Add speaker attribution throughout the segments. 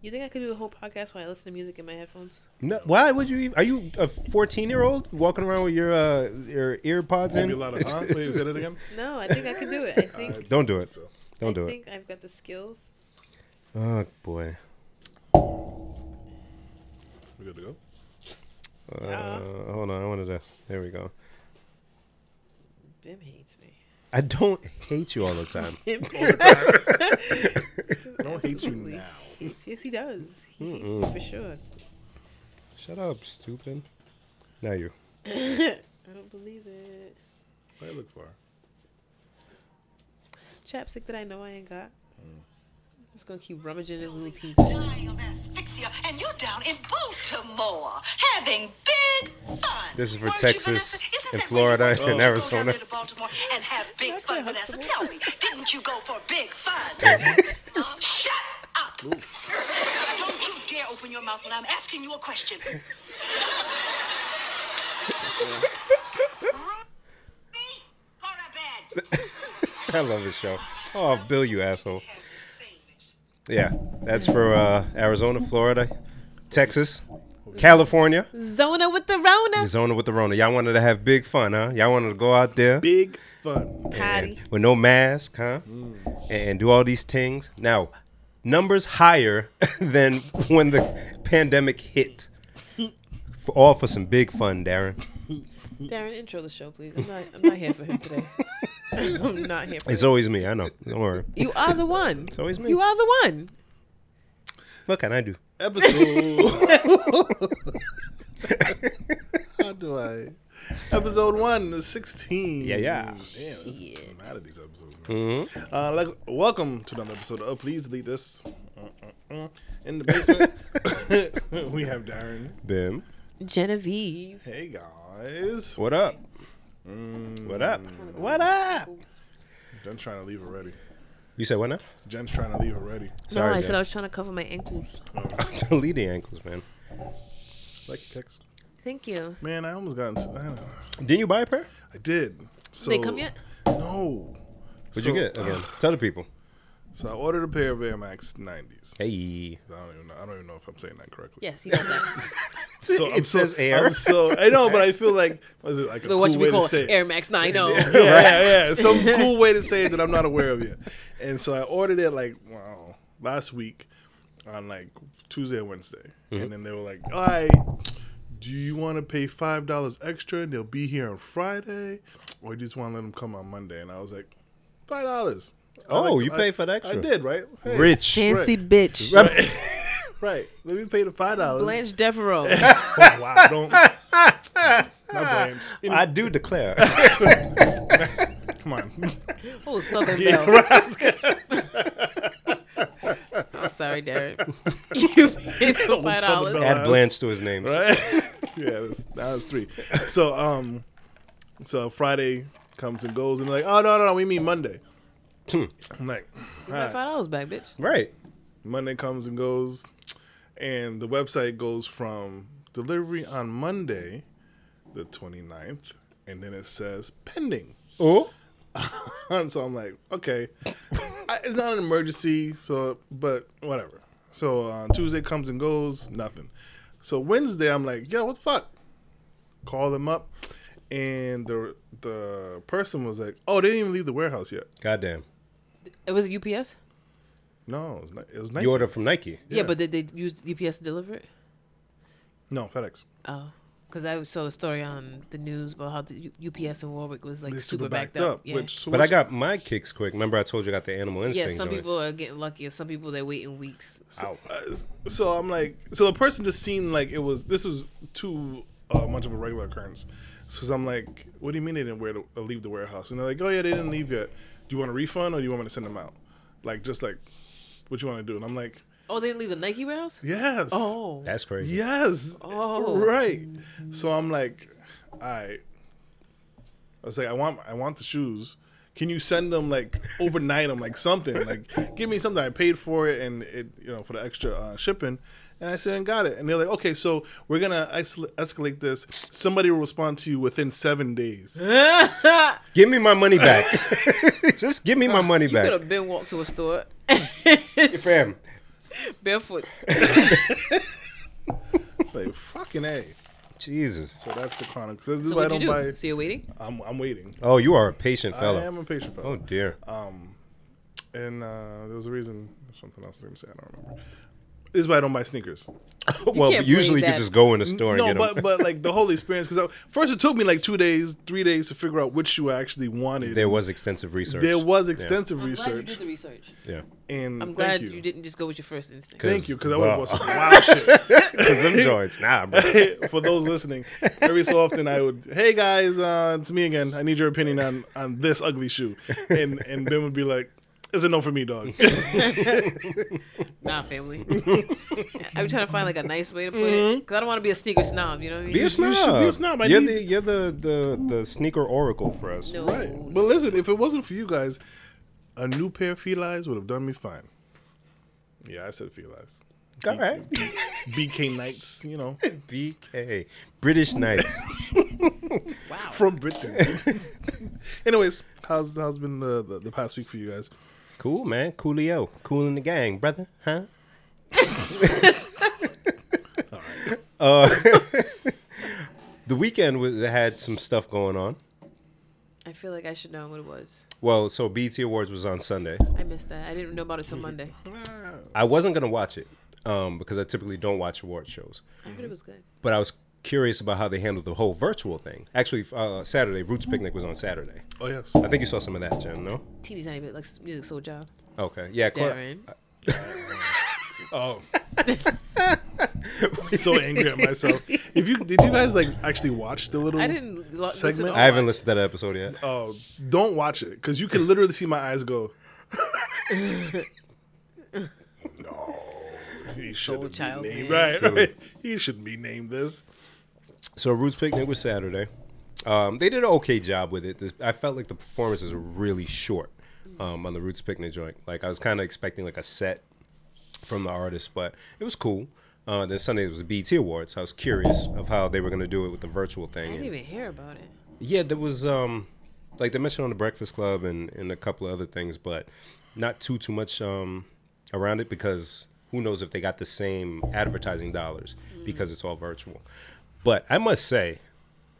Speaker 1: You think I could do a whole podcast while I listen to music in my headphones?
Speaker 2: No, why would you? Even, are you a fourteen-year-old walking around with your uh, your ear pods in?
Speaker 3: Maybe a lot of huh? Wait, say that again.
Speaker 1: No, I think I could do it. I think.
Speaker 2: Don't do it.
Speaker 3: So,
Speaker 2: Don't do
Speaker 1: I
Speaker 2: it.
Speaker 1: think I've got the skills.
Speaker 2: Oh boy.
Speaker 3: we good to go.
Speaker 2: Uh,
Speaker 1: Uh-huh.
Speaker 2: Hold on. I wanted to. There we go.
Speaker 1: Bim hates me.
Speaker 2: I don't hate you all the time.
Speaker 1: Bim
Speaker 3: I don't hate you
Speaker 1: Absolutely.
Speaker 3: now.
Speaker 1: hates- yes, he does. He hates me for sure.
Speaker 2: Shut up, stupid. Now you.
Speaker 1: I don't believe it.
Speaker 3: I look far.
Speaker 1: Chapstick that I know I ain't got. I'm just gonna keep rummaging his little teeth.
Speaker 4: dying of asphyxia, and you're down in Baltimore having big fun.
Speaker 2: This is for
Speaker 4: Weren't you,
Speaker 2: Texas
Speaker 4: Vanessa?
Speaker 2: and
Speaker 4: Isn't that
Speaker 2: Florida
Speaker 4: where you
Speaker 2: and
Speaker 4: wanted to go
Speaker 2: Arizona.
Speaker 4: down there to Baltimore and have big
Speaker 1: That's
Speaker 4: fun,
Speaker 1: not
Speaker 4: Vanessa.
Speaker 1: Huxtable.
Speaker 4: Tell me, didn't you go for big fun? Uh, Shut up! Don't you dare open your mouth when I'm asking you a question. Ready or a bed?
Speaker 2: I love this show. Oh, Bill, you asshole.
Speaker 4: Have savings.
Speaker 2: Yeah, that's for uh, Arizona, Florida, Texas, California,
Speaker 1: Zona with the Rona.
Speaker 2: Arizona with the Rona. Y'all wanted to have big fun, huh? Y'all wanted to go out there
Speaker 3: Big fun.
Speaker 1: Patty.
Speaker 2: with no mask, huh? And do all these things. Now, numbers higher than when the pandemic hit. For, all for some big fun, Darren.
Speaker 1: Darren, intro the show, please. I'm not, I'm not here for him today. I'm not here for
Speaker 2: It's
Speaker 1: him.
Speaker 2: always me. I know. Don't worry.
Speaker 1: You are the one. It's
Speaker 2: always me.
Speaker 1: You are the one.
Speaker 2: What can I do?
Speaker 3: Episode. How do I? Episode one, the sixteen.
Speaker 2: Yeah, yeah.
Speaker 3: Damn, that's-
Speaker 1: Yeah.
Speaker 3: I'm mad at these episodes. Man. Uh, like, welcome to another episode of Please Delete This. Uh, uh, uh. In the basement, we have Darren.
Speaker 2: Bim.
Speaker 1: Genevieve.
Speaker 3: Hey guys, Mm.
Speaker 2: What up? What up? What up?
Speaker 3: Jen's trying to leave already.
Speaker 2: You said what now?
Speaker 3: Jen's trying to leave already.
Speaker 2: Sorry,
Speaker 1: no, I
Speaker 2: Jen.
Speaker 1: said I was trying to cover my ankles.
Speaker 2: Lead the ankles, man.
Speaker 3: Like your kicks.
Speaker 1: Thank you.
Speaker 3: Man, I almost got into. I, don't know.
Speaker 2: Didn't you buy a pair?
Speaker 3: I did. So
Speaker 1: they come yet?
Speaker 3: No.
Speaker 2: What'd
Speaker 3: So-
Speaker 2: you get? Again, tell the people.
Speaker 3: So I ordered a pair of Air Max 90s.
Speaker 2: Hey,
Speaker 3: I don't even know, I don't even know if I'm saying that correctly.
Speaker 1: Yes, you got that.
Speaker 3: So
Speaker 2: It
Speaker 3: I'm so,
Speaker 2: says Air.
Speaker 3: I'm so I know, but I feel like was it like
Speaker 1: the
Speaker 3: a cool
Speaker 1: what should we
Speaker 3: way
Speaker 1: call
Speaker 3: to say it?
Speaker 1: Air Max oh. 90.
Speaker 3: yeah, yeah, yeah. Some cool way to say it that I'm not aware of yet. And so I ordered it like wow last week on like Tuesday and Wednesday,
Speaker 2: Mm-hmm.
Speaker 3: and then they were like, "All right, do you want to pay five dollars extra and they'll be here on Friday, or you just want to let them come on Monday?" And I was like, five dollars.
Speaker 2: Oh, you paid for the extra.
Speaker 3: I did, right? Hey,
Speaker 2: rich.
Speaker 1: Fancy bitch.
Speaker 2: Rep-
Speaker 3: right? Let me pay the five dollars.
Speaker 1: Blanche Devereaux.
Speaker 3: Wow, don't. Not Blanche.
Speaker 2: I do declare.
Speaker 3: Come on.
Speaker 1: Oh, Southern Belle. I'm sorry, Derek. you paid the
Speaker 3: Old
Speaker 1: five dollars.
Speaker 3: Southern Belle.
Speaker 2: Add Blanche to his name.
Speaker 3: right? yeah, that's, that was three. So um, so Friday comes and goes, and they're like, oh no, no, no, we mean Monday. I'm like, all
Speaker 1: Five
Speaker 3: right.
Speaker 1: dollars back, bitch.
Speaker 2: Right.
Speaker 3: Monday comes and goes, and the website goes from delivery on Monday, the 29th, and then it says pending.
Speaker 2: Oh,
Speaker 3: And so I'm like, okay, I, it's not an emergency, so but whatever. So uh, Tuesday comes and goes, nothing. So Wednesday, I'm like, yo, what the fuck? Call them up, and the the person was like, oh, they didn't even leave the warehouse yet.
Speaker 2: goddamn.
Speaker 1: It was UPS.
Speaker 3: No, it was, Ni- it was Nike.
Speaker 2: You order from Nike.
Speaker 1: Yeah, but did they use UPS to deliver it?
Speaker 3: no FedEx.
Speaker 1: Oh, because I saw a story on the news about how the U- UPS in Warwick was like
Speaker 3: They
Speaker 1: super, backed, up. Yeah.
Speaker 3: Which, so
Speaker 2: But I
Speaker 3: which-
Speaker 2: got my kicks quick. Remember, I told you I got the animal
Speaker 1: yeah,
Speaker 2: instinct.
Speaker 1: some
Speaker 2: joints.
Speaker 1: people are getting lucky, and some people they wait in weeks.
Speaker 3: So, uh, so I'm like, so the person just seemed like it was this was too uh, much of a regular occurrence. So I'm like, what do you mean they didn't wear the, uh, leave the warehouse? And they're like, oh yeah, they didn't leave yet. Do you want a refund or do you want me to send them out? Like just like, what you want to do? And I'm like,
Speaker 1: Oh, they didn't leave the Nike warehouse.
Speaker 3: yes,
Speaker 1: Oh,
Speaker 2: That's crazy.
Speaker 3: yes,
Speaker 1: Oh.
Speaker 3: right. So I'm like, I, I was like, I want I want the shoes. Can you send them like overnight them like something like give me something I paid for it and it you know for the extra uh, shipping and I said and got it and they're like okay so we're gonna escal- escalate this somebody will respond to you within seven days
Speaker 2: Give me my money back. Just give me my money
Speaker 1: you could
Speaker 2: back,
Speaker 1: have been walked to a store.
Speaker 2: fam.
Speaker 1: Barefoot.
Speaker 3: Like fucking a.
Speaker 2: Jesus.
Speaker 3: So that's the chronic. So this is
Speaker 1: So
Speaker 3: why I
Speaker 1: what'd
Speaker 3: don't
Speaker 1: you do?
Speaker 3: buy.
Speaker 1: So you're waiting?
Speaker 3: I'm I'm waiting.
Speaker 2: Oh, you are a patient
Speaker 3: I am
Speaker 2: fellow.
Speaker 3: a patient
Speaker 2: Oh
Speaker 3: fellow.
Speaker 2: dear.
Speaker 3: And uh, there was a reason. Something else I was gonna say. I don't remember. This is why I don't buy sneakers.
Speaker 2: well,
Speaker 1: can't
Speaker 2: but usually
Speaker 1: breathe
Speaker 2: you
Speaker 1: that.
Speaker 2: just go in the store
Speaker 3: no,
Speaker 2: and get them.
Speaker 3: but but like the whole experience. Because first it took me like two days, three days to figure out which shoe I actually wanted.
Speaker 2: there was extensive research.
Speaker 3: There was extensive
Speaker 1: I'm glad you
Speaker 3: research.
Speaker 1: did the research.
Speaker 2: Yeah.
Speaker 3: and
Speaker 1: I'm glad
Speaker 3: thank
Speaker 1: you.
Speaker 3: you.
Speaker 1: didn't just go with your first instinct.
Speaker 3: Thank you, because I would
Speaker 2: Wow.
Speaker 3: have bought some wild shit.
Speaker 2: Cause them joints, nah, bro.
Speaker 3: for those listening, every so often I would, hey guys, uh, it's me again. I need your opinion on on this ugly shoe, and and Ben would be like, it's a no for me, dog.
Speaker 1: Nah, family. I'm trying to find like a nice way to put it
Speaker 3: Mm-hmm.
Speaker 1: because I don't want to be a sneaker snob. You know what I mean?
Speaker 2: Be a
Speaker 3: should
Speaker 2: snob.
Speaker 3: be a snob. I
Speaker 2: You're
Speaker 3: need-
Speaker 2: the you're the, the the sneaker oracle for us.
Speaker 1: No.
Speaker 3: right. But listen, if it wasn't for you guys, a new pair of felines would have done me fine. Yeah, I said felines.
Speaker 2: All right.
Speaker 3: BK Knights, you know,
Speaker 2: BK British Knights.
Speaker 1: Wow.
Speaker 3: from Britain. Anyways, how's how's been the, the the past week for you guys?
Speaker 2: cool man, coolio, cool in the gang, brother, huh? uh, the weekend was had some stuff going on.
Speaker 1: I feel like I should know what it was.
Speaker 2: Well, so BET Awards was on Sunday.
Speaker 1: I missed that. I didn't know about it till Monday.
Speaker 2: I wasn't gonna watch it um, because I typically don't watch award shows.
Speaker 1: I heard it was good.
Speaker 2: but I was curious about how they handled the whole virtual thing. Actually, uh, Saturday Roots Picnic was on Saturday.
Speaker 3: Oh yes,
Speaker 2: I think you saw some of that, Jen. No?
Speaker 1: Teeny's not even like music soul job.
Speaker 2: Okay. Yeah. Cor-
Speaker 1: Darren.
Speaker 3: Oh. so angry at myself. If you did you guys like actually watch the little
Speaker 1: I didn't lo- listen
Speaker 3: segment?
Speaker 1: to-
Speaker 2: I haven't listened to that episode yet.
Speaker 3: oh, don't watch it because you can literally see my eyes go. no, he shouldn't
Speaker 1: child
Speaker 3: be named
Speaker 1: man.
Speaker 3: right, right. He shouldn't be named this.
Speaker 2: So Roots Picnic was Saturday. Um, they did an okay job with it. This- I felt like the performances were really short um, on the Roots Picnic joint. Like I was kind of expecting like a set from the artist, but it was cool. Uh, then Sunday was the BT Awards. I was curious of how they were going to do it with the virtual thing.
Speaker 1: I
Speaker 2: and-
Speaker 1: didn't even hear about it.
Speaker 2: Yeah, there was um like they mentioned on the Breakfast Club and, and a couple of other things, but not too too much um around it because who knows if they got the same advertising dollars because it's all virtual. But I must say,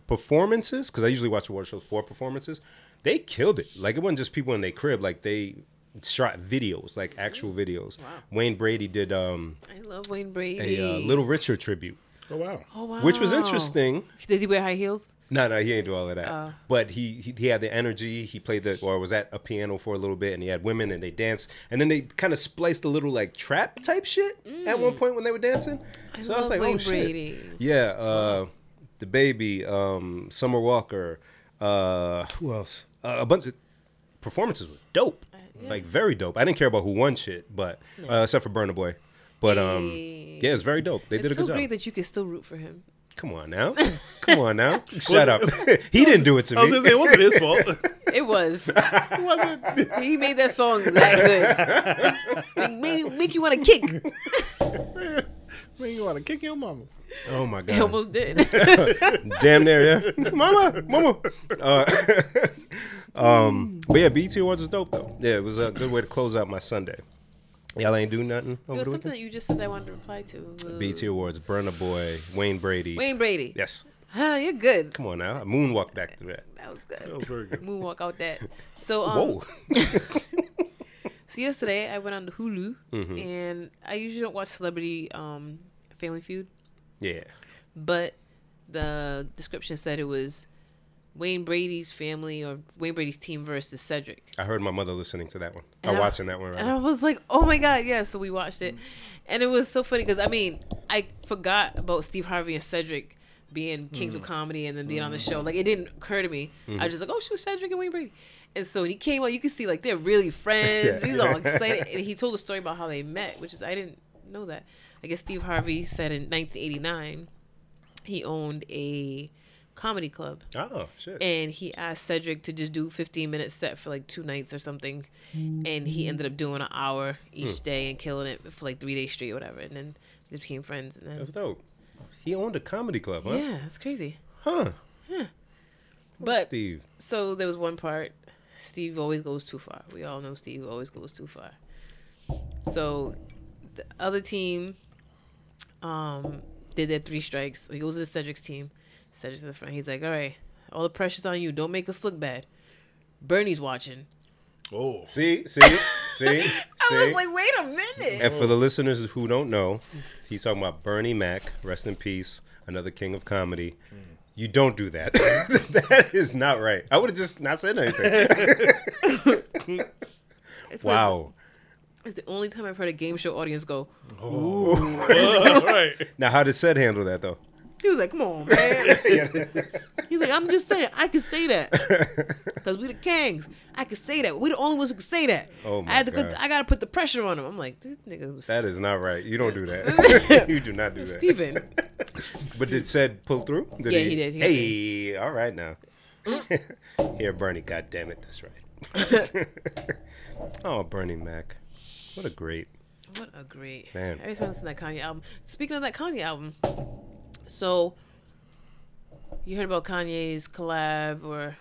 Speaker 2: performances because I usually watch award shows for performances, they killed it. Like it wasn't just people in their crib, like they shot videos, like actual videos. Wayne Brady did um
Speaker 1: I love Wayne Brady.
Speaker 2: a uh, Little Richard tribute,
Speaker 3: Oh wow.
Speaker 1: oh, wow.
Speaker 2: which was interesting.
Speaker 1: Does he wear high heels?
Speaker 2: No, no, he ain't do all of that.
Speaker 1: Oh.
Speaker 2: But he, he he had the energy. He played the or was at a piano for a little bit, and he had women and they danced. And then they kind of spliced a little like trap type shit at one point when they were dancing.
Speaker 1: Mm. I love Wayne Brady.
Speaker 2: oh, Yeah, uh, the baby, um, Summer Walker. Uh, who else? Uh, a bunch of performances were dope,
Speaker 1: Uh,
Speaker 2: like very dope. I didn't care about who won shit, but uh, except for Burna Boy. But um,
Speaker 1: Hey.
Speaker 2: yeah, it's very dope. They did a
Speaker 1: it's so
Speaker 2: good job.
Speaker 1: great that you can still root for him.
Speaker 2: Come on now. Come on now. Shut up. he didn't do it to
Speaker 3: I was gonna say
Speaker 2: me.
Speaker 3: it wasn't his fault.
Speaker 1: It was. He made that song that good. Make- Make, make you want to kick.
Speaker 3: Man, you want to kick your mama?
Speaker 2: Oh my god.
Speaker 1: He almost did.
Speaker 2: Damn near, yeah. mama, mama. Uh,
Speaker 3: Mm.
Speaker 2: um, but yeah, BT Awards was dope though. Yeah, it was a good way to close out my Sunday. Y'all ain't do nothing
Speaker 1: It
Speaker 2: over
Speaker 1: was
Speaker 2: the
Speaker 1: something
Speaker 2: weekend.
Speaker 1: that you just said that I wanted to reply to. Uh,
Speaker 2: BT Awards, Burna Boy, Wayne Brady.
Speaker 1: Wayne Brady.
Speaker 2: Yes.
Speaker 1: Huh, you're good.
Speaker 2: Come on now. I moonwalked back through that.
Speaker 1: That was good.
Speaker 3: That was very good.
Speaker 1: Moonwalk out that. So um,
Speaker 2: Whoa.
Speaker 1: so yesterday I went on to Hulu
Speaker 3: Mm-hmm.
Speaker 1: and I usually don't watch celebrity um Family Feud,
Speaker 2: yeah.
Speaker 1: but the description said it was Wayne Brady's family or Wayne Brady's team versus Cedric.
Speaker 2: I heard my mother listening to that one.
Speaker 1: And
Speaker 2: or
Speaker 1: I-
Speaker 2: watching that one
Speaker 1: And I
Speaker 2: right.
Speaker 1: was like, oh my God, yeah. So we watched it. And it was so funny because, I mean, I forgot about Steve Harvey and Cedric being kings
Speaker 2: Hmm.
Speaker 1: of comedy and then being on the show. Like, it didn't occur to me. I was just like, oh, shoot, Cedric and Wayne Brady. And so when he came out, you could see, like, they're really friends.
Speaker 2: Yeah.
Speaker 1: He's all excited. And he told a story about how they met, which is, I didn't know that. I guess Steve Harvey said in 1989, he owned a comedy club
Speaker 2: Oh shit.
Speaker 1: and he asked Cedric to just do 15 minutes set for like two nights or something, and he ended up doing an hour each
Speaker 2: Hmm.
Speaker 1: day and killing it for like three days straight, or whatever. And then they became friends. And then
Speaker 2: That's dope. He owned a comedy club, huh?
Speaker 1: yeah, it's crazy.
Speaker 2: Huh.
Speaker 1: But
Speaker 2: Steve.
Speaker 1: so there was one part. Steve always goes too far. We all know Steve always goes too far. So the other team um, did their three strikes. So he goes to Cedric's team. Cedric's in the front. He's like, all right, all the pressure's on you. Don't make us look bad. Bernie's watching.
Speaker 3: Oh,
Speaker 2: See, see, see,
Speaker 1: I was
Speaker 2: see.
Speaker 1: like, wait a minute.
Speaker 2: And for the listeners who don't know, he's talking about Bernie Mac, rest in peace, another king of comedy. You don't do that. that is not right. I would have just not said anything.
Speaker 1: It's one of the-
Speaker 2: wow.
Speaker 1: It's the only time I've heard a game show audience go.
Speaker 3: all right.
Speaker 2: Now, how did Sed handle that though?
Speaker 1: He was like, come on, man. He's like, I'm just saying, I can say that. Because we the Kangs. I can say that. We the only ones who can say that.
Speaker 2: Oh, my
Speaker 1: I had to
Speaker 2: God.
Speaker 1: Put, I got to put the pressure on him. I'm like, this nigga was
Speaker 2: That is not right. You don't do that. you do not do that.
Speaker 1: Steven.
Speaker 2: But did Sed pull through? Did
Speaker 1: Yeah, he did. Mm. He
Speaker 2: hey, all right now. Here, Bernie. God damn it, that's right. oh, Bernie Mac. What a great.
Speaker 1: What a great
Speaker 2: Man.
Speaker 1: Every time I listen to that Kanye album. Speaking of that Kanye album, so you heard about Kanye's collab or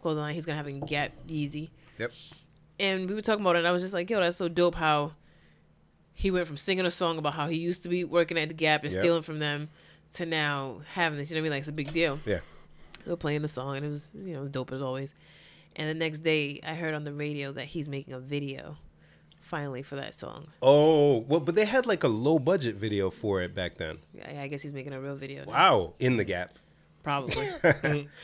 Speaker 1: clothing line he's gonna have in Gap Yeezy,
Speaker 2: Yep.
Speaker 1: and we were talking about it. and I was just like, yo, that's so dope how he went from singing a song about how he used to be working at the Gap and
Speaker 2: Yep.
Speaker 1: stealing from them to now having this. You know what I mean? Like it's a big deal.
Speaker 2: Yeah.
Speaker 1: They were playing the song, and it was you know dope as always. And the next day, I heard on the radio that he's making a video finally for that song.
Speaker 2: Oh, well, but they had like a low budget video for it back then.
Speaker 1: I, I guess he's making a real video. now.
Speaker 2: Wow. In the gap.
Speaker 1: Probably.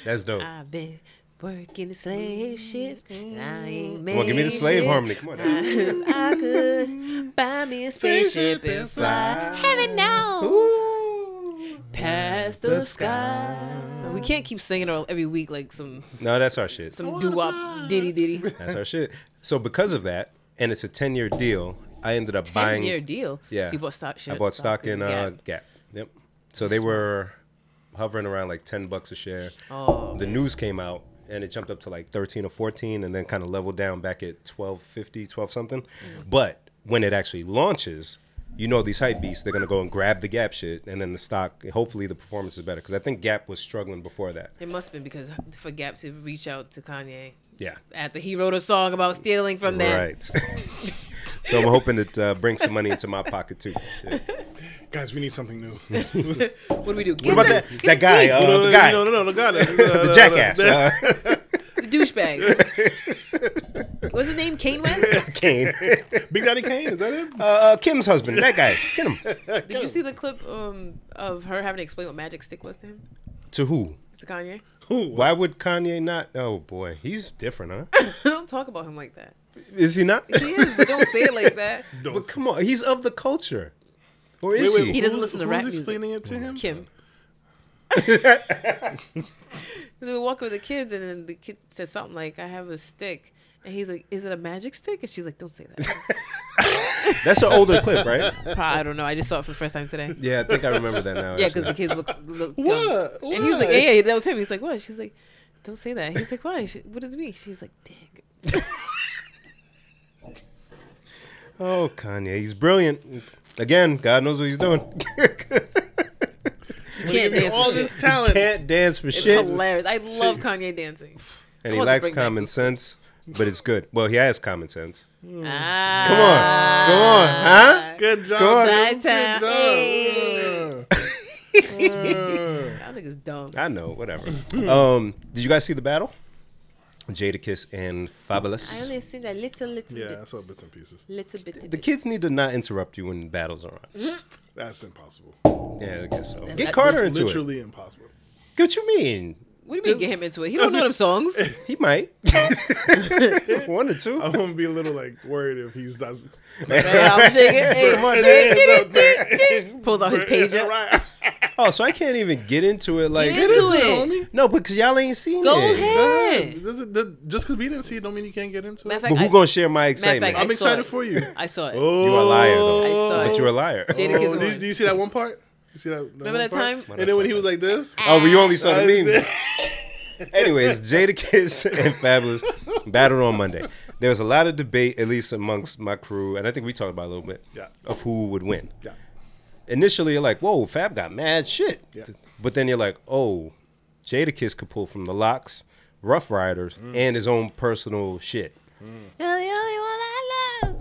Speaker 2: That's dope.
Speaker 1: I've been working the slave shift. And I ain't made
Speaker 2: Come on, give me the slave
Speaker 1: shit.
Speaker 2: harmony. Come on. now.
Speaker 1: Cause I could buy me a spaceship and fly. Heaven knows.
Speaker 2: Ooh.
Speaker 1: Past the sky. We can't keep singing all every week like some
Speaker 2: No, that's our shit.
Speaker 1: some doo wop diddy diddy.
Speaker 2: That's our shit. So because of that, and it's a ten year deal, I ended up
Speaker 1: Ten
Speaker 2: buying
Speaker 1: year deal.
Speaker 2: Yeah,
Speaker 1: So you bought stock shares.
Speaker 2: I bought stock, in uh,
Speaker 1: Gap.
Speaker 2: Gap. Yep. So they were hovering around like ten bucks a share.
Speaker 1: Oh,
Speaker 2: the news came out and it jumped up to like thirteen or fourteen, and then kind of leveled down back at 1250, 12 something. But when it actually launches. You know these hype beasts, they're gonna go and grab the Gap shit, and then the stock. Hopefully, the performance is better because I think Gap was struggling before that.
Speaker 1: It must have been because for Gap to reach out to Kanye
Speaker 2: Yeah,
Speaker 1: after he wrote a song about stealing from them.
Speaker 2: right. so I'm hoping to uh, bring some money into my pocket too. Shit.
Speaker 3: Guys, we need something new. no,
Speaker 1: What do we do?
Speaker 2: What about that that guy? Uh,
Speaker 3: no,
Speaker 2: the guy,
Speaker 3: no, no, no, God, no, no,
Speaker 2: the
Speaker 3: no,
Speaker 2: jackass,
Speaker 3: no.
Speaker 2: uh,
Speaker 1: douchebag. What's his name? Kane West.
Speaker 2: Kane,
Speaker 3: Big Daddy Kane, is that it?
Speaker 2: uh, uh, Kim's husband. That guy, get him.
Speaker 1: Did you see the clip um, of her having to explain what magic stick was to him?
Speaker 2: To who?
Speaker 1: To Kanye.
Speaker 3: Who?
Speaker 2: Why would Kanye not? Oh boy, he's different, huh?
Speaker 1: don't talk about him like that.
Speaker 2: Is he not?
Speaker 1: He is, but don't say it like that.
Speaker 2: But come on, he's of the culture, or
Speaker 3: Wait,
Speaker 2: is
Speaker 3: wait,
Speaker 1: He
Speaker 2: he?
Speaker 1: doesn't
Speaker 3: who's-
Speaker 1: listen to
Speaker 3: who's
Speaker 1: rap music.
Speaker 3: explaining it to him?
Speaker 1: Kim. they were walking with the kids, and then the kid said something like, "I have a stick," and he's like, "Is it a magic stick?" And she's like, "Don't say that."
Speaker 2: That's an older clip, right?
Speaker 1: I don't know. I just saw it for the first time today.
Speaker 2: Yeah, I think I remember that now.
Speaker 1: Yeah,
Speaker 2: actually.
Speaker 1: because the kids look, look dumb.
Speaker 3: What?
Speaker 1: And he was like,
Speaker 3: Why?
Speaker 1: yeah, yeah, that was him. He's like, what? She's like, don't say that. He's like, why? She, what does it mean? She was like, dick.
Speaker 2: oh Kanye, he's brilliant. Again, God knows what he's doing.
Speaker 1: You can't dance for
Speaker 3: All
Speaker 1: shit.
Speaker 3: this talent.
Speaker 2: Can't dance for
Speaker 1: It's
Speaker 2: shit.
Speaker 1: hilarious. I love Kanye dancing. I
Speaker 2: and he
Speaker 1: want to
Speaker 2: lacks
Speaker 1: bring back
Speaker 2: common
Speaker 1: the-
Speaker 2: sense, but it's good. Well, he has common sense.
Speaker 1: Ah,
Speaker 2: Come on, come on, huh?
Speaker 3: Good job.
Speaker 2: Go on.
Speaker 3: Kim.
Speaker 1: Side town. Hey.
Speaker 3: Uh,
Speaker 1: That nigga's dumb.
Speaker 2: I know, whatever. um, did you guys see the battle? Jadakiss and
Speaker 1: I
Speaker 2: Fabulous.
Speaker 1: only seen that little, little
Speaker 3: Yeah,
Speaker 1: bit.
Speaker 3: that's all bits and pieces.
Speaker 1: Little bit.
Speaker 2: The kids need to not interrupt you when battles are
Speaker 1: Mm.
Speaker 2: on.
Speaker 3: That's impossible.
Speaker 2: Yeah, I guess so.
Speaker 1: that-
Speaker 2: Get Carter into it.
Speaker 3: Literally impossible.
Speaker 2: What you mean?
Speaker 1: What do you mean get him into it? He don't know them songs.
Speaker 2: He might. One or two.
Speaker 1: Oh,
Speaker 3: I'm gonna be a little like worried if he's does.
Speaker 1: I'm shaking. Hey,
Speaker 2: Come on,
Speaker 1: ding,
Speaker 2: dance
Speaker 1: ding,
Speaker 2: out
Speaker 1: ding, ding, ding. Pulls out his pager.
Speaker 3: Right.
Speaker 2: Oh, so I can't even get into it. Like,
Speaker 1: Get into it.
Speaker 3: homie.
Speaker 2: no, because y'all ain't seen
Speaker 1: Go
Speaker 2: it.
Speaker 1: ahead.
Speaker 3: Does it- does- just because we didn't see it, don't mean you can't get into
Speaker 1: Matter of
Speaker 2: But
Speaker 3: it.
Speaker 1: fact,
Speaker 2: who
Speaker 1: I,
Speaker 2: gonna Oh. share my
Speaker 1: matter of
Speaker 2: excitement?
Speaker 1: fact,
Speaker 3: I'm
Speaker 1: I saw
Speaker 3: excited
Speaker 1: it.
Speaker 3: for you.
Speaker 1: I saw it.
Speaker 2: you are a liar,
Speaker 1: I
Speaker 2: though.
Speaker 1: saw
Speaker 2: But
Speaker 1: it.
Speaker 2: you're a liar.
Speaker 1: Jada-
Speaker 3: Oh,
Speaker 1: Kiss
Speaker 3: do,
Speaker 1: one.
Speaker 3: do you see that one part? You see that?
Speaker 1: Remember that
Speaker 3: one
Speaker 1: time? Ah.
Speaker 3: part? And then when he was like this,
Speaker 2: Oh, but you only saw the
Speaker 3: I
Speaker 2: memes. Anyways, Jadakiss and Fabulous battled on Monday. There was a lot of debate, at least amongst my crew, and I think we talked about it a little bit
Speaker 3: Yeah.
Speaker 2: of who would win.
Speaker 3: yeah,
Speaker 2: Initially, you're like, "Whoa, Fab got mad shit,"
Speaker 3: Yeah.
Speaker 2: but then you're like, "Oh, Jadakiss could pull from the locks, Rough Riders, and his own personal shit."
Speaker 1: You're the only one I love.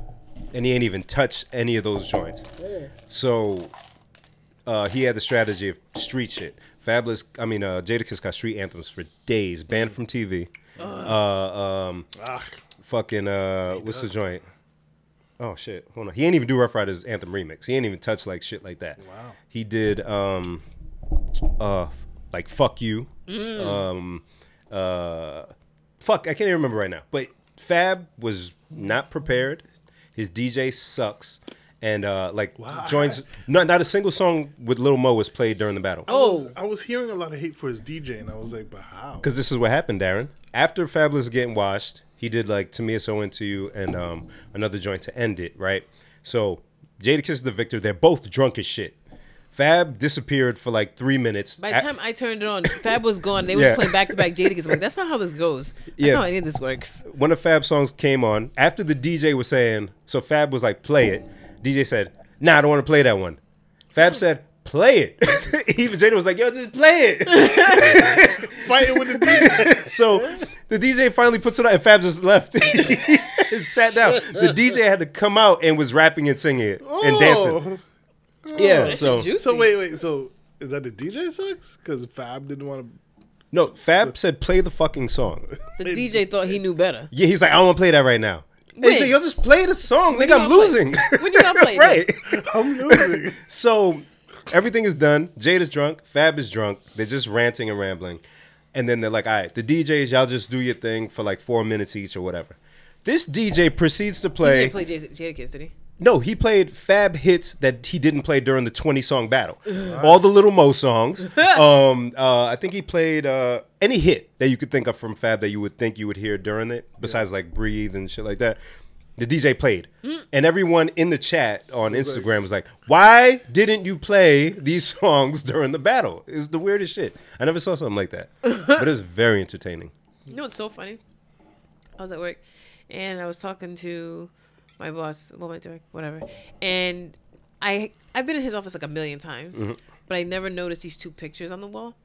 Speaker 2: and he ain't even touched any of those joints. So uh, he had the strategy of street shit. Fabulous, I mean, uh, Jadakiss got street anthems for days, banned from TV. Uh, um,
Speaker 3: Ah,
Speaker 2: fucking uh what's the joint? Oh shit, hold on. He ain't even do Rough Riders anthem remix. He ain't even touch like shit like that.
Speaker 3: Wow.
Speaker 2: He did um uh f- like fuck you. Um uh fuck, I can't even remember right now. But Fab was not prepared. His DJ sucks. And uh, like joins not not a single song with Lil Mo was played during the battle.
Speaker 1: Oh,
Speaker 3: I was hearing a lot of hate for his DJ, and I was like, but how?
Speaker 2: Because this is what happened, Darren. After Fabulous getting washed, he did like To Me It's So Into You and um, another joint to end it, right? So Jadakiss is the victor. They're both drunk as shit. Fab disappeared for like three minutes.
Speaker 1: by
Speaker 2: A-
Speaker 1: the time I turned it on, Fab was gone. They was
Speaker 2: Yeah.
Speaker 1: playing back to back Jadakiss. I'm like, that's not how this goes. That's
Speaker 2: Yeah.
Speaker 1: not how any of this works.
Speaker 2: one of Fab's songs came on, after the DJ was saying, so Fab was like, play it. DJ said, nah, I don't want to play that one. Fab said, play it. Even Jada was like, yo, just play it.
Speaker 3: Fighting with the DJ.
Speaker 2: So the DJ finally puts it on, and Fab just left and sat down. The DJ had to come out and was rapping and singing it and dancing.
Speaker 3: Oh.
Speaker 2: Yeah, so
Speaker 1: Juicy.
Speaker 3: So wait, wait. So is that the DJ sucks? Because Fab didn't want to.
Speaker 2: no, Fab said play the fucking song.
Speaker 1: the DJ thought he knew better.
Speaker 2: Yeah, he's like, I don't want to play that right now. He
Speaker 1: Wait.
Speaker 2: said, yo, just play the song, nigga.
Speaker 1: you
Speaker 2: I'm
Speaker 1: gonna play-
Speaker 2: losing.
Speaker 1: when you gonna play that?
Speaker 2: right?
Speaker 3: I'm losing.
Speaker 2: So everything is done. Jade is drunk. Fab is drunk. They're just ranting and rambling. And then they're like, all right, the DJs, y'all just do your thing for like four minutes each or whatever. This DJ proceeds to
Speaker 1: He
Speaker 2: play.
Speaker 1: didn't play Jada- Jadakiss, did he?
Speaker 2: No, he played Fab hits that he didn't play during the 20 song battle. All the Little Mo songs. um, uh, I think he played uh, any hit that you could think of from Fab that you would think you would hear during it, besides like Breathe and shit like that. The DJ played.
Speaker 1: Mm.
Speaker 2: And everyone in the chat on Instagram was like, Why didn't you play these songs during the battle? It's the weirdest shit. I never saw something like that. but it was very entertaining.
Speaker 1: You know what's so funny? I was at work and I was talking to my boss, well, my direct, whatever. And I I've been in his office like a million times,
Speaker 3: Mm-hmm.
Speaker 1: but I never noticed these two pictures on the wall.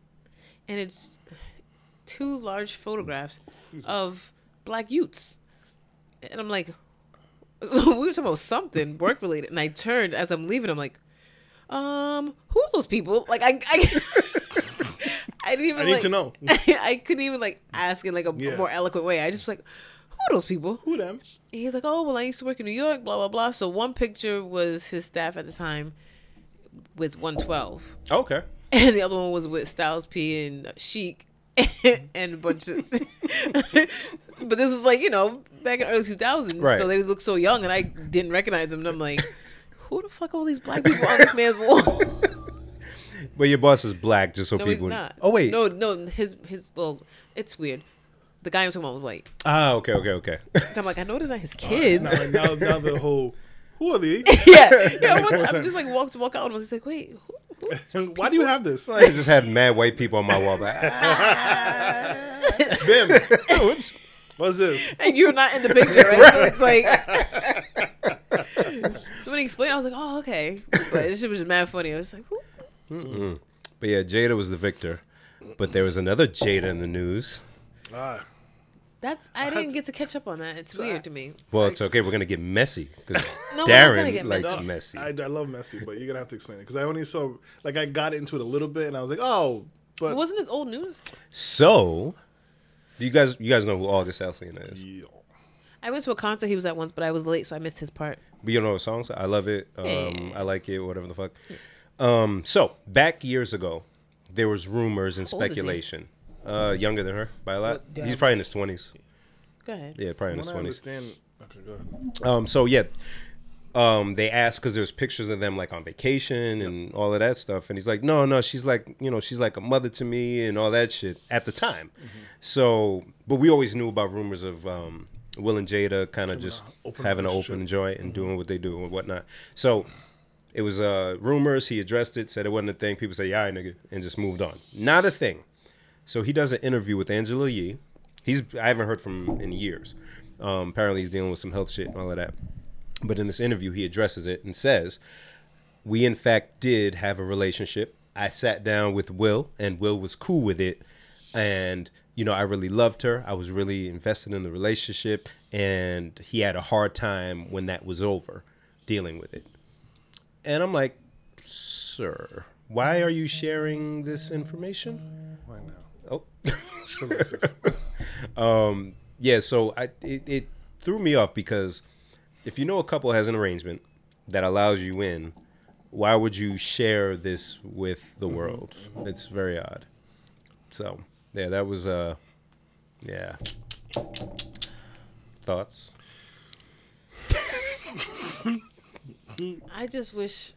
Speaker 1: And it's two large photographs of black youths. And I'm like, we were talking about something work related. And I turned as I'm leaving, I'm like, um, who are those people? Like, I, I, I didn't even
Speaker 3: I need
Speaker 1: like-
Speaker 3: to know.
Speaker 1: I, couldn't even like ask in like a
Speaker 3: Yeah.
Speaker 1: more eloquent way. I just was like, who are those people?
Speaker 3: Who them?
Speaker 1: He's like, oh well, I used to work in New York, blah blah blah. So one picture was his staff at the time with 112,
Speaker 2: Okay.
Speaker 1: and the other one was with Styles P and Chic and a bunch of. but this was like you know back in early 2000s,
Speaker 2: Right.
Speaker 1: so they looked so young, and I didn't recognize them. And I'm like, who the fuck are all these black people on this man's wall?
Speaker 2: But your boss is black, just so
Speaker 1: No,
Speaker 2: people.
Speaker 1: he's not.
Speaker 2: Oh, wait.
Speaker 1: No, no, his his well, it's weird. The guy I'm talking about was white.
Speaker 2: Ah, okay, okay, okay.
Speaker 1: So I'm like, I know they're Oh, not his kids.
Speaker 3: Now, now, now the whole. Who are they?
Speaker 1: yeah, yeah. I'm,
Speaker 3: makes more
Speaker 1: I'm
Speaker 3: sense.
Speaker 1: just like walk to walk out, and I was just like, wait, who, who is-
Speaker 3: Why do you have this?
Speaker 2: I just had mad white people on my wall. ah. Like, ah,
Speaker 3: Bim.
Speaker 2: what's-
Speaker 3: What's this?
Speaker 1: and you're not in the picture, right? So it's like. so when he explained, I was like, oh, okay. But this shit was just mad funny. I was like, who?
Speaker 2: but yeah, Jada was the victor. But there was another Jada in the news.
Speaker 3: Ah,
Speaker 1: that's I didn't get to catch up on that. It's weird to me.
Speaker 2: Well, it's okay. We're gonna get messy because
Speaker 1: No, we're not gonna
Speaker 2: Darren
Speaker 1: get
Speaker 2: likes
Speaker 1: messy.
Speaker 2: messy.
Speaker 3: Ah, I, I love messy, but you're gonna have to explain it because I only saw like I got into it a little bit, and I was like, oh, but
Speaker 1: Wasn't this old news?
Speaker 2: So, do you guys you guys know who August Alsina is?
Speaker 3: Yeah.
Speaker 1: I went to a concert he was at once, but I was late, so I missed his part.
Speaker 2: But you know the songs. I love it. Um,
Speaker 1: Yeah.
Speaker 2: I like it. Whatever the fuck. Um, so back years ago, there was rumors and
Speaker 1: How old is he?
Speaker 2: speculation. Uh, younger than her by a lot.
Speaker 1: Well,
Speaker 2: He's
Speaker 1: Darren-
Speaker 2: probably in his twenties.
Speaker 1: Go ahead.
Speaker 2: Yeah, probably in his
Speaker 3: When I
Speaker 2: twenties.
Speaker 3: understand. Okay, go ahead.
Speaker 2: Um, so yeah, um, they asked because there's pictures of them like on vacation and all of that stuff, and he's like, no, no, she's like, you know, she's like a mother to me and all that shit at the time.
Speaker 3: Mm-hmm.
Speaker 2: So, but we always knew about rumors of um, Will and Jada kind of just
Speaker 3: open
Speaker 2: having an open
Speaker 3: relationship. Mm-hmm.
Speaker 2: joint and doing what they do and whatnot. So. It was uh, rumors. He addressed it, said it wasn't a thing. People say, "Yeah, all right, nigga," and just moved on. Not a thing. So he does an interview with Angela Yee. He's I haven't heard from him in years. Um, apparently he's dealing with some health shit and all of that. But in this interview, he addresses it and says, "We in fact did have a relationship. I sat down with Will, and Will was cool with it. And you know, I really loved her. I was really invested in the relationship, and he had a hard time when that was over. dealing with it. And I'm like, sir, why are you sharing this information?
Speaker 3: Why now?
Speaker 2: Oh,
Speaker 3: It's Alexis.
Speaker 2: yeah. So I it, it threw me off because if you know a couple has an arrangement that allows you in, why would you share this with
Speaker 1: Mm-hmm.
Speaker 2: the world? It's very odd. So yeah, that was uh, yeah. Thoughts?
Speaker 1: I just wish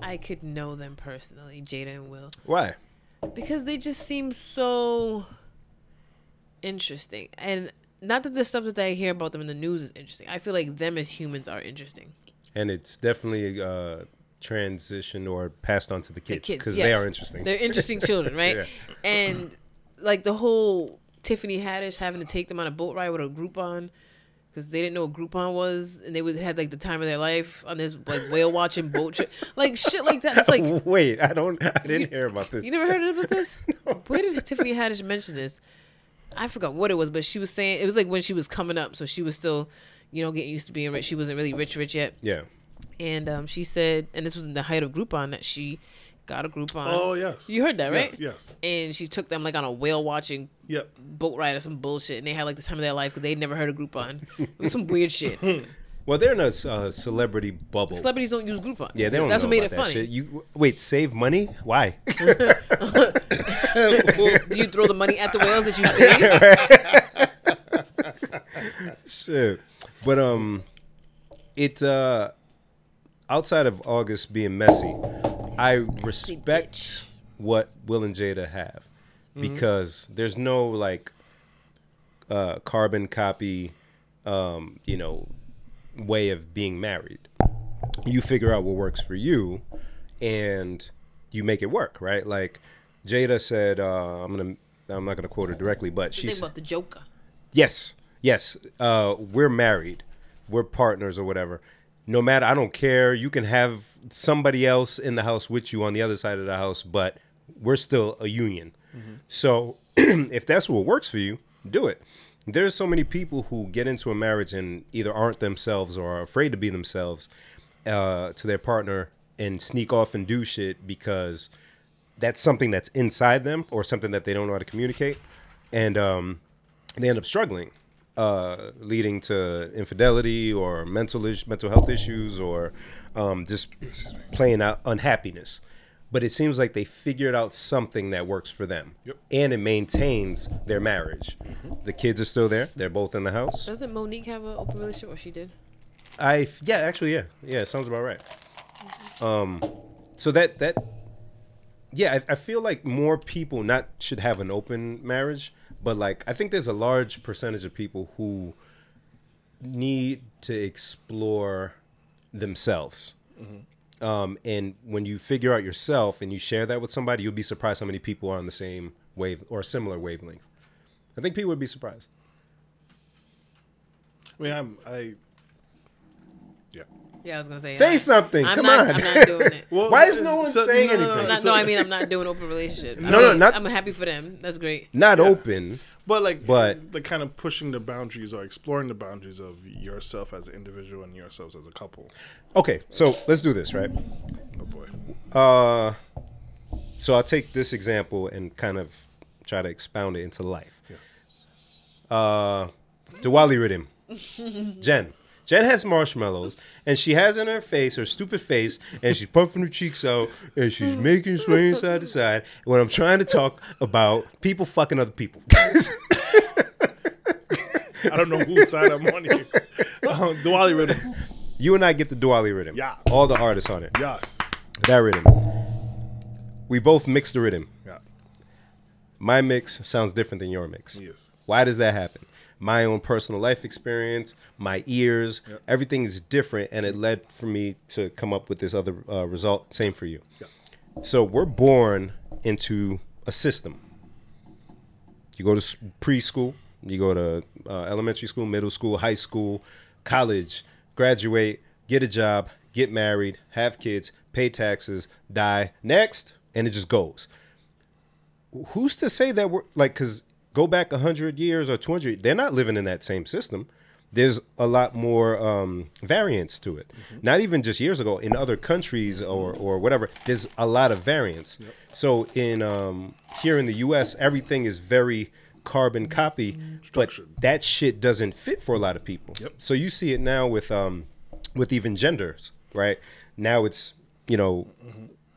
Speaker 1: I could know them personally, Jada and Will,
Speaker 2: Why?
Speaker 1: because they just seem so interesting. And not that the stuff that I hear about them in the news is interesting. I feel like them as humans are interesting.
Speaker 2: and it's definitely uh transition or passed on to the kids
Speaker 1: kids,
Speaker 2: because they
Speaker 1: yes.
Speaker 2: are interesting
Speaker 1: They're interesting children, right? And like the whole Tiffany Haddish having to take them on a boat ride with a Groupon because they didn't know what Groupon was, and they would had like the time of their life on this like whale watching boat trip, like shit like that. It's like you
Speaker 2: wait i don't i didn't hear about this
Speaker 1: never heard about this? Where did Tiffany Haddish mention this? I forgot what it was, but she was saying it was like when she was coming up, so she was still, you know, getting used to being rich. She wasn't really rich, rich yet,
Speaker 2: yeah
Speaker 1: and um, she said, and this was in the height of Groupon that she got a Groupon.
Speaker 3: Oh yes.
Speaker 1: you heard that, right?
Speaker 3: Yes. Yes.
Speaker 1: and she took them like on a whale watching
Speaker 3: Yep.
Speaker 1: boat ride or some bullshit, and they had like the time of their life because they'd never heard of Groupon. It was some weird shit.
Speaker 2: well they're in a uh, celebrity bubble
Speaker 1: Celebrities don't use Groupon.
Speaker 2: yeah they don't
Speaker 1: That's
Speaker 2: know
Speaker 1: what made
Speaker 2: about
Speaker 1: it
Speaker 2: that
Speaker 1: funny.
Speaker 2: shit. you wait save money why
Speaker 1: Do you throw the money at the whales that you see?
Speaker 2: shit but um it uh outside of august being messy i respect what will and jada have Mm-hmm. because there's no like uh carbon copy um you know way of being married you figure out what works for you and you make it work right like jada said uh i'm gonna i'm not gonna quote her directly but she
Speaker 1: Think
Speaker 2: said
Speaker 1: about the Joker.
Speaker 2: Yes, yes. Uh, we're married. We're partners or whatever. No matter, I don't care. You can have somebody else in the house with you on the other side of the house, but we're still a union. So if that's what works for you, do it. There's so many people who get into a marriage and either aren't themselves or are afraid to be themselves uh, to their partner and sneak off and do shit because that's something that's inside them or something that they don't know how to communicate and um, they end up struggling uh, leading to infidelity or mental is- mental health issues or um, just playing out unhappiness but it seems like they figured out something that works for them
Speaker 3: Yep.
Speaker 2: and it maintains their marriage the kids are still there they're both in the house
Speaker 1: Doesn't Monique have an open relationship, or she did?
Speaker 2: I f- yeah, actually yeah, yeah, sounds about right. Um, so that that yeah, I, I feel like more people not should have an open marriage, but like I think there's a large percentage of people who need to explore themselves.
Speaker 3: Mm-hmm.
Speaker 2: Um, and when you figure out yourself and you share that with somebody, you'll be surprised how many people are on the same wave or similar wavelength. I think people would be surprised.
Speaker 3: I mean, I'm. I. Yeah.
Speaker 1: Yeah, I was gonna say.
Speaker 2: Say
Speaker 1: I-
Speaker 2: something,
Speaker 1: I'm
Speaker 2: come
Speaker 1: not,
Speaker 2: on.
Speaker 1: I'm not doing it.
Speaker 3: Well,
Speaker 2: Why is no one
Speaker 3: so-
Speaker 2: saying
Speaker 3: no, no, no,
Speaker 2: anything?
Speaker 1: I'm not, no, I mean I'm not doing open relationship.
Speaker 2: No, no, not-
Speaker 1: I'm happy for them. That's great.
Speaker 2: Not open.
Speaker 3: But like,
Speaker 2: But-
Speaker 3: the kind of pushing the boundaries or exploring the boundaries of yourself as an individual and yourselves as a couple.
Speaker 2: Okay, so let's do this, right?
Speaker 3: Oh boy.
Speaker 2: Uh, so I'll take this example and kind of try to expound it into life.
Speaker 3: Yes.
Speaker 2: Uh, Diwali rhythm. Jen. Jen has marshmallows and she has in her face her stupid face and she's puffing her cheeks out and she's making swaying side to side when I'm trying to talk about people fucking other people.
Speaker 3: I don't know whose side I'm on here. Um, Diwali rhythm.
Speaker 2: you and I get the Diwali rhythm.
Speaker 3: Yeah.
Speaker 2: All the artists on it.
Speaker 3: Yes.
Speaker 2: That rhythm. We both mix the rhythm.
Speaker 3: Yeah.
Speaker 2: my mix sounds different than your mix.
Speaker 3: Yes.
Speaker 2: Why does that happen? My own personal life experience, my ears, everything is different, and it led for me to come up with this other uh, result. Same for you.
Speaker 3: Yeah.
Speaker 2: So we're born into a system. You go to s- preschool, you go to uh, elementary school, middle school, high school, college, graduate, get a job, get married, have kids, pay taxes, die, next, and it just goes who's to say that we're like because go back 100 years or 200 they're not living in that same system there's a lot more um, variance to it. Not even just years ago in other countries or or whatever. There's a lot of variance. So in um, here in the U.S., everything is very carbon copy, but that shit doesn't fit for a lot of people.
Speaker 3: Yep.
Speaker 2: So you see it now with um, with even genders, right? Now it's you know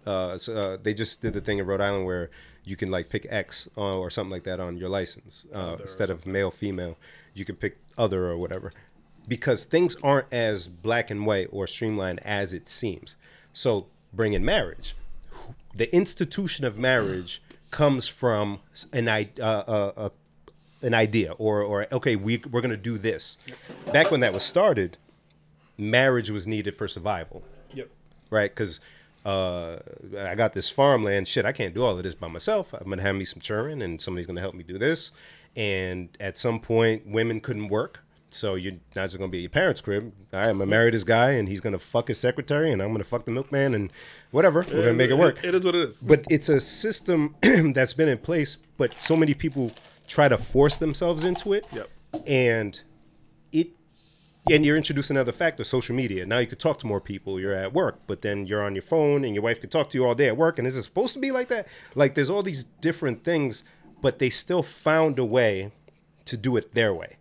Speaker 2: uh, so, uh, they just did the thing in Rhode Island where you can like pick X uh, or something like that on your license uh, instead of male, female. You can pick other or whatever because things aren't as black and white or streamlined as it seems. So bring in marriage. The institution of marriage comes from s- an I- uh, uh, uh, an idea or or okay we we're gonna do this. Back when that was started, marriage was needed for survival
Speaker 3: Yep.
Speaker 2: right? Because uh, I got this farmland shit. I can't do all of this by myself. I'm gonna have me some children, and somebody's gonna help me do this. And at some point, women couldn't work, so you're not just gonna be at your parents' crib. All right, I'm gonna marry this guy, and he's gonna fuck his secretary, and I'm gonna fuck the milkman, and whatever. We're gonna make it work.
Speaker 3: It is what it is.
Speaker 2: But it's a system that's been in place, but so many people try to force themselves into it.
Speaker 3: Yep.
Speaker 2: And it and you're introducing another factor, social media. Now you could talk to more people. You're at work, but then you're on your phone and your wife can talk to you all day at work. And is it supposed to be like that? Like there's all these different things, but they still found a way to do it their way.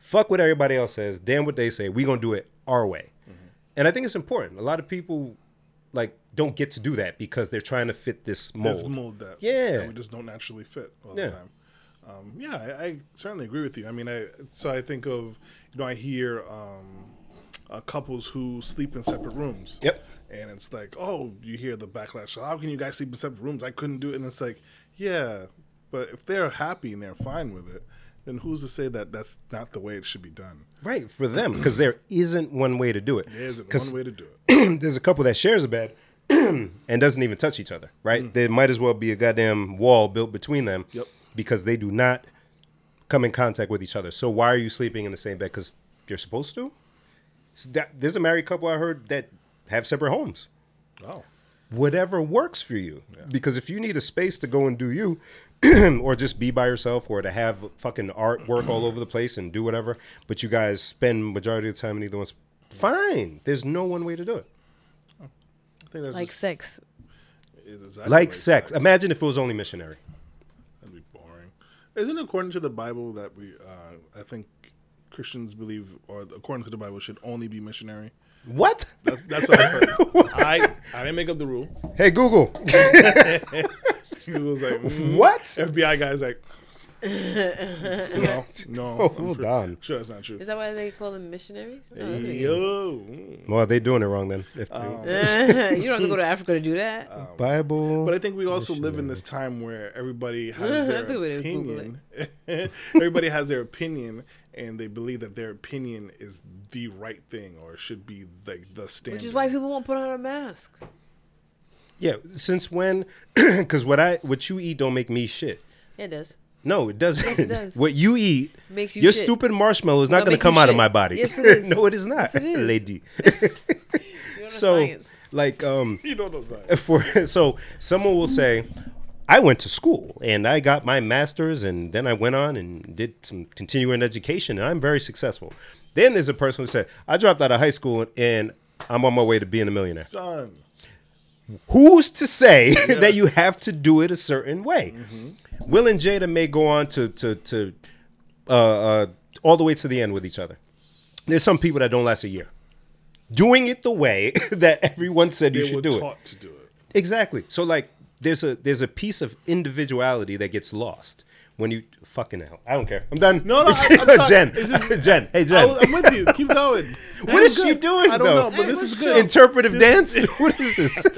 Speaker 2: Fuck what everybody else says, damn what they say, we gonna do it our way.
Speaker 3: Mm-hmm.
Speaker 2: And I think it's important. A lot of people like don't get to do that because they're trying to fit this mold.
Speaker 3: Let's mold that.
Speaker 2: Yeah.
Speaker 3: that we just don't naturally fit all
Speaker 2: Yeah.
Speaker 3: the time. Um, yeah, I, I certainly agree with you. I mean, I so I think of you know I hear um, uh, couples who sleep in separate rooms.
Speaker 2: Yep.
Speaker 3: And it's like, oh, you hear the backlash. How can you guys sleep in separate rooms? I couldn't do it. And it's like, yeah, but if they're happy and they're fine with it, then who's to say that that's not the way it should be done?
Speaker 2: Right, for them, because there isn't one way to do it.
Speaker 3: There's
Speaker 2: 'Cause
Speaker 3: one way to do it.
Speaker 2: there's a couple that shares a bed and doesn't even touch each other, right? There might as well be a goddamn wall built between them
Speaker 3: Mm. Yep.
Speaker 2: because they do not come in contact with each other. So why are you sleeping in the same bed? Because you're supposed to. S- that- there's a married couple I heard that have separate homes.
Speaker 3: Oh,
Speaker 2: Whatever works for you, because if you need a space to go and do you, or just be by yourself, or to have fucking artwork all over the place and do whatever, but you guys spend majority of the time in either one's fine. There's no one way to do it.
Speaker 3: I think that's
Speaker 1: Like
Speaker 3: just-
Speaker 1: sex.
Speaker 3: it's exactly
Speaker 2: like sex. Imagine if it was only missionary.
Speaker 3: That'd be boring. Isn't it according to the Bible that we, uh, I think Christians believe, or according to the Bible, should only be missionary?
Speaker 2: What?
Speaker 3: That's, that's what I heard. I, I didn't make up the rule.
Speaker 2: Hey Google.
Speaker 3: She was like, mm.
Speaker 2: what?
Speaker 3: FBI guy's like, no, no. I'm
Speaker 2: Hold
Speaker 3: sure-
Speaker 2: on.
Speaker 3: Sure, that's not true.
Speaker 1: Is that why they call them missionaries? Oh, No, that's what it is.
Speaker 3: Yo. mm.
Speaker 2: Well, they're doing it wrong then. If they-
Speaker 1: you don't have to go to Africa to do that.
Speaker 2: Um, Bible.
Speaker 3: Um, But I think we also live in this time where everybody has
Speaker 1: That's a
Speaker 3: their
Speaker 1: way to Google
Speaker 3: opinion. everybody has their opinion, and they believe that their opinion is the right thing or should be like the standard.
Speaker 1: Which is why people won't put on a mask.
Speaker 2: yeah. Since when? Because what I what you eat don't make me shit.
Speaker 1: Yeah, it does.
Speaker 2: No, it doesn't.
Speaker 1: Yes, it does.
Speaker 2: What you eat
Speaker 1: Makes you
Speaker 2: Your
Speaker 1: shit.
Speaker 2: stupid marshmallow is not
Speaker 1: Don't
Speaker 2: going
Speaker 1: make
Speaker 2: to
Speaker 1: you
Speaker 2: come out of
Speaker 1: shit.
Speaker 2: my body.
Speaker 1: Yes, it is.
Speaker 2: no, it is not,
Speaker 1: Yes, it is. You
Speaker 2: lady.
Speaker 1: know
Speaker 2: so,
Speaker 1: science.
Speaker 2: like, um,
Speaker 3: you know those signs.
Speaker 2: for so someone will say i went to school and i got my master's and then i went on and did some continuing education and i'm very successful then there's a person who said i dropped out of high school and i'm on my way to being a millionaire
Speaker 3: Son.
Speaker 2: who's to say that you have to do it a certain way?
Speaker 3: Mm-hmm.
Speaker 2: Will and Jada may go on to to to uh, uh, all the way to the end with each other. There's some people that don't last a year. Doing it the way that everyone said you
Speaker 3: They were
Speaker 2: should do it.
Speaker 3: taught to do it.
Speaker 2: Exactly. So like there's a there's a piece of individuality that gets lost when you fucking hell. I don't care. I'm done.
Speaker 3: No, no, I- I'm sorry.
Speaker 2: Jen.
Speaker 3: It's just-
Speaker 2: Jen. Hey
Speaker 3: I
Speaker 2: Jen.
Speaker 3: am with you. Keep going.
Speaker 2: what is she doing?
Speaker 3: I don't
Speaker 2: though?
Speaker 3: know, but this is good.
Speaker 2: Interpretive dance? What is this?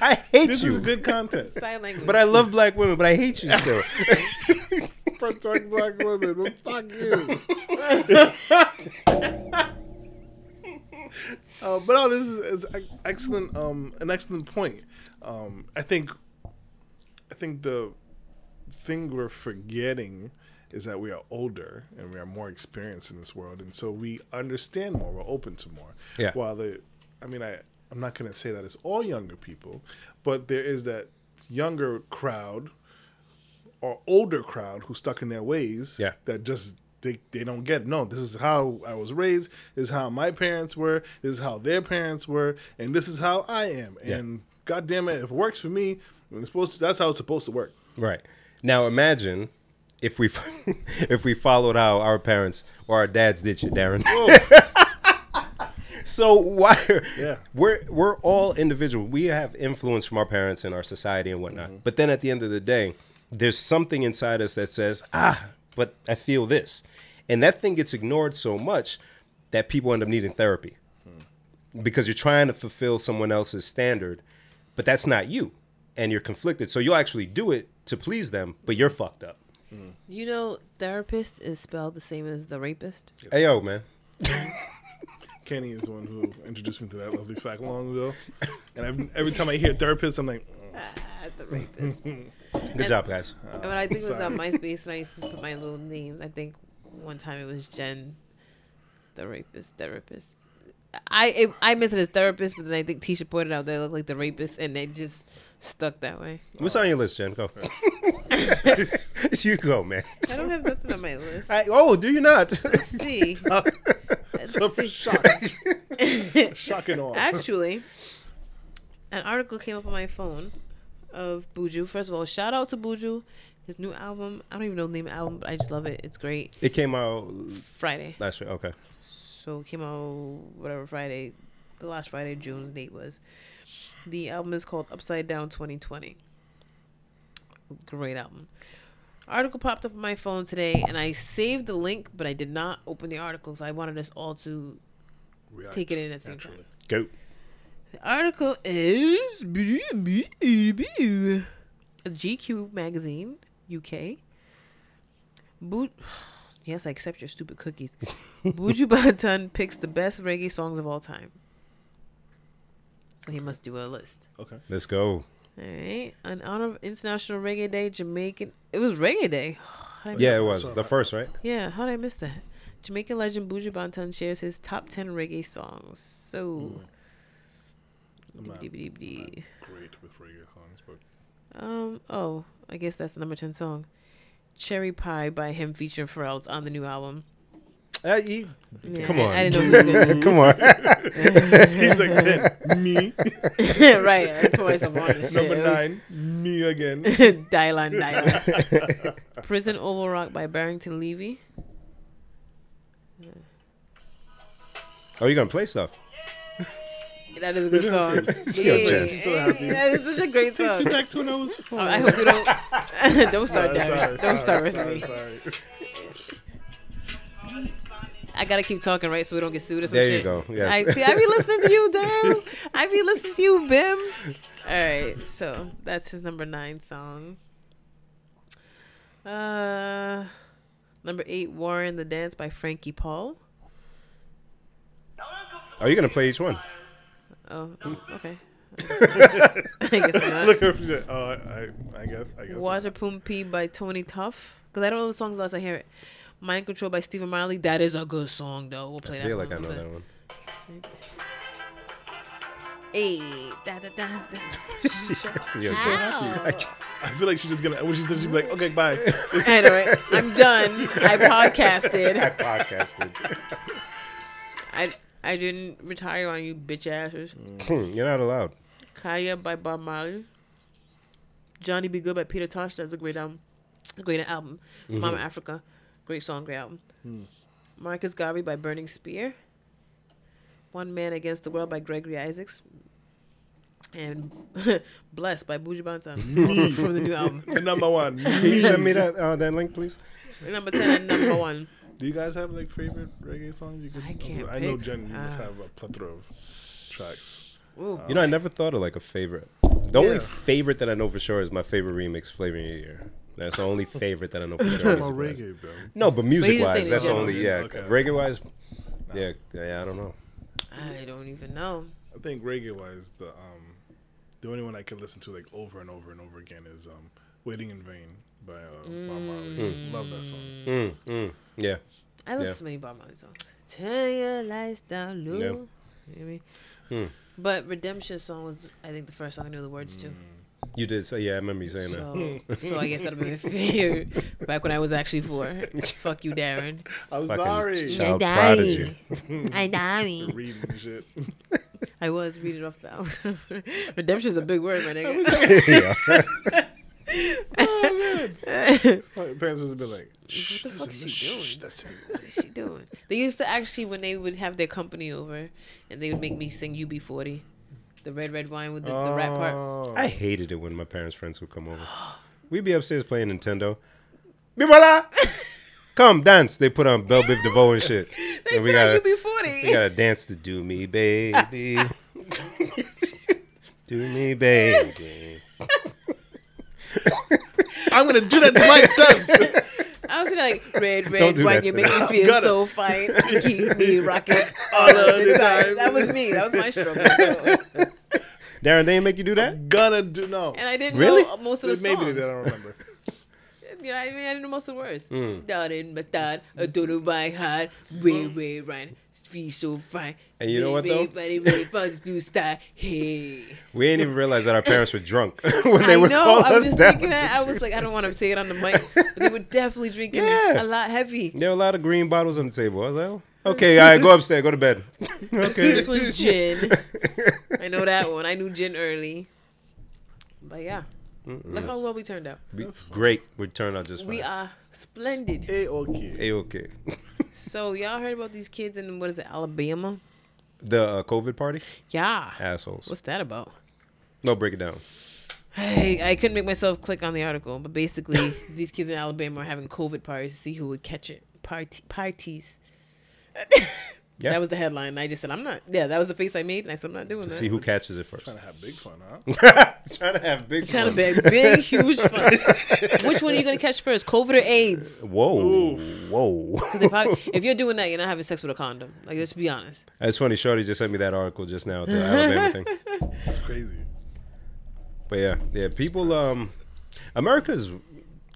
Speaker 2: I hate
Speaker 3: This
Speaker 2: you.
Speaker 3: is good content.
Speaker 1: Sign language.
Speaker 2: But I love black women, but I hate you still.
Speaker 3: Protect black women. Fuck you. uh, but no, this is, is ex- excellent. Um, an excellent point. Um, I think. I think the thing we're forgetting is that we are older and we are more experienced in this world, and so we understand more. We're open to more.
Speaker 2: Yeah.
Speaker 3: While the, I mean, I I'm not going to say that it's all younger people, but there is that younger crowd or older crowd who's stuck in their ways
Speaker 2: Yeah.
Speaker 3: that just they, they don't get it. no this is how i was raised this is how my parents were this is how their parents were and this is how i am and god damn it if it works for me it's supposed to, that's how it's supposed to work
Speaker 2: Right. Now imagine if we if we followed how our parents or our dads did you, Darren. so why
Speaker 3: Yeah.
Speaker 2: we're we're all individual. We have influence from our parents and our society and whatnot. But then at the end of the day, there's something inside us that says, ah, but I feel this. And that thing gets ignored so much that people end up needing therapy because you're trying to fulfill someone else's standard, but that's not you, and you're conflicted. So you'll actually do it to please them, but you're fucked up.
Speaker 1: You know, therapist is spelled the same as the rapist.
Speaker 2: Hey yo, man.
Speaker 3: kenny is the one who introduced me to that lovely fact long ago and I've, every time i hear therapist i'm like
Speaker 1: Ah, the rapist.
Speaker 2: Good job, guys.
Speaker 1: But I think it was on
Speaker 3: Sorry.
Speaker 1: MySpace, and I used to put my little names. I think one time it was Jen, the rapist therapist. I it, I miss it as therapist, but then I think Tisha pointed out that it looked like the rapist, and it just stuck that way.
Speaker 2: What's on your list, Jen? Go. you go, man.
Speaker 1: I don't have nothing on my list.
Speaker 2: I- oh, do you not?
Speaker 1: Let's see,
Speaker 3: "Ah,
Speaker 1: Let's see.
Speaker 3: shock and awe
Speaker 1: Actually, an article came up on my phone of Buju. First of all, shout out to Buju. His new album. I don't even know the name of the album, but I just love it. It's great.
Speaker 2: it came out
Speaker 1: Friday.
Speaker 2: last week. Okay.
Speaker 1: So it came out whatever Friday, the last Friday June's date was. The album is called Upside Down 2020. Great album. Article popped up on my phone today, and I saved the link, but I did not open the article because I wanted us all to
Speaker 3: React
Speaker 1: take it in at the same
Speaker 3: naturally.
Speaker 1: time.
Speaker 2: Go.
Speaker 1: The article is GQ magazine, UK. Boot. Yes, I accept your stupid cookies. Buju Banton picks the best reggae songs of all time. So he must do a list.
Speaker 3: okay
Speaker 2: Let's go.
Speaker 1: All right. In honor of International Reggae Day, Jamaican. It was Reggae Day. How did I miss
Speaker 2: Yeah, it
Speaker 1: that?
Speaker 2: was the first, right?
Speaker 1: Yeah, how did I miss that? Jamaican legend Buju Banton shares his top 10 reggae songs. So.
Speaker 3: I'm not
Speaker 1: dee-dee-dee-dee.
Speaker 3: great with reggae songs but
Speaker 1: Um. Oh, I guess that's the number ten song, "Cherry Pie" by him featuring Pharrell It's on the new album.
Speaker 2: Uh, he-
Speaker 1: Yeah,
Speaker 2: Come
Speaker 1: I-
Speaker 2: on.
Speaker 1: I, didn't know. who was
Speaker 2: Come on.
Speaker 3: he's like "Then, me
Speaker 1: gonna- right. I put myself on this
Speaker 3: number
Speaker 1: shit.
Speaker 3: nine me again
Speaker 1: Dial on, dial on. Prison Oval Rock by Barrington Levy.
Speaker 2: Oh, you gonna play stuff?
Speaker 1: That is a good song.
Speaker 2: Yo,
Speaker 1: Yeah.
Speaker 2: Jen.
Speaker 3: so happy.
Speaker 1: That is such a great
Speaker 3: Takes me
Speaker 1: song.
Speaker 3: back to when I was four.
Speaker 1: Oh, I hope you don't. don't start,
Speaker 3: Sorry, sorry,
Speaker 1: Darren. Don't start
Speaker 3: sorry,
Speaker 1: with
Speaker 3: sorry,
Speaker 1: me.
Speaker 3: sorry.
Speaker 1: I gotta keep talking, right, so we don't get sued or some
Speaker 2: There you
Speaker 1: shit.
Speaker 2: go, yes.
Speaker 1: I, see, I be listening to you, Daryl. I be listening to you, Bim. All right, so that's his number nine song. Uh, number eight, Warren the Dance by Frankie Paul.
Speaker 2: Are you gonna play each one?
Speaker 1: Oh, oh, okay. I guess not.
Speaker 3: Look at her. she's like, Oh, I, I guess. I guess.
Speaker 1: Water Poom P by Tony Tuff. Because I don't know the songs unless I hear it. Mind Control by Stephen Marley. That is a good song, though. We'll play
Speaker 2: I
Speaker 1: that
Speaker 2: feel like
Speaker 1: one
Speaker 2: I
Speaker 1: in a
Speaker 2: know
Speaker 1: bit.
Speaker 2: that one.
Speaker 1: Hey, da, da, da, da.
Speaker 2: Yeah,
Speaker 1: Ow.
Speaker 3: I feel like she's just gonna. When she's done, she'll be like, okay, bye.
Speaker 1: anyway, I'm done. I
Speaker 2: I
Speaker 1: podcasted.
Speaker 2: podcasted.
Speaker 1: I I didn't retire on you bitch asses.
Speaker 2: You're not allowed.
Speaker 1: Kaya by Bob Marley. Johnny Be Good by Peter Tosh. That's a great album. A great album. Mama Africa. Great song, great album. Marcus Garvey by Burning Spear. One Man Against the World by Gregory Isaacs. And Blessed by Buju Banton. also from the new album.
Speaker 3: The number one.
Speaker 2: Can you send me that uh, that link, please?
Speaker 1: Number 10 and number 1.
Speaker 3: Do you guys have like favorite reggae songs? You could,
Speaker 1: I can't
Speaker 3: I know
Speaker 1: pick.
Speaker 3: Jen. You must
Speaker 1: Uh.
Speaker 3: have a plethora of tracks.
Speaker 1: Ooh.
Speaker 2: You know, I never thought of like a favorite. The only
Speaker 3: Yeah.
Speaker 2: favorite that I know for sure is my favorite remix, Flavor in Your Ear. That's the only favorite that I know for sure.
Speaker 3: Talking about
Speaker 2: music-wise.
Speaker 3: reggae, bro.
Speaker 2: No, but music
Speaker 1: saying
Speaker 2: wise,
Speaker 1: in
Speaker 2: that's the
Speaker 1: general.
Speaker 2: only yeah.
Speaker 3: Okay.
Speaker 2: Reggae wise, yeah, yeah, I don't know.
Speaker 1: I don't even know.
Speaker 3: I think reggae wise, the um, the only one I can listen to like over and over and over again is um, "Waiting in Vain" by uh, Bob Marley. Love that song.
Speaker 2: Mm, mm, yeah,
Speaker 1: I love
Speaker 2: Yeah.
Speaker 1: so many Bob Marley songs. Turn your lights down low.
Speaker 2: Yeah. Hmm.
Speaker 1: You know what I mean? But Redemption song was, I think, the first song I knew the words to.
Speaker 2: You did say, yeah, I remember you saying that.
Speaker 1: So, so I guess I'm in fear back when I was actually four. Fuck you, Darren.
Speaker 3: I'm
Speaker 2: Fucking
Speaker 3: sorry.
Speaker 5: shut-
Speaker 2: Child
Speaker 5: You're
Speaker 2: prodigy.
Speaker 5: I die.
Speaker 3: Reading and shit.
Speaker 1: I was reading off the Redemption's a big word, my
Speaker 2: yeah.
Speaker 1: nigga.
Speaker 3: My parents must have been like, shh,
Speaker 1: the
Speaker 3: listen,
Speaker 1: fuck's
Speaker 3: listen,
Speaker 1: she doing?
Speaker 3: shh, that's it.
Speaker 1: What is she doing? They used to actually when they would have their company over, and they would make me sing UB40, the red red wine with the, the rap part.
Speaker 3: Oh.
Speaker 2: I hated it when my parents' friends would come over. We'd be upstairs playing Nintendo. Bimala! Come dance. They put on Bell Biv DeVoe and shit.
Speaker 1: They
Speaker 2: and we
Speaker 1: put on
Speaker 2: gotta,
Speaker 1: UB40.
Speaker 2: we gotta dance to Do Me Baby. do Me Baby.
Speaker 3: I'm gonna do that to myself.
Speaker 1: I was like red
Speaker 2: Don't
Speaker 1: red
Speaker 2: do
Speaker 1: wine,
Speaker 2: that
Speaker 1: you
Speaker 2: to
Speaker 1: make
Speaker 2: me.
Speaker 1: me feel
Speaker 3: Gotta-
Speaker 1: so fine. You keep me rocking all of the time. That was me. That was my struggle. So-
Speaker 2: Darren, they didn't make you do that?
Speaker 3: Gonna do no.
Speaker 1: And I didn't
Speaker 2: Really?
Speaker 1: know most of the
Speaker 3: Maybe
Speaker 1: songs.
Speaker 3: they did. I don't remember.
Speaker 1: You know, what I mean, I didn't know most of the words.
Speaker 2: Hmm.
Speaker 1: Down in my thought, I don't know my heart, way, way, right, be so fine.
Speaker 2: And you know what, though?
Speaker 1: Everybody, really fun to start. Hey,
Speaker 2: We didn't even realize that our parents were drunk when they
Speaker 1: I
Speaker 2: would
Speaker 1: know.
Speaker 2: call
Speaker 1: I was
Speaker 2: us
Speaker 1: just
Speaker 2: down.
Speaker 1: thinking that. I was like, I don't want to say it on the mic, but they were definitely drinking
Speaker 2: Yeah.
Speaker 1: a lot heavy.
Speaker 2: there were a lot of green bottles on the table. I was like, oh, okay, all right, go upstairs, go to bed. okay.
Speaker 1: This was gin. I know that one. I knew gin early. But yeah, look how well we turned out.
Speaker 2: We- Great. We turned out just fine.
Speaker 1: We are splendid.
Speaker 3: A okay.
Speaker 2: A-okay.
Speaker 1: So y'all heard about these kids in what is it, Alabama?
Speaker 2: the uh, COVID party?
Speaker 1: Yeah.
Speaker 2: Assholes.
Speaker 1: What's that about?
Speaker 2: No, break it down.
Speaker 1: I, I couldn't make myself click on the article, but basically, these kids in Alabama are having COVID parties to see who would catch it. Party, parties.
Speaker 2: Yeah.
Speaker 1: That was the headline. I just said, I'm not. Yeah, that was the face I made, and I said, I'm not doing
Speaker 2: to
Speaker 1: that.
Speaker 2: see who catches it first.
Speaker 3: Trying to have big fun, huh?
Speaker 2: Trying to have big.
Speaker 1: Kind of
Speaker 2: fun.
Speaker 1: big, big, huge fun. Which one are you going to catch first, COVID or AIDS?
Speaker 2: Whoa, whoa.
Speaker 1: 'Cause If, I, if you're doing that, you're not having sex with a condom. Like, let's be honest.
Speaker 2: That's funny. Shorty just sent me that article just now, the Alabama thing.
Speaker 3: That's crazy.
Speaker 2: But yeah, yeah. People, um, America's.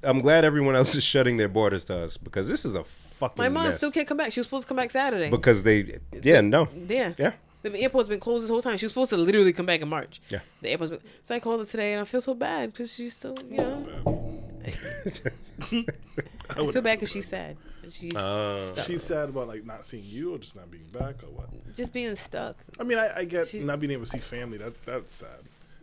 Speaker 2: I'm glad everyone else is shutting their borders to us because this is a fucking.
Speaker 1: My mom
Speaker 2: mess.
Speaker 1: still can't come back. She was supposed to come back Saturday.
Speaker 2: Because they, yeah, no,
Speaker 1: Yeah.
Speaker 2: Yeah.
Speaker 1: The airport's been closed this whole time. She was supposed to literally come back in March.
Speaker 2: Yeah.
Speaker 1: The airport's been, so I called her today and I feel so bad because she's so, you know, I feel bad because she's sad. She's
Speaker 2: Uh,
Speaker 1: stuck.
Speaker 3: She's sad about like not seeing you or just not being back or what.
Speaker 1: just being stuck.
Speaker 3: I mean, I, I get
Speaker 1: She-
Speaker 3: not being able to see family. That that's sad.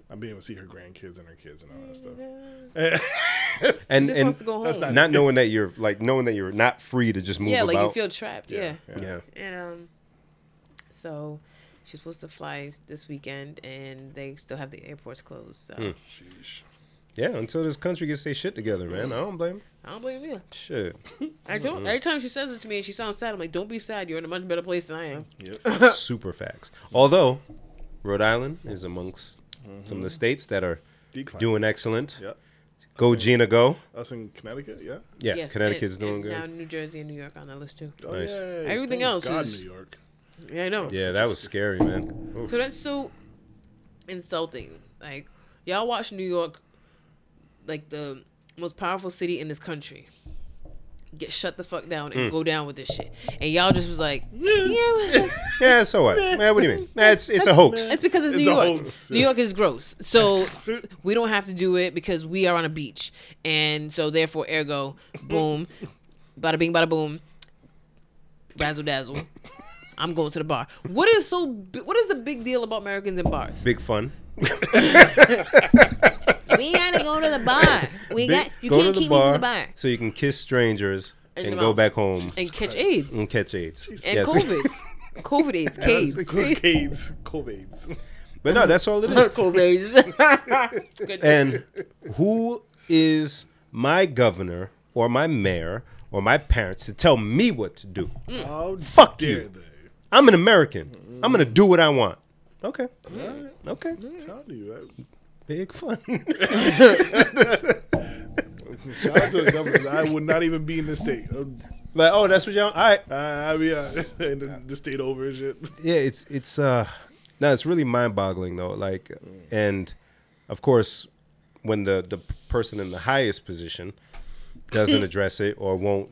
Speaker 3: Not being able to see her grandkids and her kids and all that stuff.
Speaker 1: She
Speaker 2: and
Speaker 1: just
Speaker 2: and
Speaker 1: wants to go
Speaker 3: that's
Speaker 1: home.
Speaker 3: not-
Speaker 2: not knowing that you're like knowing that you're not free to just move
Speaker 1: yeah, like
Speaker 2: about.
Speaker 1: you feel trapped. Yeah.
Speaker 2: yeah.
Speaker 1: And um, so she's supposed to fly this weekend and they still have the airports closed. So
Speaker 2: Hmm.
Speaker 3: Sheesh.
Speaker 2: Yeah, until this country gets their shit together, man. I don't blame 'em.
Speaker 1: I don't blame you.
Speaker 2: Shit.
Speaker 1: I don't. Every time she says it to me and she sounds sad, I'm like, don't be sad. You're in a much better place than I am.
Speaker 3: Yep.
Speaker 2: Super facts. Although, Rhode Island is amongst some of the states that are
Speaker 3: Decline.
Speaker 2: doing excellent.
Speaker 3: Yep.
Speaker 2: Go, Gina, go.
Speaker 3: Us in Connecticut. Yeah.
Speaker 2: Yeah,
Speaker 1: Yes,
Speaker 2: Connecticut's
Speaker 1: and-
Speaker 2: doing
Speaker 1: and
Speaker 2: good.
Speaker 1: Now New Jersey and New York on that list too.
Speaker 3: Oh,
Speaker 2: Nice.
Speaker 3: yay.
Speaker 1: Everything
Speaker 3: Thank
Speaker 1: else
Speaker 3: God,
Speaker 1: is-
Speaker 3: New York.
Speaker 1: Yeah, I know.
Speaker 2: yeah, that was scary, man. Oof.
Speaker 1: So that's so insulting. Like y'all watch New York, like the most powerful city in this country, get shut the fuck down
Speaker 2: Mm.
Speaker 1: and go down with this shit, and y'all just was like, yeah, well,
Speaker 2: Yeah, so what? Man, what do you mean? Man, it's it's a hoax.
Speaker 1: it's because it's,
Speaker 3: It's
Speaker 1: New
Speaker 3: a
Speaker 1: York.
Speaker 3: hoax.
Speaker 1: New York is gross, so we don't have to do it because we are on a beach, and so therefore, ergo, boom, bada bing, bada boom, razzle dazzle. I'm going to the bar. What is so? bi- What is the big deal about Americans in bars?
Speaker 2: Big fun.
Speaker 1: We gotta go to the bar. We
Speaker 2: Big-
Speaker 1: got you
Speaker 2: go
Speaker 1: can't keep me from the bar
Speaker 2: so you can kiss strangers
Speaker 1: And
Speaker 2: and,
Speaker 1: your
Speaker 2: go
Speaker 1: mouth.
Speaker 2: back home
Speaker 1: and catch AIDS and
Speaker 2: and catch AIDS. Yes.
Speaker 1: COVID, COVID AIDS,
Speaker 3: Cades.
Speaker 1: CADES,
Speaker 3: Cades. Covades.
Speaker 2: but no, that's all it is.
Speaker 1: COVID AIDS. Good.
Speaker 2: And who is my governor or my mayor or my parents to tell me what to do?
Speaker 1: Mm.
Speaker 3: How
Speaker 2: Fuck
Speaker 3: dare
Speaker 2: you.
Speaker 3: they?
Speaker 2: I'm an American. I'm gonna do what I want. Okay. Okay.
Speaker 3: I'm telling you. I-
Speaker 2: Big fun.
Speaker 3: Shout out to the governors. I would not even be in this state.
Speaker 2: like, oh, that's what y'all. All right.
Speaker 3: I, I'd be uh, in the, the state over and shit.
Speaker 2: Yeah, it's it's uh, no, it's really mind boggling though. Like, and of course, when the the person in the highest position doesn't address it or won't.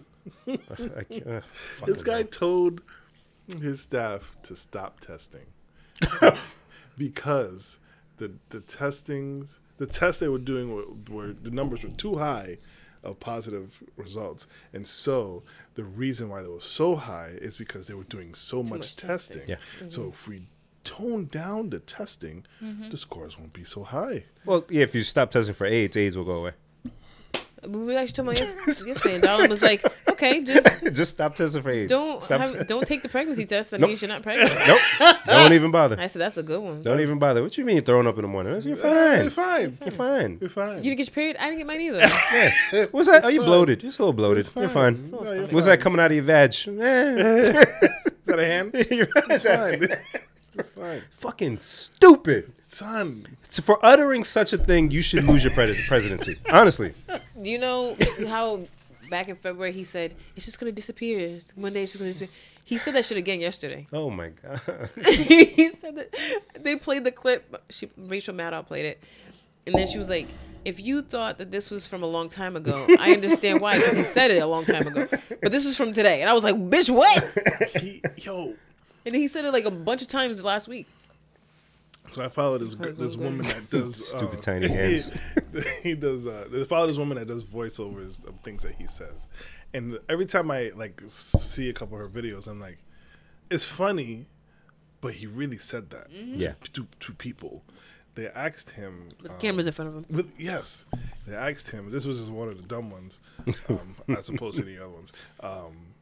Speaker 2: I can't, uh, fucking
Speaker 3: This guy told his staff to stop testing because the the testings, the tests they were doing were, were the numbers were too high of positive results, and so the reason why they were so high is because they were doing so much,
Speaker 1: much
Speaker 3: testing.
Speaker 1: testing.
Speaker 3: So if we tone down the testing, the scores won't be so high.
Speaker 2: Well, yeah, if you stop testing for AIDS, AIDS will go away.
Speaker 1: We were actually talking about yes, yesterday, and Darlin was like, "Okay, just
Speaker 2: Just stop testing for AIDS.
Speaker 1: don't
Speaker 2: stop
Speaker 1: have,
Speaker 2: te-
Speaker 1: don't take the pregnancy test. That
Speaker 2: Nope.
Speaker 1: means you're not pregnant."
Speaker 2: Nope. Don't even bother.
Speaker 1: I said, "That's a good one."
Speaker 2: Don't even bother. What you mean throwing up in the morning? You're
Speaker 3: You're
Speaker 2: fine.
Speaker 3: fine.
Speaker 2: You're fine.
Speaker 3: You're fine.
Speaker 1: You didn't get your period. I didn't get mine either.
Speaker 2: Yeah. What's that? Are you bloated? You're so bloated. You're fine.
Speaker 3: No, you're
Speaker 2: What's that coming out of your vag? Eh.
Speaker 3: Is that a hand?
Speaker 2: You're
Speaker 3: It's fine. it's fine.
Speaker 2: Fucking stupid.
Speaker 3: Son,
Speaker 2: So for uttering such a thing, you should lose your pres- presidency. Honestly.
Speaker 1: You know how back in February he said it's just gonna disappear. It's- One day it's just gonna disappear. He said that shit again yesterday.
Speaker 2: Oh my god.
Speaker 1: he said that they played the clip. She, Rachel Maddow played it, and then she was like, "If you thought that this was from a long time ago, I understand why because he said it a long time ago. But this is from today." And I was like, "Bitch, what?"
Speaker 3: he, yo.
Speaker 1: And he said it like a bunch of times last week.
Speaker 3: So I follow this g- this woman that does uh,
Speaker 2: Stupid tiny hands.
Speaker 3: He, he does. Uh, I follow this woman that does voiceovers of things that he says, and every time I like s- see a couple of her videos, I'm like, it's funny, but he really said that
Speaker 2: Yeah.
Speaker 3: to, to people. They asked him.
Speaker 1: With
Speaker 3: um,
Speaker 1: cameras in front of him.
Speaker 3: But yes, they asked him. This was just one of the dumb ones, um, as opposed to the other ones. Um,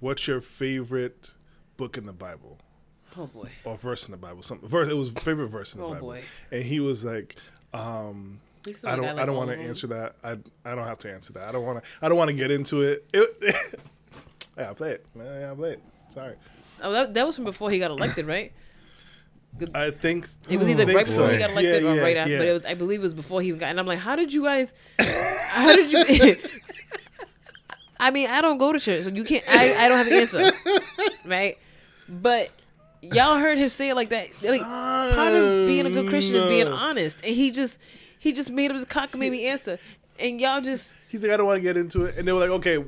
Speaker 3: what's your favorite book in the Bible
Speaker 1: Oh boy.
Speaker 3: or verse in the Bible? Something verse. It was favorite verse in the
Speaker 1: Oh,
Speaker 3: Bible,
Speaker 1: boy.
Speaker 3: and he was like. Um,
Speaker 1: He sounded
Speaker 3: I
Speaker 1: like
Speaker 3: don't.
Speaker 1: I
Speaker 3: I,
Speaker 1: like
Speaker 3: don't
Speaker 1: all
Speaker 3: want to
Speaker 1: of 'em.
Speaker 3: answer that. I. I don't have to answer that. I don't want to. I don't want to get into it. it yeah, I play it. Yeah, I play it. Sorry.
Speaker 1: Oh, that, that was from before he got elected, right?
Speaker 3: I think Mm.
Speaker 1: It was either
Speaker 3: think
Speaker 1: right before he
Speaker 3: so.
Speaker 1: got elected
Speaker 3: Yeah,
Speaker 1: or
Speaker 3: yeah,
Speaker 1: right after,
Speaker 3: yeah.
Speaker 1: but it was, I believe it was before he even got. And I'm like, how did you guys? How did you? I mean, I don't go to church, so you can't. I, I don't have an answer, right? But y'all heard him say it like that. Like, part of being a good Christian is being
Speaker 3: Son.
Speaker 1: honest, and he just he just made up his cockamamie answer, and y'all just
Speaker 3: He's like, I don't want to get into it. And they were like, okay,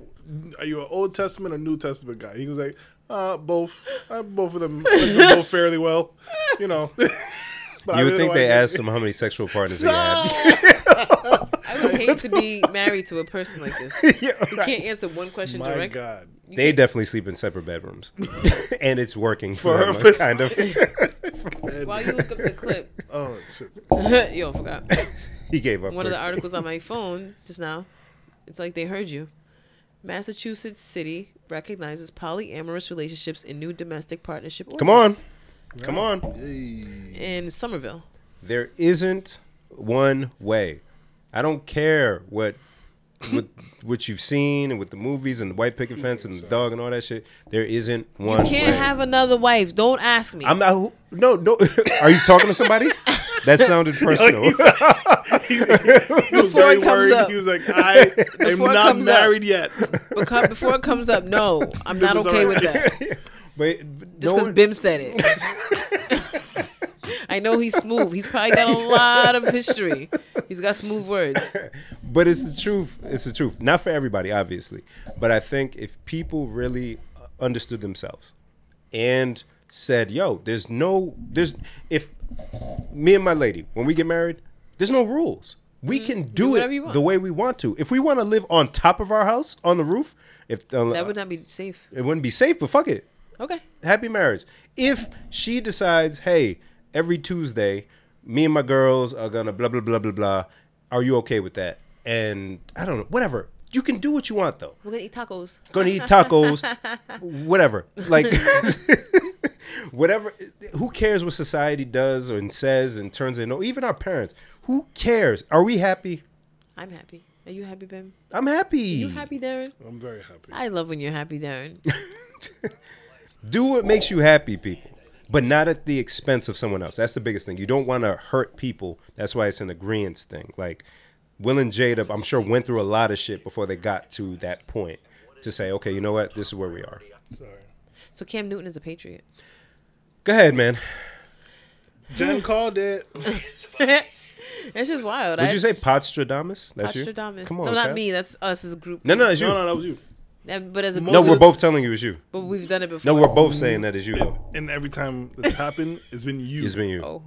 Speaker 3: are you an Old Testament or New Testament guy? He was like, uh, both. Uh, both of them like, them both fairly well, you know. But I
Speaker 2: You would
Speaker 3: really
Speaker 2: think
Speaker 3: don't
Speaker 2: they
Speaker 3: wanna
Speaker 2: asked him how many sexual partners they had.
Speaker 3: get-
Speaker 1: I would hate to be married to a person like this.
Speaker 2: Yeah,
Speaker 1: You
Speaker 2: right.
Speaker 1: can't answer one question
Speaker 3: My
Speaker 1: direct.
Speaker 3: God.
Speaker 2: They definitely sleep in separate bedrooms, and it's working for,
Speaker 3: For
Speaker 2: them,
Speaker 3: her, for-
Speaker 2: kind of.
Speaker 1: While you look up the clip,
Speaker 3: Oh, shit.
Speaker 1: yo, I forgot.
Speaker 2: he gave up.
Speaker 1: one of the
Speaker 2: first.
Speaker 1: articles on my phone just now. It's like they heard you. Massachusetts City recognizes polyamorous relationships in new domestic partnership.
Speaker 2: Come on,
Speaker 1: ordinance
Speaker 2: come on.
Speaker 1: In Somerville,
Speaker 2: There isn't one way. I don't care what what what you've seen and with the movies and the white picket fence and the dog and all that shit. There isn't one.
Speaker 1: can't
Speaker 2: way.
Speaker 1: have another wife. Don't ask me.
Speaker 2: I'm not. who- No, no. Are you talking to somebody? That sounded personal.
Speaker 3: He was
Speaker 1: Before
Speaker 3: very
Speaker 1: it comes
Speaker 3: worried.
Speaker 1: up.
Speaker 3: He was like, I am
Speaker 1: Before it
Speaker 3: not
Speaker 1: comes up.
Speaker 3: married yet.
Speaker 1: Beca- before it comes up, no, I'm not
Speaker 3: is
Speaker 1: okay
Speaker 3: all
Speaker 1: with
Speaker 3: right.
Speaker 1: that.
Speaker 2: But,
Speaker 1: Just
Speaker 2: but no
Speaker 1: because
Speaker 2: one-
Speaker 1: Bim said it. I know he's smooth. He's probably got a lot of history. He's got smooth words.
Speaker 2: but it's the truth. It's the truth. Not for everybody, obviously. But I think if people really uh, understood themselves and said, "Yo, there's no there's if me and my lady when we get married, there's no rules. We can do,
Speaker 1: Mm-hmm. whatever you
Speaker 2: it
Speaker 1: want.
Speaker 2: the way we want to. If we want to live on top of our house on the roof, if uh,
Speaker 1: That would not be safe.
Speaker 2: it wouldn't be safe, but fuck it.
Speaker 1: Okay.
Speaker 2: Happy marriage. If she decides, hey, every Tuesday, me and my girls are gonna blah blah blah blah blah. Are you okay with that? And I don't know, whatever. You can do what you want though.
Speaker 1: We're gonna eat tacos.
Speaker 2: Gonna eat tacos, whatever. Like whatever who cares what society does and says and turns into even our parents. Who cares? Are we happy?
Speaker 1: I'm happy. Are you happy, Bim?
Speaker 2: I'm happy.
Speaker 1: You happy, Darren?
Speaker 3: I'm very happy.
Speaker 1: I love when you're happy, Darren.
Speaker 2: Do what makes you happy, people, but not at the expense of someone else. That's the biggest thing. You don't want to hurt people. That's why it's an agreeance thing. Like Will and Jada, I'm sure went through a lot of shit before they got to that point to say, okay, you know what, this is where we are.
Speaker 3: Sorry.
Speaker 1: So Cam Newton is a patriot.
Speaker 2: Go ahead, man.
Speaker 3: Jen called it.
Speaker 1: That's just wild.
Speaker 2: Would
Speaker 1: I,
Speaker 2: you say Potstradamus? That's you.
Speaker 1: Nostradamus.
Speaker 2: Come on,
Speaker 1: no, not
Speaker 2: Kev.
Speaker 1: me. That's us as a group.
Speaker 2: No, no, it's you.
Speaker 3: No, no, that was you.
Speaker 1: And- But as a
Speaker 2: No,
Speaker 1: group-
Speaker 2: we're both telling you it's you.
Speaker 1: But we've done it before.
Speaker 2: No, we're both
Speaker 1: Oh.
Speaker 2: saying that it's you. Though.
Speaker 3: And every time it's happened, it's been you.
Speaker 2: It's been you.
Speaker 1: Oh,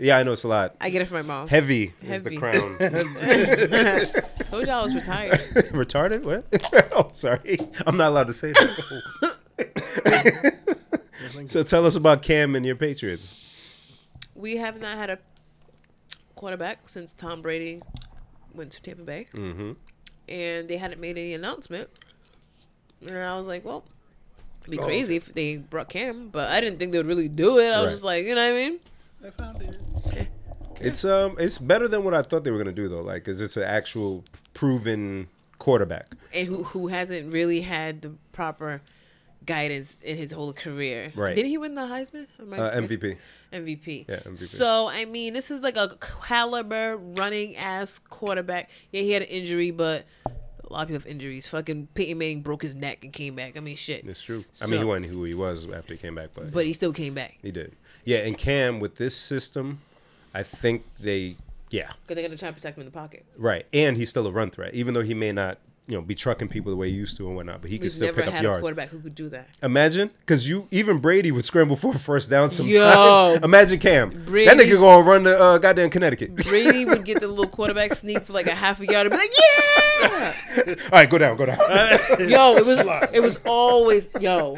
Speaker 2: Yeah, I know it's a lot.
Speaker 1: I get it from my mom.
Speaker 2: Heavy, is the
Speaker 1: Heavy.
Speaker 2: crown.
Speaker 1: Told y'all I was retired.
Speaker 2: Retarded? What? oh, sorry. I'm not allowed to say that. so tell us about Cam and your Patriots.
Speaker 1: We have not had a quarterback since Tom Brady went to Tampa Bay, mm-hmm. and they hadn't made any announcement. And I was like, well, it'd be
Speaker 2: Oh,
Speaker 1: crazy if they brought Cam, but I didn't think they would really do it. I was
Speaker 2: Right.
Speaker 1: just like, you know what I mean?
Speaker 3: I found it.
Speaker 2: It's um, it's better than what I thought they were gonna do though. Like, 'cause it's an actual proven quarterback.
Speaker 1: And who who hasn't really had the proper guidance in his whole career?
Speaker 2: Right.
Speaker 1: Did he win the Heisman? Am I
Speaker 2: Uh,
Speaker 1: crazy?
Speaker 2: MVP.
Speaker 1: MVP.
Speaker 2: Yeah, MVP.
Speaker 1: So I mean, this is like a caliber running ass quarterback. Yeah, he had an injury, but a lot of people have injuries. Fucking Peyton Manning broke his neck and came back. I mean, shit.
Speaker 2: It's true. I mean, he
Speaker 1: So-
Speaker 2: wasn't who he was after he came back, but
Speaker 1: But he still came back.
Speaker 2: he did. Yeah, and Cam with this system, I think they, yeah,
Speaker 1: Because they're gonna try to protect him in the pocket.
Speaker 2: right. And he's still a run threat, even though he may not, you know, be trucking people the way he used to and whatnot. But he can
Speaker 1: We've
Speaker 2: still
Speaker 1: never
Speaker 2: pick up
Speaker 1: had a
Speaker 2: yards.
Speaker 1: quarterback who could do that.
Speaker 2: Imagine, because you even Brady would scramble for a first down sometimes.
Speaker 1: Yo.
Speaker 2: Imagine Cam. that
Speaker 1: Brady's-
Speaker 2: nigga gonna run to uh, goddamn Connecticut.
Speaker 1: Brady would get the little quarterback sneak for like a half a yard and be like, "Yeah!"
Speaker 2: All right, go down, go down.
Speaker 1: Yo, it was it was always yo.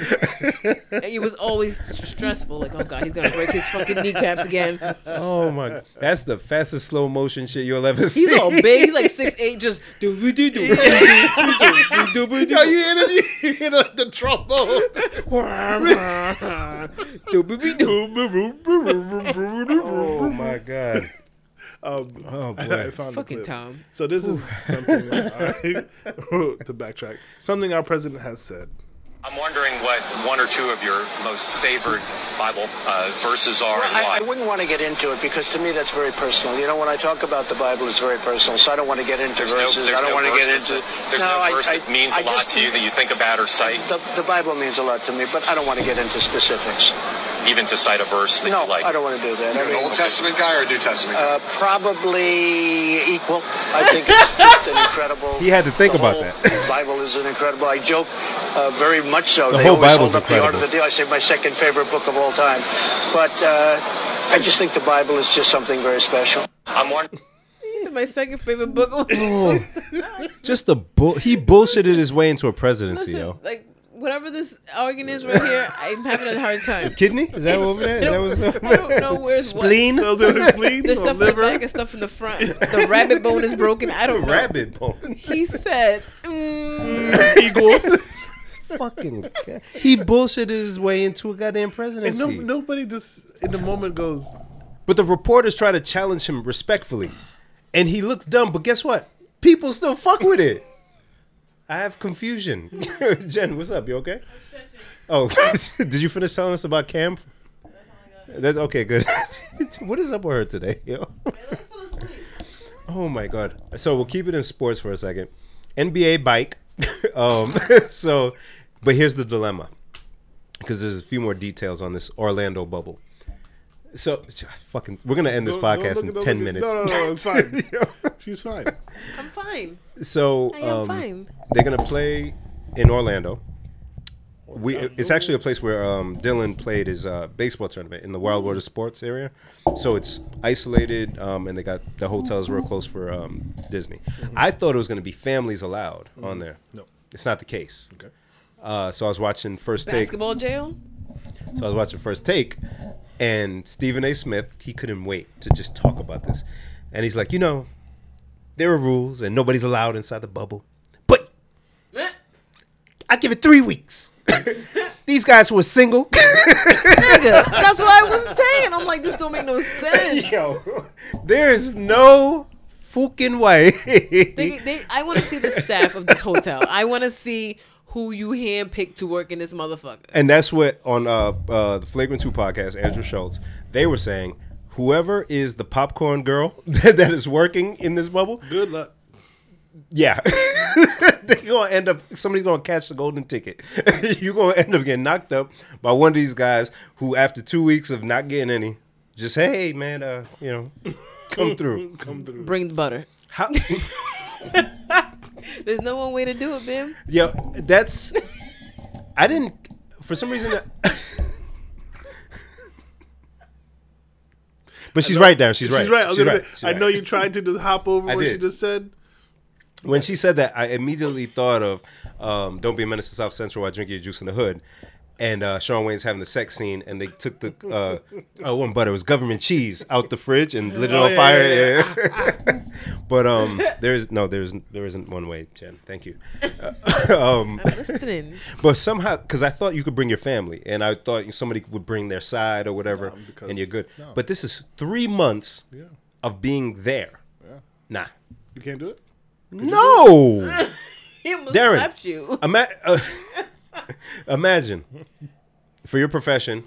Speaker 1: It was always stressful. Like, oh god, he's gonna break his fucking kneecaps again.
Speaker 2: oh my, that's the fastest slow motion shit you'll ever see.
Speaker 1: He's all big. He's like six eight. Just do we do do.
Speaker 2: Yo, you hear that?
Speaker 3: You hit the, the trombone.
Speaker 2: Oh my god.
Speaker 3: Um,
Speaker 2: Oh
Speaker 3: I
Speaker 2: boy.
Speaker 3: found the
Speaker 1: Fucking
Speaker 3: clip.
Speaker 1: Tom.
Speaker 3: So this is something that I- to backtrack. Something our president has said.
Speaker 5: I'm wondering what one or two of your most favorite Bible uh, verses are and why.
Speaker 6: I, I wouldn't want to get into it because to me that's very personal. You know, when I talk about the Bible, it's very personal, so I don't want to get into
Speaker 5: there's no,
Speaker 6: verses.
Speaker 5: there's
Speaker 6: I don't
Speaker 5: no
Speaker 6: want to
Speaker 5: verse
Speaker 6: get
Speaker 5: that's
Speaker 6: into.
Speaker 5: a- there's no, verse that means a
Speaker 6: a
Speaker 5: lot to you that you think about or cite,
Speaker 6: The, the Bible means a lot to me, but I don't want to get into specifics.
Speaker 5: even to cite a verse that
Speaker 6: No,
Speaker 5: you like.
Speaker 6: I don't want to do that. I
Speaker 7: An
Speaker 6: mean,
Speaker 7: Old Testament guy or a New Testament guy?
Speaker 6: uh, probably equal. I think it's just an incredible.
Speaker 2: He had to think
Speaker 6: the
Speaker 2: about
Speaker 6: whole
Speaker 2: that.
Speaker 6: Bible is an incredible. I joke uh, very much so.
Speaker 2: The
Speaker 6: they
Speaker 2: whole
Speaker 6: always
Speaker 2: Bible's
Speaker 6: hold up the art
Speaker 2: incredible.
Speaker 6: of the deal. I say my second favorite book of all time, but uh, I just think the Bible is just something very special.
Speaker 5: I'm wondering.
Speaker 1: This is my second favorite book.
Speaker 2: Oh. Just the bull. He bullshitted his way into a presidency, yo.
Speaker 1: Listen, like whatever this organ is right here, I'm having a hard time.
Speaker 2: Kidney? Is that over there? Is that was
Speaker 1: I don't know where's
Speaker 2: spleen.
Speaker 3: Those are his spleen,
Speaker 1: What. There's
Speaker 3: or
Speaker 1: stuff in the
Speaker 3: liver.
Speaker 1: back and stuff in the front. The rabbit bone is broken. I don't know.
Speaker 2: Rabbit bone.
Speaker 1: He said, mm,
Speaker 3: Equal.
Speaker 2: Fucking. God. He bullshitted his way into a goddamn
Speaker 3: And
Speaker 2: presidency.
Speaker 3: no, nobody just in the moment goes.
Speaker 2: But the reporters try to challenge him respectfully, and he looks dumb. But guess what? People still fuck with it. I have confusion. Jen, what's up? You okay? Oh, did you finish telling us about Cam? That's okay. Good. what is up with her today, yo? Oh my god. So we'll keep it in sports for a second. NBA bike. um, so, but here's the dilemma, because there's a few more details on this Orlando bubble. So, fucking, we're gonna end this
Speaker 3: Don't- don't
Speaker 2: podcast
Speaker 3: look at-
Speaker 2: in
Speaker 3: don't
Speaker 2: ten
Speaker 3: look at-
Speaker 2: minutes.
Speaker 3: No, no, no, it's fine.
Speaker 2: Yo.
Speaker 3: She's fine.
Speaker 1: I'm fine.
Speaker 2: So
Speaker 1: I am
Speaker 2: um,
Speaker 1: fine.
Speaker 2: they're gonna play in Orlando. We
Speaker 3: Oh,
Speaker 2: it's actually a place where um, Dylan played his uh, baseball tournament in the
Speaker 1: Mm-hmm.
Speaker 2: Wild World of Sports area. So it's isolated, um, and they got the hotels real close for um, Disney. I thought it was gonna be families allowed on there.
Speaker 3: Mm-hmm. No.
Speaker 2: it's not the case.
Speaker 3: Okay.
Speaker 2: Uh, so I was watching First Take.
Speaker 1: Basketball jail.
Speaker 2: So I was watching First Take, and Stephen A. Smith, he couldn't wait to just talk about this. And he's like, you know, there are rules, and nobody's allowed inside the bubble. But I give it three weeks. These guys who are single,
Speaker 1: Nigga, that's what I was saying. I'm like, this don't make no sense.
Speaker 2: yo, there is no fucking way.
Speaker 1: They, they, I want to see the staff of this hotel. I want to see who you handpicked to work in this motherfucker.
Speaker 2: and that's what on uh, uh, the Flagrant Two podcast, Andrew Schultz, they were saying. Whoever is the popcorn girl that is working in this bubble,
Speaker 3: Good luck.
Speaker 2: Yeah. They're gonna end up somebody's gonna catch the golden ticket. You're gonna end up getting knocked up by one of these guys who after two weeks of not getting any, just hey man, uh, you know, come through.
Speaker 3: Come through.
Speaker 1: Bring the butter.
Speaker 2: How
Speaker 1: There's no one way to do it, Bim.
Speaker 2: Yeah, that's. I didn't. For some reason. That, but she's right, Darren. She's right.
Speaker 3: She's right. I, was
Speaker 2: She's
Speaker 3: gonna
Speaker 2: right.
Speaker 3: say,
Speaker 2: She's
Speaker 3: I know
Speaker 2: right.
Speaker 3: you tried to just hop over
Speaker 2: I
Speaker 3: what she
Speaker 2: did.
Speaker 3: just said.
Speaker 2: When she said that, I immediately thought of um, "Don't Be a Menace to South Central while drinking your juice in the hood," and uh, Sean Wayne's having the sex scene, and they took the uh, oh, it wasn't butter, it was government cheese out the fridge and lit it
Speaker 3: Oh,
Speaker 2: on
Speaker 3: yeah,
Speaker 2: fire.
Speaker 3: yeah,
Speaker 2: Yeah. but um, there is no, there is there isn't one way, Jen. Thank you.
Speaker 1: I'm listening.
Speaker 2: But somehow, because I thought you could bring your family, and I thought somebody would bring their side or whatever,
Speaker 3: No, because-
Speaker 2: and you're good.
Speaker 3: no.
Speaker 2: But this is three months
Speaker 3: Yeah.
Speaker 2: of being there. Nah.
Speaker 3: You can't do it.
Speaker 2: No!
Speaker 1: He almost
Speaker 2: Darren.
Speaker 1: slapped you.
Speaker 2: Ima- uh, imagine, for your profession,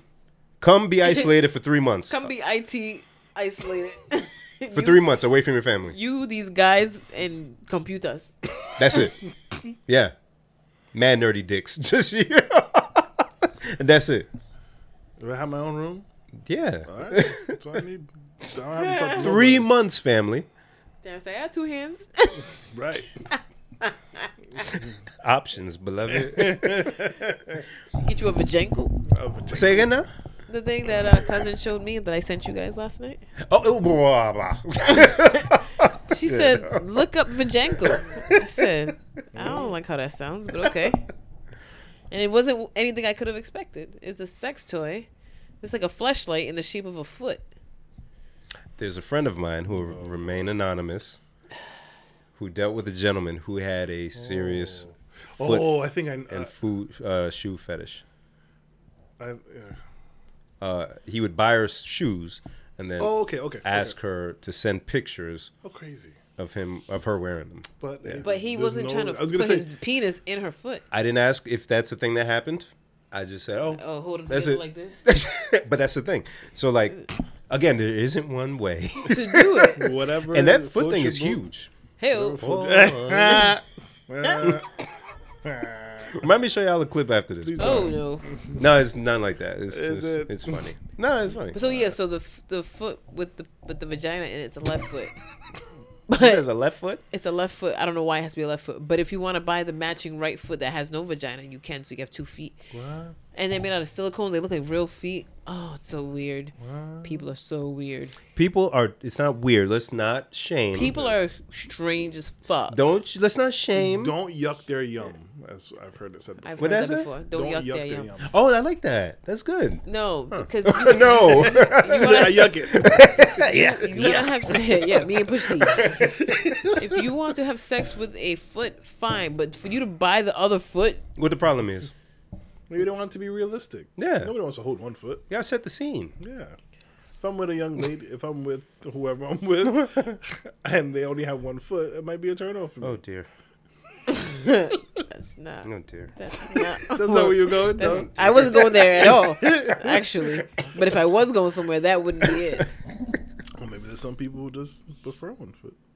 Speaker 2: come be isolated for three months.
Speaker 1: Come be IT isolated.
Speaker 2: for three months away from your family.
Speaker 1: You, these guys, and computers.
Speaker 2: That's it. Yeah. Mad nerdy dicks. Just you. and that's it.
Speaker 3: Do I have my own room?
Speaker 2: Yeah.
Speaker 3: All right. That's all I need. So I don't have to talk to
Speaker 2: Three
Speaker 3: nobody.
Speaker 2: months, family.
Speaker 1: Darren say, I have two hands.
Speaker 3: Right.
Speaker 2: Options, beloved.
Speaker 1: Get you a Vajenko.
Speaker 2: Say again now.
Speaker 1: The thing that uh, cousin showed me that I sent you guys last night.
Speaker 2: Oh, oh, blah, blah, blah.
Speaker 1: She said, "Look up Vajenko." I said, "I don't like how that sounds, but okay." And it wasn't anything I could have expected. It's a sex toy. It's like a fleshlight in the shape of a foot.
Speaker 2: There's a friend of mine who will remain anonymous who dealt with a gentleman who had a serious foot
Speaker 3: Oh, I think I.
Speaker 2: and food, uh, shoe fetish.
Speaker 3: I, I yeah.
Speaker 2: Uh, he would buy her shoes and then
Speaker 3: Oh, okay, okay.
Speaker 2: ask
Speaker 3: okay.
Speaker 2: her to send pictures
Speaker 3: Oh, crazy.
Speaker 2: of him of her wearing them.
Speaker 3: But
Speaker 1: But he
Speaker 3: there's
Speaker 1: wasn't
Speaker 3: no-
Speaker 1: trying to
Speaker 3: I was
Speaker 1: put
Speaker 3: gonna say.
Speaker 1: his penis in her foot.
Speaker 2: I didn't ask if that's the thing that happened. I just said, "Oh,
Speaker 1: Oh, hold him
Speaker 2: That's
Speaker 1: together
Speaker 2: it.
Speaker 1: like this
Speaker 2: but that's the thing." So like again, there isn't one way.
Speaker 1: to do it.
Speaker 3: Whatever.
Speaker 2: and that foot
Speaker 3: floats
Speaker 2: thing
Speaker 3: your
Speaker 2: is
Speaker 3: boat.
Speaker 2: huge.
Speaker 1: Hell,
Speaker 2: Let me show y'all a clip after this.
Speaker 1: oh no.
Speaker 2: No, it's not like that. It's
Speaker 3: Is
Speaker 2: it's,
Speaker 3: it?
Speaker 2: it's funny. No, it's funny.
Speaker 1: So yeah, so the f- the foot with the with the vagina in it's a left foot.
Speaker 2: He has a left foot.
Speaker 1: It's a left foot. I don't know why it has to be a left foot, but if you want to buy the matching right foot that has no vagina, you can. So you have two feet,
Speaker 3: What?
Speaker 1: and they're made out of silicone. They look like real feet. Oh, it's so weird. People are so weird.
Speaker 2: People are. It's not weird. Let's not shame.
Speaker 1: People are strange as fuck.
Speaker 2: Don't. sh- Let's not shame.
Speaker 3: Don't yuck their yum, as I've heard it said before.
Speaker 1: I've
Speaker 2: What
Speaker 1: heard
Speaker 2: is
Speaker 1: that
Speaker 2: it?
Speaker 1: before. Don't, yuck, their yum.
Speaker 2: Oh, I like that. That's good.
Speaker 1: No, because you, you
Speaker 2: No.
Speaker 3: I
Speaker 1: wanna,
Speaker 3: yuck it.
Speaker 2: yeah.
Speaker 1: you wanna have se- yeah, me and Push D. if you want to have sex with a foot, fine, but for you to buy the other foot,
Speaker 2: What the problem is?
Speaker 3: Maybe they want it to be realistic.
Speaker 2: Yeah.
Speaker 3: Nobody wants to hold one foot.
Speaker 2: You gotta set the scene.
Speaker 3: Yeah. If I'm with a young lady, if I'm with whoever I'm with, and they only have one foot, it might be a turnoff for me.
Speaker 2: Oh dear.
Speaker 1: that's not.
Speaker 2: Oh dear.
Speaker 1: That's not.
Speaker 3: That's not where you're going.
Speaker 1: That's-
Speaker 3: No?
Speaker 1: I wasn't going there at all, actually. But if I was going somewhere, that wouldn't be it.
Speaker 3: Well, maybe there's some people who just prefer one foot.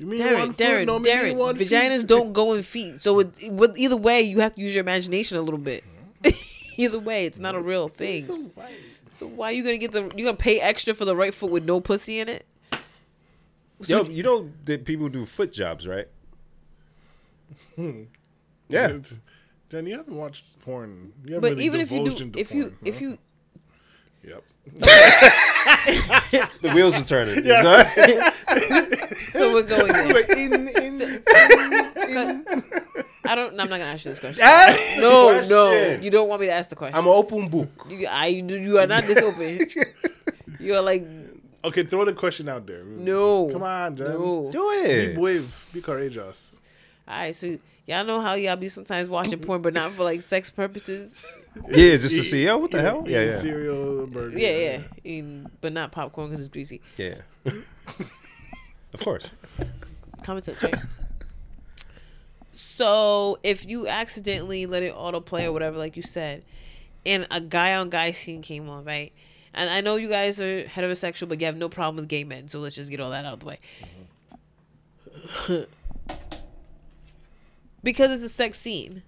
Speaker 3: You mean
Speaker 1: Darren, Darren,
Speaker 3: no, mean
Speaker 1: Darren.
Speaker 3: one
Speaker 1: vaginas
Speaker 3: feet.
Speaker 1: don't go in feet, so it, it- with either way, you have to use your imagination a little bit. either way, it's not a real thing. So why are you gonna get the? You gonna pay extra for the right foot with no pussy in it?
Speaker 2: Yo, you know that people do foot jobs, right? Hmm. Yeah.
Speaker 3: Jen, you haven't watched porn. You
Speaker 1: But
Speaker 3: haven't really
Speaker 1: even if you do,
Speaker 3: divulged into
Speaker 1: if you,
Speaker 3: porn,
Speaker 1: if
Speaker 3: huh?
Speaker 1: you,
Speaker 3: Yep.
Speaker 2: The wheels are turning.
Speaker 1: so we're going. There.
Speaker 3: in, in,
Speaker 1: I don't. No, I'm not gonna ask you this question.
Speaker 2: Ask the
Speaker 1: no, no,
Speaker 2: question.
Speaker 1: you don't want me to ask the question.
Speaker 2: I'm an open book.
Speaker 1: you, I, you are not this open. You are like
Speaker 3: okay, throw the question out there.
Speaker 1: No.
Speaker 3: Come on, Jen.
Speaker 1: No.
Speaker 2: Do
Speaker 3: Be
Speaker 2: it.
Speaker 3: brave. Be courageous.
Speaker 1: All right, so y'all know how y'all be sometimes watching porn, but not for like sex purposes.
Speaker 2: Yeah, just to see. Yo, what the
Speaker 3: Eat-
Speaker 2: hell?
Speaker 3: eat
Speaker 2: Yeah, yeah.
Speaker 3: Cereal, burger.
Speaker 1: Yeah, yeah, In, but not popcorn because it's greasy.
Speaker 2: Yeah. of course.
Speaker 1: Comment section. Right? so if you accidentally let it autoplay or whatever, like you said, and a guy on guy scene came on, right? And I know you guys are heterosexual, but you have no problem with gay men, so let's just get all that out of the way. because it's a sex scene.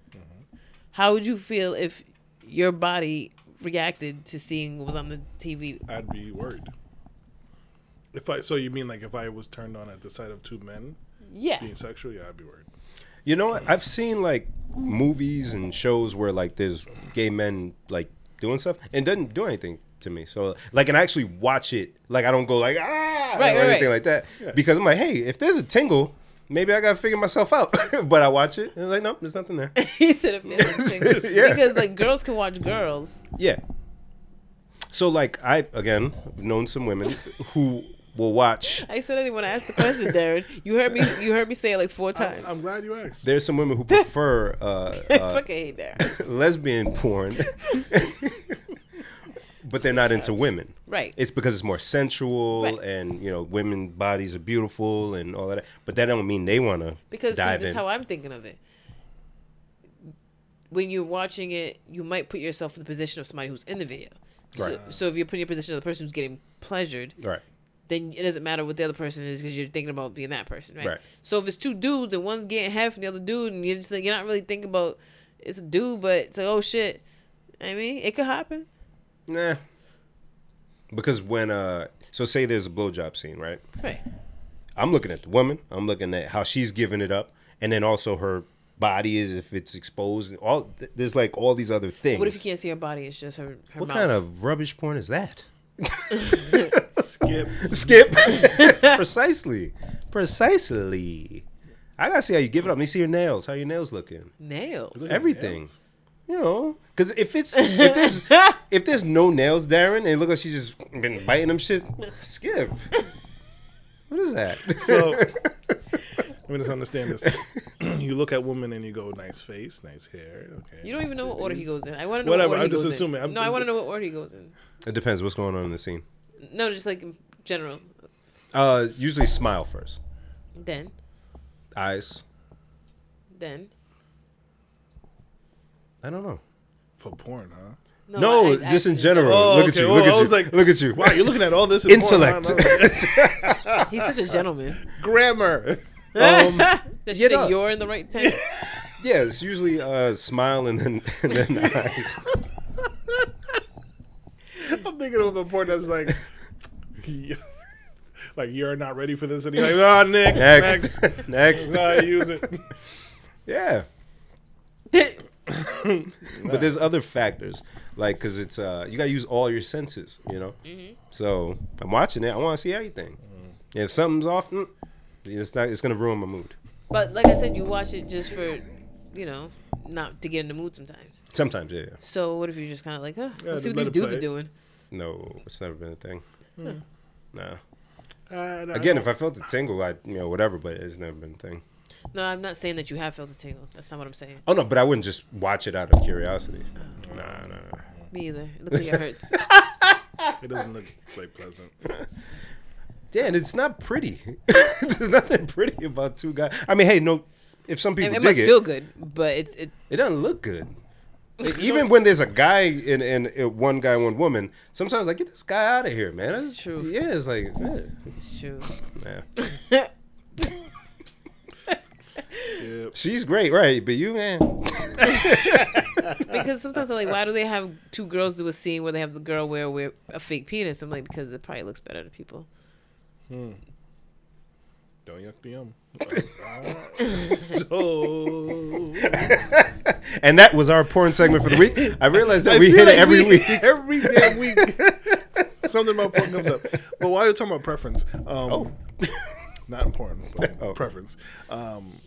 Speaker 1: How would you feel if your body reacted to seeing what was on the TV
Speaker 3: I'd be worried. If I so you mean like if I was turned on at the sight of two men
Speaker 1: Yeah.
Speaker 3: being sexual, yeah, I'd be worried.
Speaker 2: You know, what? I've seen like movies and shows where like there's gay men like doing stuff and it doesn't do anything to me. So like, and I actually watch it. Like I don't go like ah
Speaker 1: Right,
Speaker 2: or
Speaker 1: right,
Speaker 2: anything
Speaker 1: right.
Speaker 2: like that because I'm like, hey, if there's a tingle, maybe I gotta figure myself out. but I watch it and it's like, nope, there's nothing there.
Speaker 1: he said if there's a tingle.
Speaker 2: Yeah.
Speaker 1: Because like girls can watch girls.
Speaker 2: Yeah. So like I again I've known some women who will watch.
Speaker 1: I said I didn't want to ask the question, Darren. You heard me. You heard me say it like four times.
Speaker 3: I'm glad you asked.
Speaker 2: There's some women who prefer uh,
Speaker 1: I
Speaker 2: uh,
Speaker 1: fucking hate Darren.
Speaker 2: lesbian porn, but they're not into women.
Speaker 1: Right.
Speaker 2: It's because it's more sensual,
Speaker 1: Right.
Speaker 2: and you know, women bodies are beautiful and all that. But that don't mean they want to
Speaker 1: Because see,
Speaker 2: dive
Speaker 1: that's
Speaker 2: in.
Speaker 1: how I'm thinking of it. When you're watching it, you might put yourself in the position of somebody who's in the video.
Speaker 2: Right.
Speaker 1: So, so if you're putting your position of the person who's getting pleasured,
Speaker 2: right.
Speaker 1: then it doesn't matter what the other person is because you're thinking about being that person, right?
Speaker 2: Right.
Speaker 1: So if it's two dudes and one's getting half from the other dude, and you're just like, you're not really thinking about it's a dude, but it's like, oh shit. I mean, it could happen.
Speaker 2: Nah. Because when uh, so say there's a blowjob scene, right?
Speaker 1: Right.
Speaker 2: I'm looking at the woman. I'm looking at how she's giving it up, and then also her body is if it's exposed. and All th- there's like all these other things.
Speaker 1: What if you can't see her body? It's just her. her
Speaker 2: What
Speaker 1: mouth.
Speaker 2: kind of rubbish porn is that?
Speaker 3: Skip.
Speaker 2: Skip. Precisely. Precisely. I gotta see how you give it up. Let me see your nails. How your nails looking?
Speaker 1: nails?
Speaker 2: Everything. You know, because if it's if there's if there's no nails, Darren, and it look like she's just been biting them shit. Skip. What is that?
Speaker 3: So let me just understand this. you look at women and you go, nice face, nice hair. Okay.
Speaker 1: You don't even know what order he
Speaker 3: titties."
Speaker 1: goes in. I want to know
Speaker 3: Whatever,
Speaker 1: What order
Speaker 3: I'm
Speaker 1: he
Speaker 3: just
Speaker 1: goes
Speaker 3: assuming.
Speaker 1: In.
Speaker 3: I'm-
Speaker 1: no, I want to know what order he goes in.
Speaker 2: it depends what's going on in the scene.
Speaker 1: No, just like in general.
Speaker 2: Uh, usually smile first.
Speaker 1: Then,
Speaker 2: Eyes.
Speaker 1: then.
Speaker 2: I don't know.
Speaker 3: For porn, huh?
Speaker 2: No,
Speaker 1: I- I-
Speaker 2: just in general.
Speaker 3: Oh,
Speaker 2: look
Speaker 3: okay.
Speaker 2: at you.
Speaker 3: Well,
Speaker 2: look at
Speaker 3: I was
Speaker 2: you.
Speaker 3: like,
Speaker 2: look at you.
Speaker 3: Wow, you're looking at all this in porn, huh?
Speaker 2: Intellect.
Speaker 3: I'm like,
Speaker 1: He's such a gentleman.
Speaker 3: Grammar.
Speaker 2: um,
Speaker 1: That
Speaker 2: Yeah,
Speaker 1: shit, that
Speaker 2: no.
Speaker 1: you're in the right tense.
Speaker 2: yeah, it's usually uh, smile and then and then eyes.
Speaker 3: I'm thinking of a porn that's like, like you're not ready for this, and he's like, ah, next, next,
Speaker 2: Next. Next.
Speaker 3: That's how I use it.
Speaker 2: Yeah. But there's other factors, like because it's uh you gotta use all your senses, you know. So I'm watching it. I want to see everything. If something's off, mm, it's not. It's gonna ruin my mood.
Speaker 1: But like I said, you watch it just for, you know, not to get in the mood sometimes.
Speaker 2: Sometimes, yeah. yeah.
Speaker 1: So what if you're just kind of like, huh? let's
Speaker 3: just
Speaker 1: see what
Speaker 3: let
Speaker 1: these
Speaker 3: it
Speaker 1: dudes
Speaker 3: play.
Speaker 1: are doing.
Speaker 2: No, it's never been a thing.
Speaker 1: Hmm.
Speaker 2: Nah.
Speaker 3: Uh, no,
Speaker 2: Again,
Speaker 3: I
Speaker 2: if I felt the tingle, I you know whatever, but it's never been a thing.
Speaker 1: No, I'm not saying that you have felt a tingle. That's not what I'm saying.
Speaker 2: Oh no, but I wouldn't just watch it out of curiosity. Nah, nah, nah.
Speaker 1: Me either. It looks like it hurts.
Speaker 3: don't- it doesn't look like pleasant.
Speaker 2: Yeah, and it's not pretty. There's nothing pretty about two guys. I mean, hey, no. If some people
Speaker 1: it, it
Speaker 2: dig
Speaker 1: must
Speaker 2: it,
Speaker 1: feel good, but it's it.
Speaker 2: it doesn't look good. Like, even when there's a guy and, and uh, one guy, one woman, sometimes like get this guy out of here, man. That's
Speaker 1: true.
Speaker 2: Yeah, it's like, eh,
Speaker 1: It's true.
Speaker 2: nah.
Speaker 3: Yeah.
Speaker 2: she's great, right? But you, man,
Speaker 1: Because sometimes I'm like, why do they have two girls do a scene where they have the girl wear, wear a fake penis? I'm like, because it probably looks better to people.
Speaker 3: Don't yuck the yum. ah. so
Speaker 2: and that was our porn segment for the week. I realized that we
Speaker 3: feel
Speaker 2: hit it
Speaker 3: like
Speaker 2: every
Speaker 3: we-
Speaker 2: week.
Speaker 3: every damn week, something about porn comes up. But while you're talking about preference, um, not important, but
Speaker 2: Oh.
Speaker 3: preference. Um,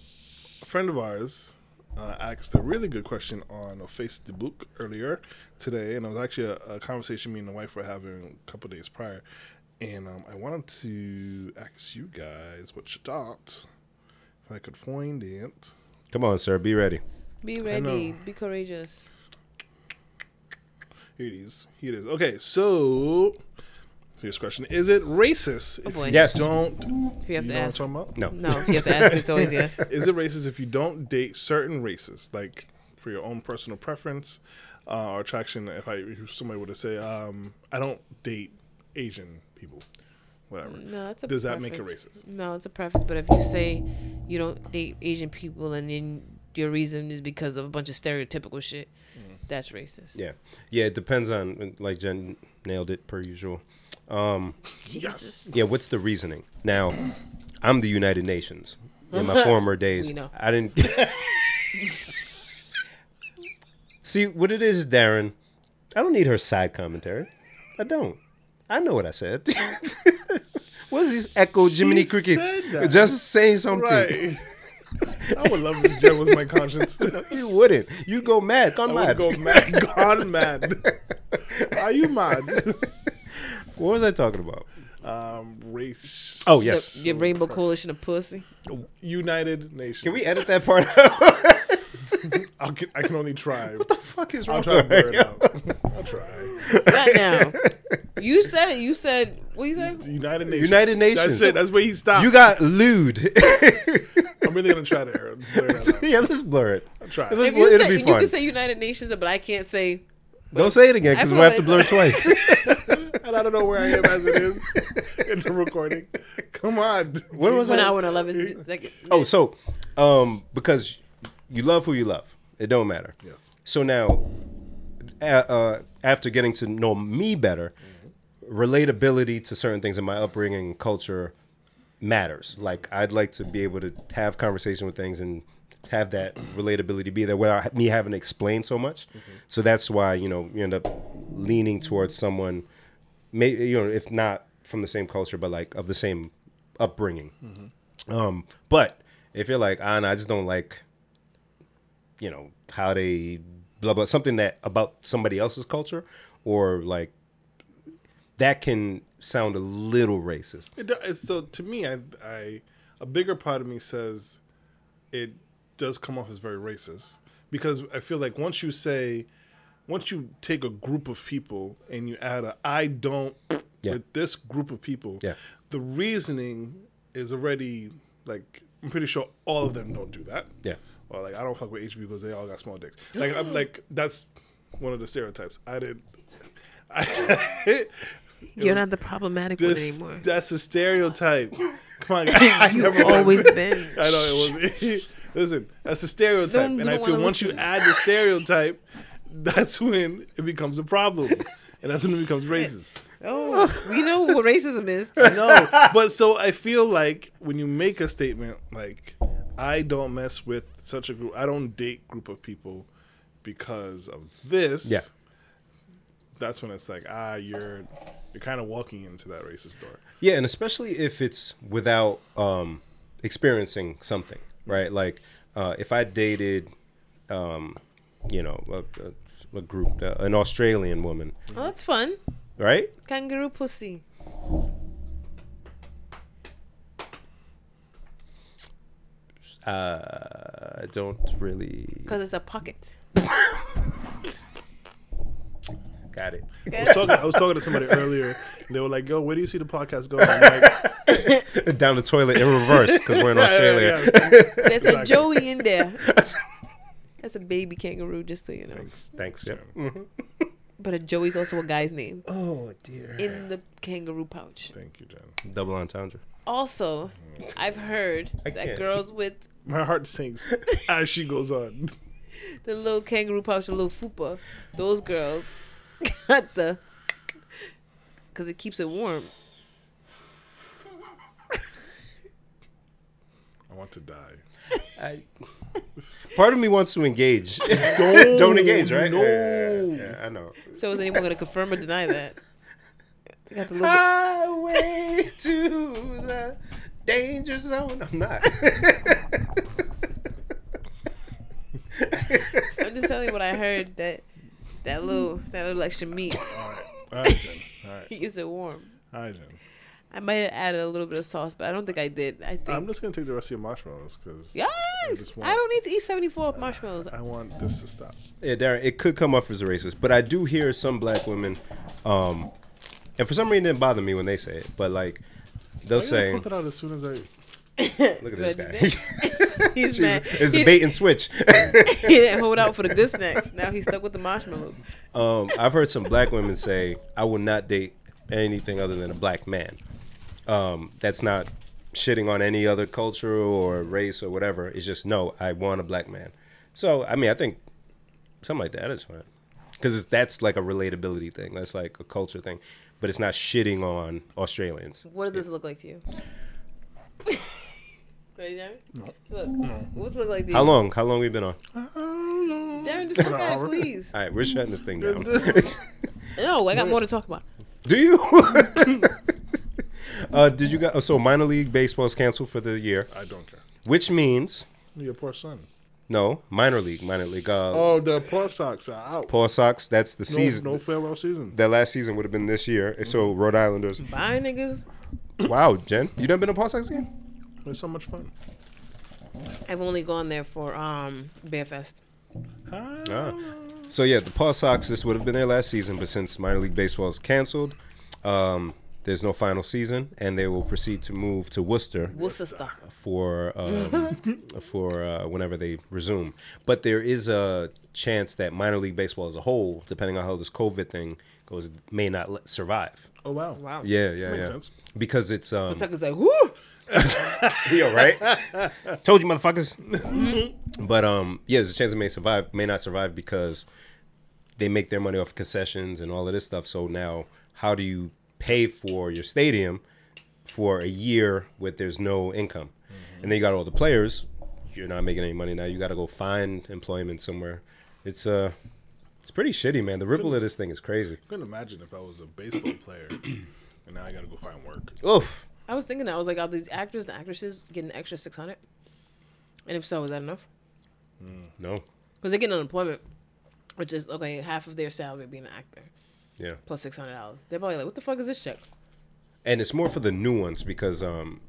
Speaker 3: a friend of ours uh, asked a really good question on Facebook earlier today, and it was actually a, a conversation me and the wife were having a couple days prior. And um, I wanted to ask you guys what you thought, if I could find it.
Speaker 2: Come on, sir, be ready.
Speaker 1: Be ready. Be courageous.
Speaker 3: Here it is. Here it is. Okay, so here's question: Is it racist?
Speaker 1: Oh
Speaker 3: if
Speaker 1: boy.
Speaker 3: you
Speaker 2: Yes.
Speaker 3: Don't
Speaker 1: If you have
Speaker 3: you
Speaker 1: to
Speaker 3: know
Speaker 1: ask.
Speaker 3: what I'm talking about?
Speaker 2: No,
Speaker 1: No, if you have to ask, it's always yes.
Speaker 3: Is it racist if you don't date certain races, like for your own personal preference uh, or attraction? If I if somebody were to say, um, I don't date Asian people, whatever.
Speaker 1: Mm, No, that's a
Speaker 3: Does that make it
Speaker 1: preference.
Speaker 3: racist?
Speaker 1: No, it's a preference. But if you say you don't date Asian people and then your reason is because of a bunch of stereotypical shit,
Speaker 3: Mm.
Speaker 1: that's racist.
Speaker 2: Yeah, yeah. It depends on like Jen nailed it per usual. Um,
Speaker 1: Jesus.
Speaker 2: Yeah, what's the reasoning? Now, I'm the United Nations. In my former days,
Speaker 1: We know.
Speaker 2: I didn't. See, what it is, Darren, I don't need her side commentary. I don't. I know what I said. What's this echo, Jiminy
Speaker 3: said
Speaker 2: Crickets?
Speaker 3: that.
Speaker 2: Just saying something.
Speaker 3: Right. I would love if Jen was my conscience. I
Speaker 2: You wouldn't. You go mad. Gone
Speaker 3: would
Speaker 2: mad.
Speaker 3: go mad, gone mad. Are you mad?
Speaker 2: What was I talking about?
Speaker 3: Um, race.
Speaker 2: Oh yes.
Speaker 1: Your rainbow coalition of pussy.
Speaker 3: United Nations.
Speaker 2: Can we edit that part out?
Speaker 3: I'll get, I can only try.
Speaker 2: what the fuck is wrong?
Speaker 3: I'll try
Speaker 2: with
Speaker 3: to blur it
Speaker 2: her?
Speaker 3: out. I'll try.
Speaker 1: Right now. You said it. You said what you say?
Speaker 3: United Nations.
Speaker 2: United Nations.
Speaker 3: That's it. That's where he stopped.
Speaker 2: You got lewd.
Speaker 3: I'm really gonna try to air blur that out.
Speaker 2: yeah, let's blur it.
Speaker 3: try.
Speaker 2: Let's-
Speaker 1: If you
Speaker 2: it'll
Speaker 1: say
Speaker 2: be
Speaker 1: you
Speaker 2: fun.
Speaker 1: can say United Nations, but I can't say
Speaker 2: Don't say it again because
Speaker 1: I
Speaker 2: we have to
Speaker 1: realize-
Speaker 2: blur it twice.
Speaker 3: And I don't know where I am as it is in the recording. Come on.
Speaker 2: what was
Speaker 1: one
Speaker 2: I?
Speaker 1: hour and eleven seconds.
Speaker 2: Oh, so um, because you love who you love, it don't matter.
Speaker 3: Yes.
Speaker 2: So now, uh, uh, after getting to know me better, relatability to certain things in my upbringing and culture matters. Like I'd like to be able to have conversation with things and have that relatability be there without me having to explain so much. So that's why you know you end up leaning towards someone, may, you know, if not from the same culture, but like of the same upbringing. Um, but if you're like, ah, nah, I just don't like, you know, how they blah blah something that about somebody else's culture or like that can sound a little racist.
Speaker 3: It, do- it's- so to me, I, I, a bigger part of me says it does come off as very racist because I feel like once you say, once you take a group of people and you add a I don't
Speaker 2: Yeah.
Speaker 3: with this group of people,
Speaker 2: Yeah.
Speaker 3: the reasoning is already like I'm pretty sure all of them don't do that.
Speaker 2: Yeah.
Speaker 3: Or like I don't fuck with HB because they all got small dicks. Like I'm like that's one of the stereotypes. I didn't. I,
Speaker 1: You're not the problematic
Speaker 3: this,
Speaker 1: one anymore.
Speaker 3: That's a stereotype. Come on, I, I never was.
Speaker 1: Always been.
Speaker 3: I know it was. Listen, that's a stereotype,
Speaker 1: Don't-
Speaker 3: and
Speaker 1: we
Speaker 3: I
Speaker 1: don't
Speaker 3: feel
Speaker 1: wanna
Speaker 3: once you
Speaker 1: listen.
Speaker 3: add the stereotype, that's when it becomes a problem, and that's when it becomes racist.
Speaker 1: Oh, we know what racism is.
Speaker 3: No, but so I feel like when you make a statement like, "I don't mess with such a group. I don't date group of people because of this."
Speaker 2: Yeah.
Speaker 3: That's when it's like, ah, you're you're kind of walking into that racist door.
Speaker 2: Yeah, and especially if it's without um, experiencing something, right? Like uh, if I dated, um, you know, a, a, a group, uh, an Australian woman,
Speaker 1: Oh, that's fun.
Speaker 2: right?
Speaker 1: Kangaroo pussy.
Speaker 2: Uh, I don't really
Speaker 1: Because it's a pocket.
Speaker 2: got it.
Speaker 3: I was, talking, I was talking to somebody earlier, and they were like, "Yo, where do you see the podcast going?" I'm like,
Speaker 2: Down the toilet in reverse because we're in Australia.
Speaker 3: yeah, yeah.
Speaker 1: There's a Joey in there. That's a baby kangaroo, just so you know.
Speaker 2: Thanks. Yeah.
Speaker 1: But a Joey's also a guy's name
Speaker 2: Oh dear.
Speaker 1: in the kangaroo pouch.
Speaker 3: Thank you, Jen.
Speaker 2: Double entendre.
Speaker 1: Also, I've heard that
Speaker 2: can't.
Speaker 1: girls with
Speaker 3: My heart sinks as she goes on.
Speaker 1: the little kangaroo pouch, the little fupa, those girls got the because it keeps it warm.
Speaker 3: I want to die.
Speaker 2: I, part of me wants to engage. Don't engage, right?
Speaker 3: No.
Speaker 2: Yeah, yeah, yeah, I know.
Speaker 1: So is anyone gonna confirm or deny that? They got the little
Speaker 2: Highway to the danger zone. I'm not.
Speaker 1: I'm just telling you what I heard that that little that little extra meat
Speaker 3: All right, all right, Jen. All right,
Speaker 1: keeps it warm.
Speaker 3: all right, Jen.
Speaker 1: I might have added a little bit of sauce, but I don't think I did. I think
Speaker 3: I'm just gonna take the rest of your marshmallows because
Speaker 1: yeah. I,
Speaker 3: just want-
Speaker 1: don't need to eat
Speaker 2: Uh,
Speaker 1: 74 marshmallows.
Speaker 3: I want this to stop.
Speaker 2: Yeah, Darren, it could come off as racist, but I do hear some black women, um, and for some reason it didn't bother me when they say it, but like they'll
Speaker 3: I'm gonna
Speaker 2: say,
Speaker 3: put it out as soon as I.
Speaker 2: "Look at this
Speaker 1: Spread
Speaker 2: guy."
Speaker 1: He's
Speaker 2: She's-
Speaker 1: mad.
Speaker 2: it's
Speaker 1: he,
Speaker 2: the bait and switch.
Speaker 1: he didn't hold out for the good snacks. Now he's stuck with the marshmallows.
Speaker 2: Um, I've heard some black women say, "I will not date anything other than a black man." Um, that's not shitting on any other culture or race or whatever. It's just no, I want a black man. So I mean, I think something like that is fine because that's like a relatability thing. That's like a culture thing. but it's not shitting on Australians.
Speaker 1: What does this look like to you? Ready, Darren? No. Look, what's it look like to you?
Speaker 2: How long? How long we been on?
Speaker 1: Darren, just look at it, please.
Speaker 2: All right, we're shutting this thing down.
Speaker 1: No, I got more to talk about.
Speaker 2: Do you? uh, did you got so minor league baseball is canceled for the year,
Speaker 3: I don't care.
Speaker 2: which means
Speaker 3: Your poor son.
Speaker 2: no minor league, minor league. Uh,
Speaker 3: Oh, the poor socks are out.
Speaker 2: Paul Sox. That's the
Speaker 3: no,
Speaker 2: season.
Speaker 3: no Mm-hmm. farewell season.
Speaker 2: That last season would have been this year. If So Rhode Islanders.
Speaker 1: Bye, niggas.
Speaker 2: wow, Jen, you done been to Paul Sox game?
Speaker 3: It's so much fun.
Speaker 1: I've only gone there for um Bear Fest.
Speaker 2: Ah. So yeah, the Paul Sox. This would have been their last season, but since minor league baseball is canceled, um, there's no final season, and they will proceed to move to Worcester.
Speaker 1: Worcester.
Speaker 2: uh, for um, for uh, whenever they resume. But there is a chance that minor league baseball as a whole, depending on how this COVID thing goes, may not let, survive.
Speaker 3: Oh wow.
Speaker 1: Wow.
Speaker 2: Yeah, yeah,
Speaker 3: Makes
Speaker 2: yeah.
Speaker 3: sense.
Speaker 2: Because it's um,
Speaker 1: Tucker's like, whoo!
Speaker 2: yo, right? Told you, motherfuckers. but um, yeah, there's a chance it may survive, may not survive because they make their money off concessions and all of this stuff. So now, how do you pay for your stadium for a year with there's no income, and then you got all the players. You're not making any money now. You got to go find employment somewhere. It's uh, it's pretty shitty, man. The ripple of this thing is crazy.
Speaker 3: couldn't imagine if I was a baseball player and now I gotta go find work.
Speaker 2: Oof.
Speaker 1: I was thinking that. I was like, are these actors and actresses getting an extra 600? And if so, is that enough?
Speaker 2: No.
Speaker 1: Because they're getting unemployment, which is, okay, half of their salary being an actor,
Speaker 2: Yeah.
Speaker 1: plus $600. They're probably like, what the fuck is this check?
Speaker 2: and it's more for the nuance because um,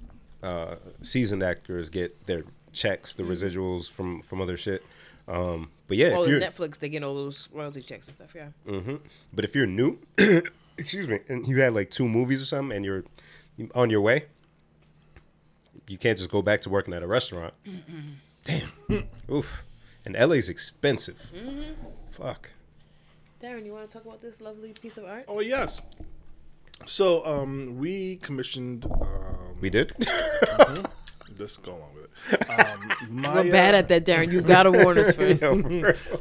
Speaker 2: uh, seasoned actors get their checks, the residuals from from other shit. Um, but yeah,
Speaker 1: Well,
Speaker 2: if
Speaker 1: in
Speaker 2: you're,
Speaker 1: Netflix, they get all those royalty checks and stuff, yeah.
Speaker 3: Mm.
Speaker 2: but if you're new, excuse me, and you had like two movies or something, and you're on your way, you can't just go back to working at a restaurant. Damn, oof, and LA's expensive. Fuck.
Speaker 1: Darren, you want to talk about this lovely piece of art?
Speaker 3: Oh yes. So um we commissioned um
Speaker 2: We did.
Speaker 3: let's go along with it. Um Maya,
Speaker 1: We're bad at that, Darren. You gotta warn us first.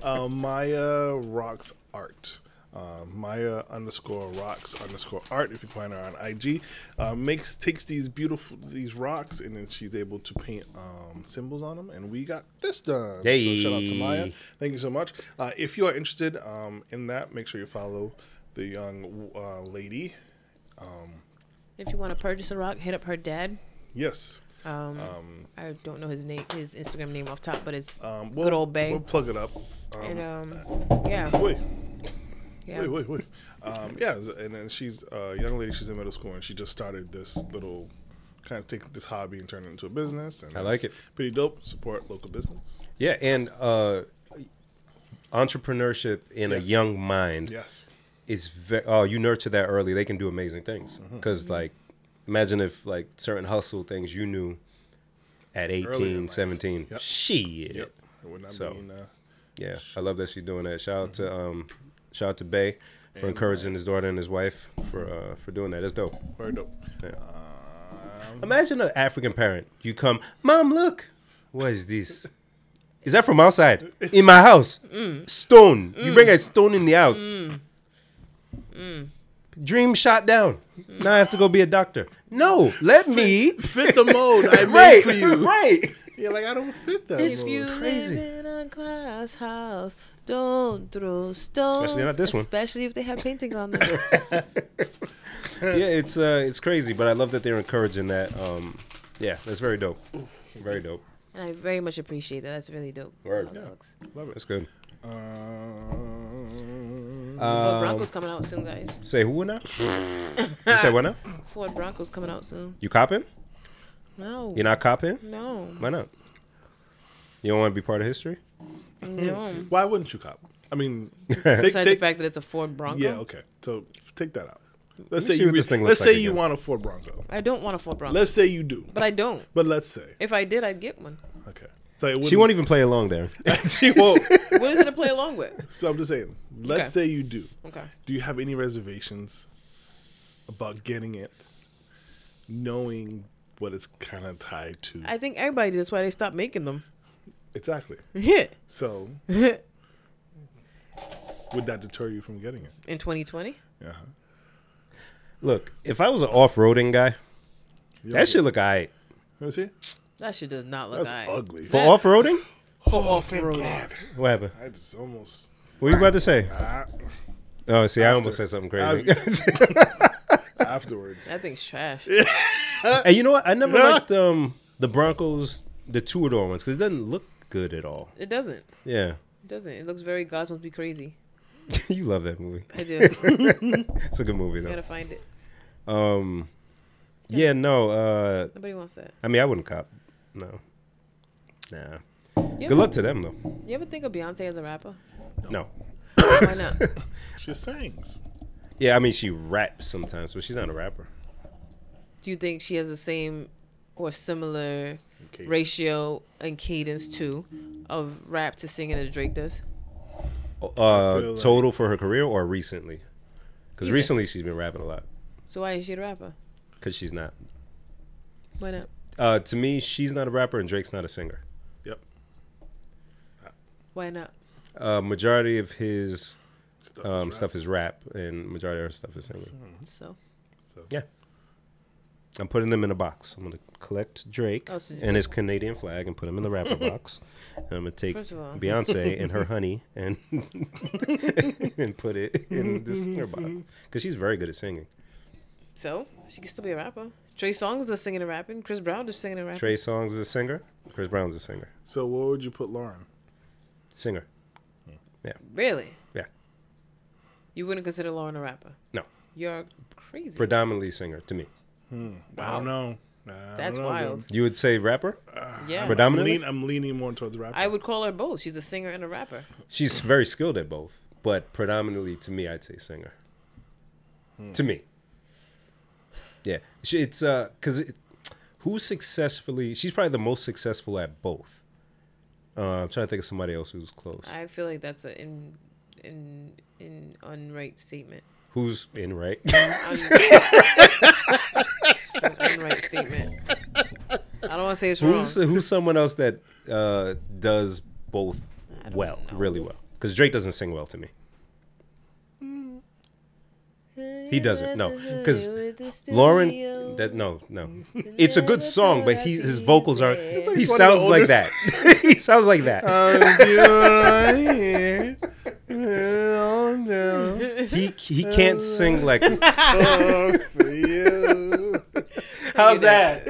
Speaker 3: uh, Maya Rocks Art. Uh, Maya underscore rocks underscore art. If you find her on IG, uh, makes takes these beautiful these rocks and then she's able to paint um, symbols on them. And we got this done. So shout out to Maya.
Speaker 2: Hey.
Speaker 3: Thank you so much. Uh, if you are interested um, in that, make sure you follow the young uh, lady.
Speaker 1: If you want to purchase a rock, hit up her dad.
Speaker 3: Yes.
Speaker 1: Um, I don't know his name, his Instagram name off top, but it's
Speaker 3: Um,
Speaker 1: good old Bay.
Speaker 3: We'll plug it up. Um,
Speaker 1: and um, yeah,
Speaker 3: wait,
Speaker 1: yeah.
Speaker 3: wait, wait, wait. Um, yeah, and then she's a young lady. She's in middle school, and she just started this little kind of take this hobby and turn it into a business. And
Speaker 2: I like
Speaker 3: it's
Speaker 2: it.
Speaker 3: Pretty dope. Support local business.
Speaker 2: yeah, and uh, entrepreneurship in a
Speaker 3: Yes.
Speaker 2: young mind.
Speaker 3: Yes.
Speaker 2: is very oh you nurture that early they can do amazing things
Speaker 3: Mm-hmm.
Speaker 2: because like imagine if like certain hustle things you knew at
Speaker 3: Early in
Speaker 2: 18
Speaker 3: life.
Speaker 2: 17
Speaker 3: Yep.
Speaker 2: shit
Speaker 3: Yep. It would not
Speaker 2: So-
Speaker 3: be in, uh,
Speaker 2: yeah i love that she's doing that shout out
Speaker 3: Mm-hmm.
Speaker 2: to um shout out to bay for encouraging his daughter and his wife for uh for doing that it's dope
Speaker 3: very dope.
Speaker 2: Yeah.
Speaker 3: Um,
Speaker 2: imagine an african parent you come mom look what is this is that from outside in my house stone you bring a stone in the house Mm. dream shot down now i have to go be a doctor no let me
Speaker 3: fit the mode I made
Speaker 2: right
Speaker 3: for you.
Speaker 2: right
Speaker 3: Yeah, like I don't fit that.
Speaker 2: It's
Speaker 3: mode.
Speaker 1: You
Speaker 2: Crazy.
Speaker 1: live in a glass house. Don't throw stones.
Speaker 2: not this one.
Speaker 1: Especially if they have paintings on them.
Speaker 2: yeah it's uh it's crazy but i love that they're encouraging that um yeah that's very dope very dope
Speaker 1: and I very much appreciate that. That's really dope.
Speaker 2: Word.
Speaker 1: How that looks.
Speaker 3: Love it.
Speaker 2: that's good
Speaker 3: Um,
Speaker 2: Uh,
Speaker 1: Ford Bronco's coming out soon, guys.
Speaker 2: say who now you say what now
Speaker 1: Ford Bronco's coming out soon.
Speaker 2: you copping
Speaker 1: No.
Speaker 2: you're not copping
Speaker 1: No.
Speaker 2: why not you don't want to be part of history
Speaker 1: No.
Speaker 3: why wouldn't you cop? I mean, take,
Speaker 1: Besides the
Speaker 3: take,
Speaker 1: fact that it's a Ford Bronco.
Speaker 3: Yeah, okay. So take that out. Let's
Speaker 2: me
Speaker 3: say
Speaker 2: see
Speaker 3: you
Speaker 2: what
Speaker 3: re-
Speaker 2: this thing looks
Speaker 3: let's
Speaker 2: like
Speaker 3: say you
Speaker 2: again.
Speaker 3: want a Ford Bronco.
Speaker 1: I don't want a Ford Bronco.
Speaker 3: Let's say you do,
Speaker 1: but I don't.
Speaker 3: but let's say
Speaker 1: If I did, I'd get one.
Speaker 3: okay. So
Speaker 2: She
Speaker 3: it wouldn't-
Speaker 2: won't even play along there.
Speaker 3: She won't.
Speaker 1: What is it to play along with?
Speaker 3: so I'm just saying. Let's
Speaker 1: Okay.
Speaker 3: say you do.
Speaker 1: Okay.
Speaker 3: Do you have any reservations about getting it, knowing what it's kind of tied to?
Speaker 1: I think everybody did. That's why they stopped making them.
Speaker 3: exactly.
Speaker 1: Yeah.
Speaker 3: So would that deter you from getting it? Uh-huh.
Speaker 1: In 2020?
Speaker 3: Yeah.
Speaker 2: Look, if I was an off-roading guy, that shit look alright.
Speaker 3: You see?
Speaker 1: That shit does not look
Speaker 3: That's
Speaker 1: right.
Speaker 3: ugly.
Speaker 2: For off-roading,
Speaker 1: For off road.
Speaker 2: what happened?
Speaker 3: I just almost.
Speaker 2: What you about to say?
Speaker 3: I,
Speaker 2: Oh, see, I almost said something crazy.
Speaker 3: afterwards.
Speaker 1: That thing's trash.
Speaker 2: and you know what? I never
Speaker 3: Nah.
Speaker 2: liked um, the Broncos, the two-door ones, because it doesn't look good at all.
Speaker 1: It doesn't.
Speaker 2: Yeah,
Speaker 1: It doesn't. It looks very God's must be crazy.
Speaker 2: you love that movie.
Speaker 1: I do.
Speaker 2: It's a good movie though.
Speaker 1: Gotta find it.
Speaker 2: Yeah, no. Uh,
Speaker 1: Nobody wants that.
Speaker 2: I mean, I wouldn't cop. No. Nah.
Speaker 1: You
Speaker 2: Good
Speaker 1: ever,
Speaker 2: luck to them though.
Speaker 1: you ever think of Beyonce as a rapper?
Speaker 2: No.
Speaker 1: Why not?
Speaker 3: She sings.
Speaker 2: Yeah, I mean, she raps sometimes, but she's not a rapper.
Speaker 1: Do you think she has the same or similar ratio and cadence too of rap to singing as Drake does?
Speaker 2: Uh,
Speaker 3: feel like-
Speaker 2: total for her career or recently? Because
Speaker 1: Either.
Speaker 2: recently she's been rapping a lot.
Speaker 1: So why is she a rapper?
Speaker 2: Because she's not.
Speaker 1: Why not?
Speaker 2: Uh, to me, she's not a rapper and Drake's not a singer.
Speaker 3: Yep.
Speaker 1: Why not?
Speaker 2: Uh, majority of his
Speaker 3: Stuff is
Speaker 2: um,
Speaker 3: rap.
Speaker 2: stuff is rap, and majority of her stuff is singing.
Speaker 1: So
Speaker 2: Yeah. I'm putting them in a box. I'm gonna collect Drake
Speaker 1: Oh, so you
Speaker 2: and his Canadian flag and put him in the rapper box. And I'm gonna take
Speaker 1: First of all.
Speaker 2: Beyonce and her honey and and put it in this singer box because she's very good at singing.
Speaker 1: so she can still be a rapper. Trey Songz does singing and rapping. Chris Brown does singing and rapping.
Speaker 2: Trey Songz is a singer. Chris Brown's a singer.
Speaker 3: So where would you put Lauren?
Speaker 2: Singer.
Speaker 1: Really?
Speaker 2: Yeah.
Speaker 1: You wouldn't consider Lauren a rapper?
Speaker 2: No.
Speaker 1: You're crazy.
Speaker 2: Predominantly singer to me.
Speaker 3: I don't know. I don't
Speaker 1: That's
Speaker 3: know,
Speaker 1: wild.
Speaker 3: dude.
Speaker 2: You would say rapper?
Speaker 1: yeah.
Speaker 3: I'm,
Speaker 2: Predominantly.
Speaker 3: lean, I'm leaning more towards rap.
Speaker 1: I would call her both. She's a singer and a rapper.
Speaker 2: She's very skilled at both, but predominantly to me, I'd say singer. To me, yeah, she, it's because it, who successfully? She's probably the most successful at both. Uh, I'm trying to think of somebody else who's close,
Speaker 1: I feel like that's an in in in unright statement.
Speaker 2: who's in right.
Speaker 1: Un- It's an unright statement. I don't want to say it's wrong.
Speaker 2: who's who's someone else that uh, does both well, really well? Because Drake doesn't sing well to me.
Speaker 1: Hmm.
Speaker 2: He doesn't. No, because Lauren, that no, no. It's a good song, but he his vocals aren't. He
Speaker 3: one of the
Speaker 2: sounds like
Speaker 3: oldest- Uh,
Speaker 2: that. he sounds like that. He he can't sing like. How's that?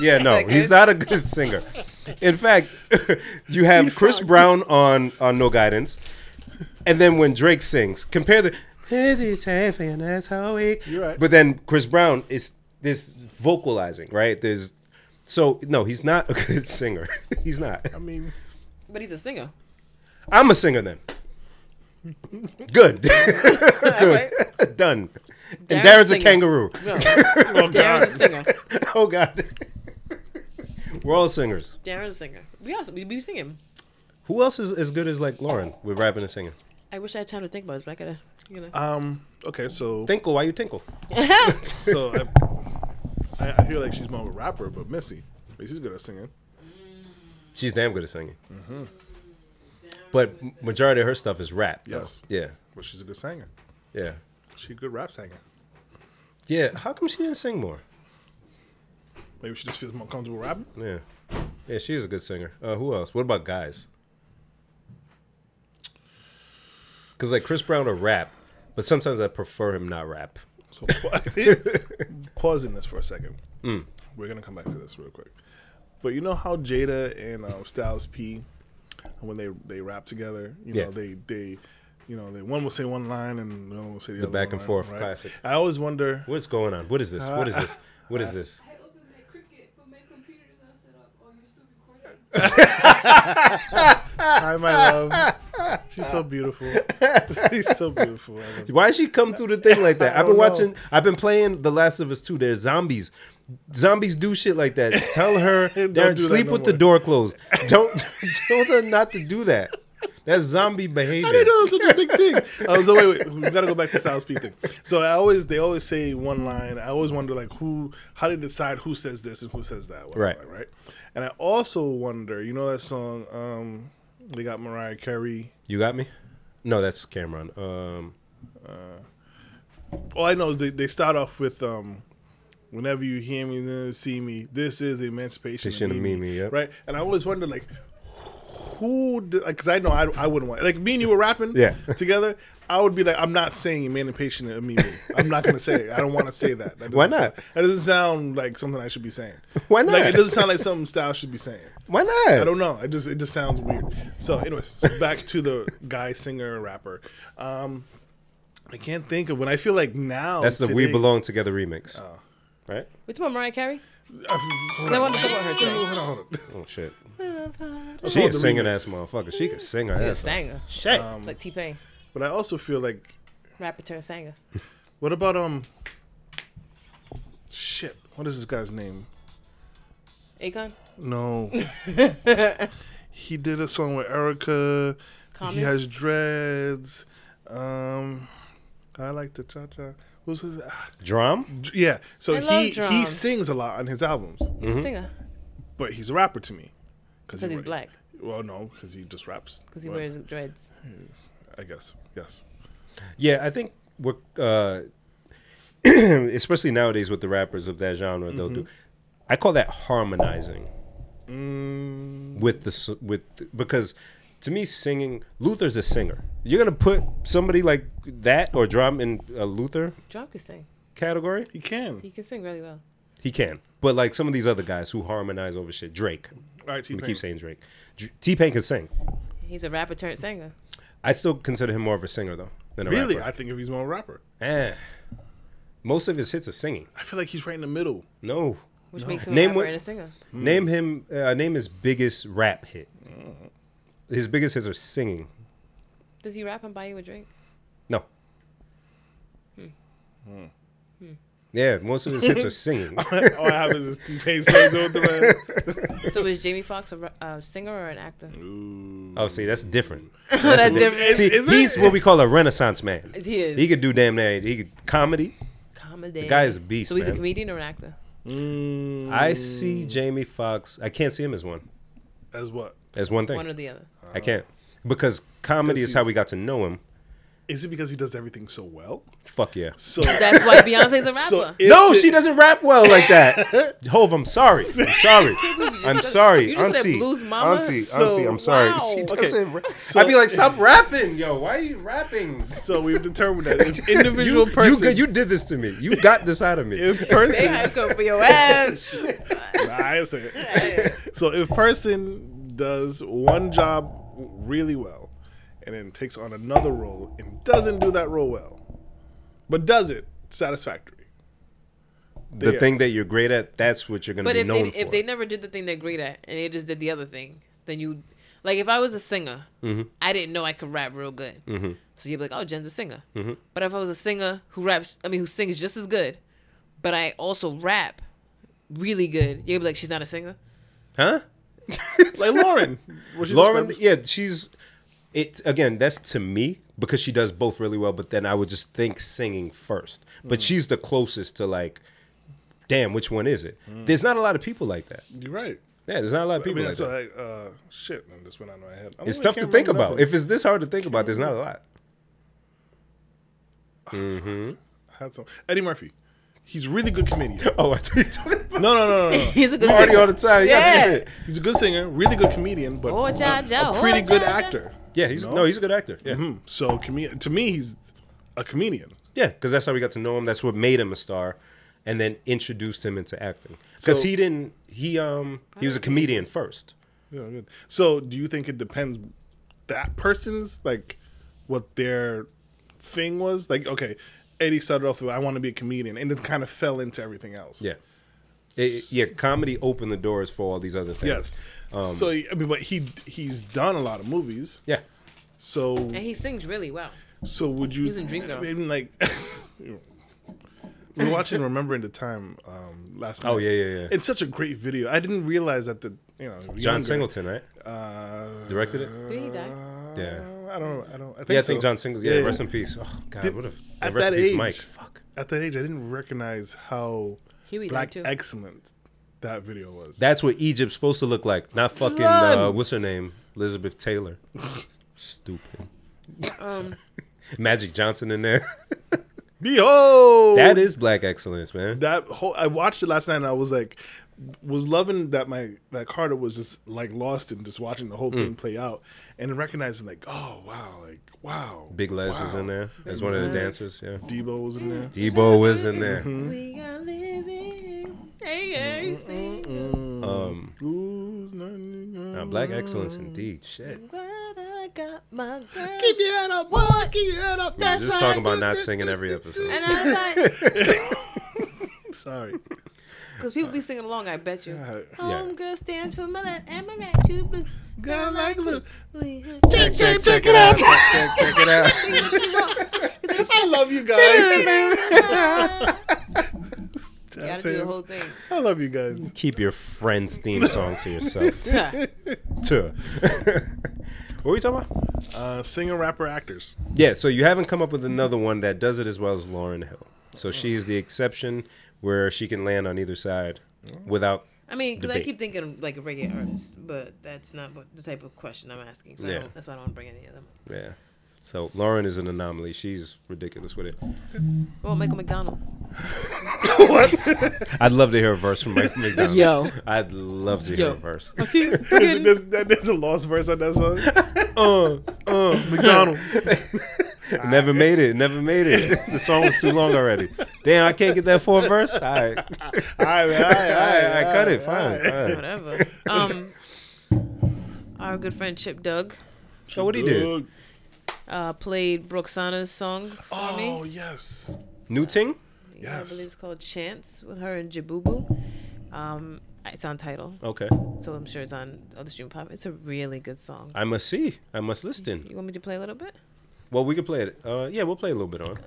Speaker 2: yeah, no, he's not a good singer. In fact, you have Chris Brown on on No Guidance, and then when Drake sings, compare the. You're
Speaker 3: You're right.
Speaker 2: But then Chris Brown is this vocalizing, right? There's so no, he's not a good singer. he's not.
Speaker 3: I mean,
Speaker 1: But he's a singer.
Speaker 2: I'm a singer then. Good. Good. Done. and
Speaker 1: Darren's
Speaker 2: Darren's a
Speaker 1: singing.
Speaker 2: kangaroo.
Speaker 1: No. Darren's a singer.
Speaker 2: Oh God. We're all singers.
Speaker 1: Darren's a singer. We also we, we sing him.
Speaker 2: Who else is as good as like Lauren with rapping and singing?
Speaker 1: I wish I had time to think about this, but I gotta, you know.
Speaker 3: um, okay, so
Speaker 2: Tinkle, why you tinkle?
Speaker 3: so I, I, I feel like she's more of a rapper, but Missy, like, she's good at singing.
Speaker 2: She's damn good at singing. But m- majority of her stuff is rap. though.
Speaker 3: Yes.
Speaker 2: Yeah.
Speaker 3: But she's a good singer.
Speaker 2: Yeah.
Speaker 3: She's a good rap singer.
Speaker 2: Yeah. How come she didn't sing more?
Speaker 3: Maybe she just feels more comfortable rapping.
Speaker 2: Yeah. Yeah, she is a good singer. Uh, who else? What about guys? Because like Chris Brown will rap, but sometimes I prefer him not rap.
Speaker 3: So pausing this for a second.
Speaker 2: Mm.
Speaker 3: We're gonna come back to this real quick. But you know how Jada and um, Styles P, when they they rap together, you
Speaker 2: Yeah.
Speaker 3: know they they, you know they one will say one line and the other will say the, other
Speaker 2: back and
Speaker 3: line,
Speaker 2: forth classic.
Speaker 3: I always wonder.
Speaker 2: What's going on? What is this? What is this? What is this?
Speaker 7: I opened my Cricut, but my computer is not set up. Oh, you're still recording?
Speaker 3: Hi, my love. She's so beautiful. She's so beautiful. I love her.
Speaker 2: Why she come through the thing like that? I've been
Speaker 3: don't know.
Speaker 2: watching. I've been playing The Last of Us 2. There's zombies. Zombies do shit like that. Tell her,
Speaker 3: Don't
Speaker 2: Darren,
Speaker 3: do that
Speaker 2: sleep
Speaker 3: no
Speaker 2: with the
Speaker 3: more.
Speaker 2: door closed. Don't tell her not to do that. That's zombie behavior.
Speaker 3: I didn't know that was such a big thing. I was like, wait, wait, we gotta go back to Styles P thing. So I always, they always say one line. I always wonder, like, who, how they decide who says this and who says that, whatever,
Speaker 2: Right.
Speaker 3: Right. And I also wonder, you know, that song, um, they got Mariah Carey.
Speaker 2: You got me? No, that's Cameron. Um,
Speaker 3: all I know is they, they start off with um, whenever you hear me, then see me. This is the emancipation
Speaker 2: Emancipation
Speaker 3: of
Speaker 2: of
Speaker 3: Mimi,
Speaker 2: Mimi, yep.
Speaker 3: right? And I always wonder like. Who? Because I know I, I wouldn't want like me and you were rapping
Speaker 2: Yeah.
Speaker 3: together. I would be like, I'm not saying emancipation of Mimi. I'm not gonna say it. I don't want to say that. that
Speaker 2: Why
Speaker 3: doesn't
Speaker 2: not?
Speaker 3: sound- that doesn't sound like something I should be saying.
Speaker 2: Why
Speaker 3: Like it
Speaker 2: not?
Speaker 3: doesn't sound like something Style should be saying.
Speaker 2: Why not?
Speaker 3: I don't know. It just it just sounds weird. So, anyways, so back to the guy singer rapper. Um, I can't think of when I feel like now.
Speaker 2: That's the We
Speaker 3: today's-
Speaker 2: Belong Together remix. Right?
Speaker 1: Which one, Mariah Carey?
Speaker 2: Um,
Speaker 1: 'Cause I wanted to talk about her today.
Speaker 3: Hold on, hold on.
Speaker 2: Oh shit. She
Speaker 3: called
Speaker 2: a
Speaker 3: the
Speaker 2: singing
Speaker 3: remix.
Speaker 2: ass motherfucker. She could sing her
Speaker 1: She a
Speaker 2: ass. off.
Speaker 1: Sanger. Shit. like T Pain,
Speaker 3: But I also feel like
Speaker 1: rapper turned Sanger.
Speaker 3: what about um, shit. What is this guy's name?
Speaker 1: Akon.
Speaker 3: No. he did a song with Erica.
Speaker 1: Common?
Speaker 3: He has dreads. Um, I like the cha cha. Who's his? ah,
Speaker 2: Drum?
Speaker 3: Yeah. So
Speaker 1: I love
Speaker 3: he he
Speaker 1: drums.
Speaker 3: sings a lot on his albums.
Speaker 1: He's
Speaker 2: Mm-hmm.
Speaker 1: a singer
Speaker 3: but he's a rapper to me
Speaker 1: because he's
Speaker 3: wear-
Speaker 1: black.
Speaker 3: Well, no, because he just raps.
Speaker 1: Because he
Speaker 3: Well,
Speaker 1: wears dreads.
Speaker 3: I guess. Yes.
Speaker 2: Yeah, I think what uh especially nowadays with the rappers of that genre they'll do I call that harmonizing. With the s- with because to me singing Luther's a singer. You're going to put somebody like that or drum in a Luther
Speaker 1: Drum could sing.
Speaker 2: category?
Speaker 3: He can.
Speaker 1: He can sing really well.
Speaker 2: He can. But like some of these other guys who harmonize over shit, Drake.
Speaker 3: All right,
Speaker 2: We
Speaker 3: T-Pain.
Speaker 2: keep saying Drake. T Pain can sing.
Speaker 1: He's a rapper turned singer.
Speaker 2: I still consider him more of a singer though than a
Speaker 3: Really, I
Speaker 2: rapper.
Speaker 3: think if he's more a rapper,
Speaker 2: Eh. Most of his hits are singing.
Speaker 3: I feel like he's right in the middle.
Speaker 2: No,
Speaker 1: Which makes him
Speaker 2: Name
Speaker 1: a rapper
Speaker 2: what-
Speaker 1: and a singer.
Speaker 3: Hmm.
Speaker 2: name him. Uh, name his biggest rap hit. His biggest hits are singing.
Speaker 1: Does he rap and buy you a drink?
Speaker 2: No.
Speaker 1: Hmm.
Speaker 3: Hmm.
Speaker 2: Yeah, most of his hits are singing.
Speaker 3: All I have is this T-Pain songs over the rap.
Speaker 1: So is Jamie Foxx a ra- a singer or an actor?
Speaker 2: Oh, see, that's different.
Speaker 1: That's different.
Speaker 2: See,
Speaker 3: is
Speaker 2: he's
Speaker 3: it?
Speaker 2: what we call a renaissance man.
Speaker 1: He is.
Speaker 2: He could do damn near. He could comedy.
Speaker 1: Comedy.
Speaker 2: The guy is a beast,
Speaker 1: So he's
Speaker 2: man.
Speaker 1: a comedian or an actor?
Speaker 3: Mm,
Speaker 2: I see Jamie Foxx. I can't see him as one.
Speaker 3: as what?
Speaker 2: As one thing.
Speaker 1: One or the other.
Speaker 2: I can't because comedy is how we got to know him.
Speaker 3: Is it because he does everything so well?
Speaker 2: Fuck yeah.
Speaker 3: So
Speaker 1: That's why Beyonce's a rapper.
Speaker 3: so if
Speaker 2: No,
Speaker 3: it-
Speaker 2: she doesn't rap well like that. Hove, I'm sorry. I'm sorry. I'm sorry,
Speaker 1: you just said
Speaker 2: auntie.
Speaker 1: blues mama?
Speaker 2: Auntie,
Speaker 1: So,
Speaker 2: auntie, I'm sorry.
Speaker 1: wow.
Speaker 2: She
Speaker 1: Okay,
Speaker 2: doesn't. ra- I'd be like, stop rapping, yo. Why are you rapping?
Speaker 3: So we've determined that if individual
Speaker 2: you,
Speaker 3: person,
Speaker 2: You, you did this to me. You got this out of me.
Speaker 3: if
Speaker 1: They
Speaker 3: person,
Speaker 1: hype up for your ass.
Speaker 3: Nah, I didn't say it. So if person does one job really well and then takes on another role and doesn't do that role well, but does it satisfactory.
Speaker 2: The
Speaker 3: Yeah.
Speaker 2: thing that you're great at, that's what you're gonna
Speaker 1: But
Speaker 2: be
Speaker 1: if they
Speaker 2: known for.
Speaker 1: if they never did the thing they're great at and they just did the other thing, then you like if I was a singer, I didn't know I could rap real good. So you'd be like, oh, Jen's a singer. But if I was a singer who raps, I mean, who sings just as good, but I also rap really good, you'd be like, she's not a singer.
Speaker 2: huh?
Speaker 3: Like Lauren. was she
Speaker 2: Lauren,
Speaker 3: described-
Speaker 2: yeah, she's. It again. That's to me because she does both really well. But then I would just think singing first. But
Speaker 3: Mm.
Speaker 2: she's the closest to like, damn, which one is it? There's not a lot of people like that.
Speaker 3: You're right.
Speaker 2: Yeah, there's not a lot of
Speaker 3: Mm. I
Speaker 2: people
Speaker 3: mean,
Speaker 2: like
Speaker 3: that's
Speaker 2: that.
Speaker 3: like, uh, shit, man, this went out of my head. I
Speaker 2: It's
Speaker 3: really
Speaker 2: tough to
Speaker 3: can't
Speaker 2: think
Speaker 3: remember
Speaker 2: about.
Speaker 3: nothing.
Speaker 2: If it's this hard to think about, there's not a lot.
Speaker 3: I had some- Eddie Murphy. He's a really good comedian.
Speaker 2: Oh, I thought you were talking about
Speaker 3: No, no, no, no, no.
Speaker 1: He's a good
Speaker 2: party
Speaker 1: singer.
Speaker 2: all the time. You gotta
Speaker 1: Yeah.
Speaker 2: do shit.
Speaker 3: He's a good singer, really good comedian, but
Speaker 1: Oh, ja, ja,
Speaker 3: a
Speaker 1: oh,
Speaker 3: pretty good
Speaker 1: ja, ja.
Speaker 3: actor.
Speaker 2: Yeah, he's
Speaker 3: No.
Speaker 2: no, he's a good actor. Yeah,
Speaker 3: Hmm. So, comed- to me, he's a comedian.
Speaker 2: yeah, because that's how we got to know him. That's what made him a star, and then introduced him into acting. Because
Speaker 3: So-
Speaker 2: he didn't. He um he was a comedian first.
Speaker 3: Yeah, good. So, do you think it depends that person's like what their thing was? Like, okay, Eddie started off with "I want to be a comedian," and it kind of fell into everything else.
Speaker 2: Yeah, It- yeah. Comedy opened the doors for all these other things.
Speaker 3: Yes. so I mean, but he he's done a lot of movies.
Speaker 2: Um, Yeah.
Speaker 3: So
Speaker 1: And he sings really well.
Speaker 3: so would you?
Speaker 1: was in Dreamgirls.
Speaker 3: I mean, like. We were watching Remembering the Time um, last night.
Speaker 2: Oh, yeah, yeah, yeah.
Speaker 3: It's such a great video. I didn't realize that the, you know,
Speaker 2: John
Speaker 3: younger-
Speaker 2: Singleton, right?
Speaker 3: Uh,
Speaker 2: Directed it.
Speaker 1: Did he die?
Speaker 2: Yeah.
Speaker 3: I don't. I don't. I think
Speaker 2: yeah, I think
Speaker 3: so.
Speaker 2: John Singleton. Yeah, rest in peace. Oh God,
Speaker 3: Did-
Speaker 2: what a
Speaker 3: at
Speaker 2: rest
Speaker 3: that
Speaker 2: in peace,
Speaker 3: age-
Speaker 2: Mike. Fuck.
Speaker 3: At that age, I didn't recognize how
Speaker 1: Huey died
Speaker 3: black
Speaker 1: too.
Speaker 3: excellent that video was.
Speaker 2: That's what Egypt's supposed to look like. Not fucking uh,
Speaker 3: Son!
Speaker 2: what's her name, Elizabeth Taylor.
Speaker 3: Oh.
Speaker 2: Stupid. Sorry. Magic Johnson in there.
Speaker 3: Behold,
Speaker 2: That is black excellence, man.
Speaker 3: that whole. I watched it last night, and I was like, was loving that my that Carter was just like lost in just watching the whole thing
Speaker 2: Mm.
Speaker 3: play out, and then recognizing like, oh wow, like wow,
Speaker 2: Big Les is in there as one of the dancers. Yeah,
Speaker 3: Debo was in there.
Speaker 2: Debo was in there.
Speaker 3: Mm-hmm.
Speaker 1: We are living. Hey, yeah, you see?
Speaker 3: Mm.
Speaker 2: Um,
Speaker 3: Who's not-
Speaker 2: now, black excellence indeed. Shit.
Speaker 1: Glad I got my girl.
Speaker 3: Keep your head up, boy. Keep your head up.
Speaker 2: We were just talking about not singing every episode.
Speaker 1: And I was like,
Speaker 3: Sorry.
Speaker 1: because people be singing along, I bet you.
Speaker 3: God.
Speaker 1: Home girl stand to my left, and my right, you blue. Sound like blue. We had-
Speaker 3: Check, check, check it out.
Speaker 2: Check, check it out.
Speaker 3: I love you guys.
Speaker 1: Gotta do the whole thing.
Speaker 3: I love you guys.
Speaker 2: Keep your friend's theme song to yourself. Tuh. what were you talking about?
Speaker 3: Uh, singer, rapper, actors.
Speaker 2: Yeah, so you haven't come up with another one that does it as well as Lauren Hill.
Speaker 3: Oh.
Speaker 2: So she's the exception where she can land on either side
Speaker 3: Oh.
Speaker 2: without.
Speaker 1: I mean, because I
Speaker 2: Debate.
Speaker 1: keep thinking of, like a reggae artist, but that's not what, the type of question I'm asking. So I
Speaker 2: Yeah.
Speaker 1: don't, that's why I don't want to bring any of them.
Speaker 2: Yeah. So Lauren is an anomaly. She's ridiculous with it.
Speaker 1: Well, Oh, Michael McDonald.
Speaker 2: I'd love to hear a verse from Mike McDonald.
Speaker 1: Yo.
Speaker 2: I'd love to hear
Speaker 1: Yo.
Speaker 2: a verse.
Speaker 3: There's, there's, there's a lost verse on that song. Uh, uh, McDonald.
Speaker 2: never made it. Never made it. The song was too long already. Damn, I can't get that fourth verse. All right. All
Speaker 3: All right, man. All right, all right, all
Speaker 2: right, I
Speaker 3: right.
Speaker 2: cut it. Fine. fine.
Speaker 1: Whatever. Um, our good friend Chip Doug
Speaker 2: So what he did?
Speaker 1: uh, played Broxana's song for
Speaker 3: Oh,
Speaker 1: me.
Speaker 3: yes.
Speaker 2: New ting?
Speaker 1: I believe
Speaker 3: Yes.
Speaker 1: it's called Chance with her and Jabubu. Um, it's on title,
Speaker 2: Okay.
Speaker 1: so I'm sure it's on other stream pop. It's a really good song.
Speaker 2: I must see. I must listen.
Speaker 1: You want me to play a little bit?
Speaker 2: Well, we could play it. Uh, yeah, we'll play a little bit on.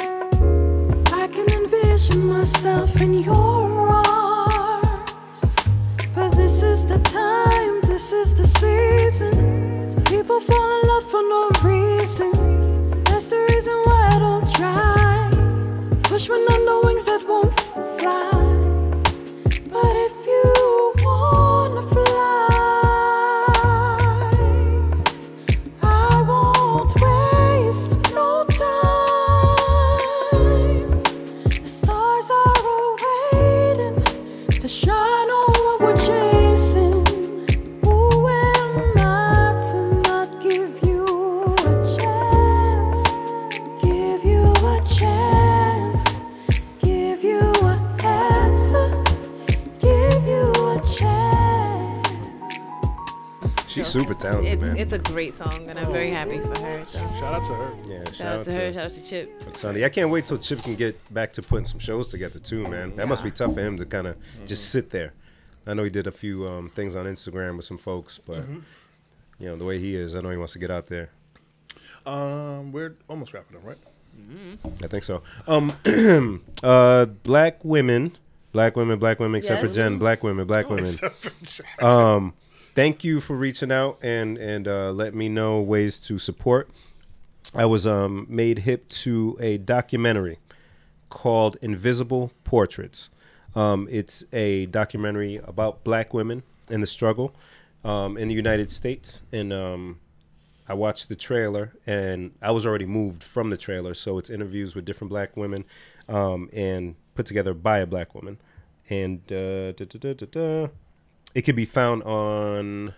Speaker 8: I can envision myself in your arms. But this is the time, this is the season. People fall in love for no reason. That's the reason why I don't try. Pushman on the wings that won't fly. But if you wanna fly, I won't waste no time. The stars are awaiting to shine on what we're chasing. Who am I to not give you a chance? Give you a chance. Give you an answer. Give you a chance.
Speaker 2: She's super talented,
Speaker 1: It's
Speaker 2: man.
Speaker 1: it's a great song, and I'm very happy for her. So shout,
Speaker 3: Shout out to her.
Speaker 2: yeah, shout,
Speaker 1: out to her, shout out to Chip.
Speaker 2: Sunday. I can't wait till Chip can get back to putting some shows together too, man. That must be tough for him to kind of just sit there. I know he did a few um, things on Instagram with some folks, but
Speaker 1: Mm-hmm.
Speaker 2: you know the way he is, I know he wants to get out there.
Speaker 3: Um, we're almost wrapping up, right?
Speaker 2: I think so. Um, uh, black women, black women, black women, except for
Speaker 1: Yes. Oh,
Speaker 2: Jen, black women, black women.
Speaker 3: uh,
Speaker 2: Thank you for reaching out and and uh, let me know ways to support. I was um, made hip to a documentary called Invisible Portraits. Um, it's a documentary about black women and the struggle um, in the United States. And um, I watched the trailer and I was already moved from the trailer. So it's interviews with different black women um, and put together by a black woman. And uh, da, da, da, da, da. it can be found on,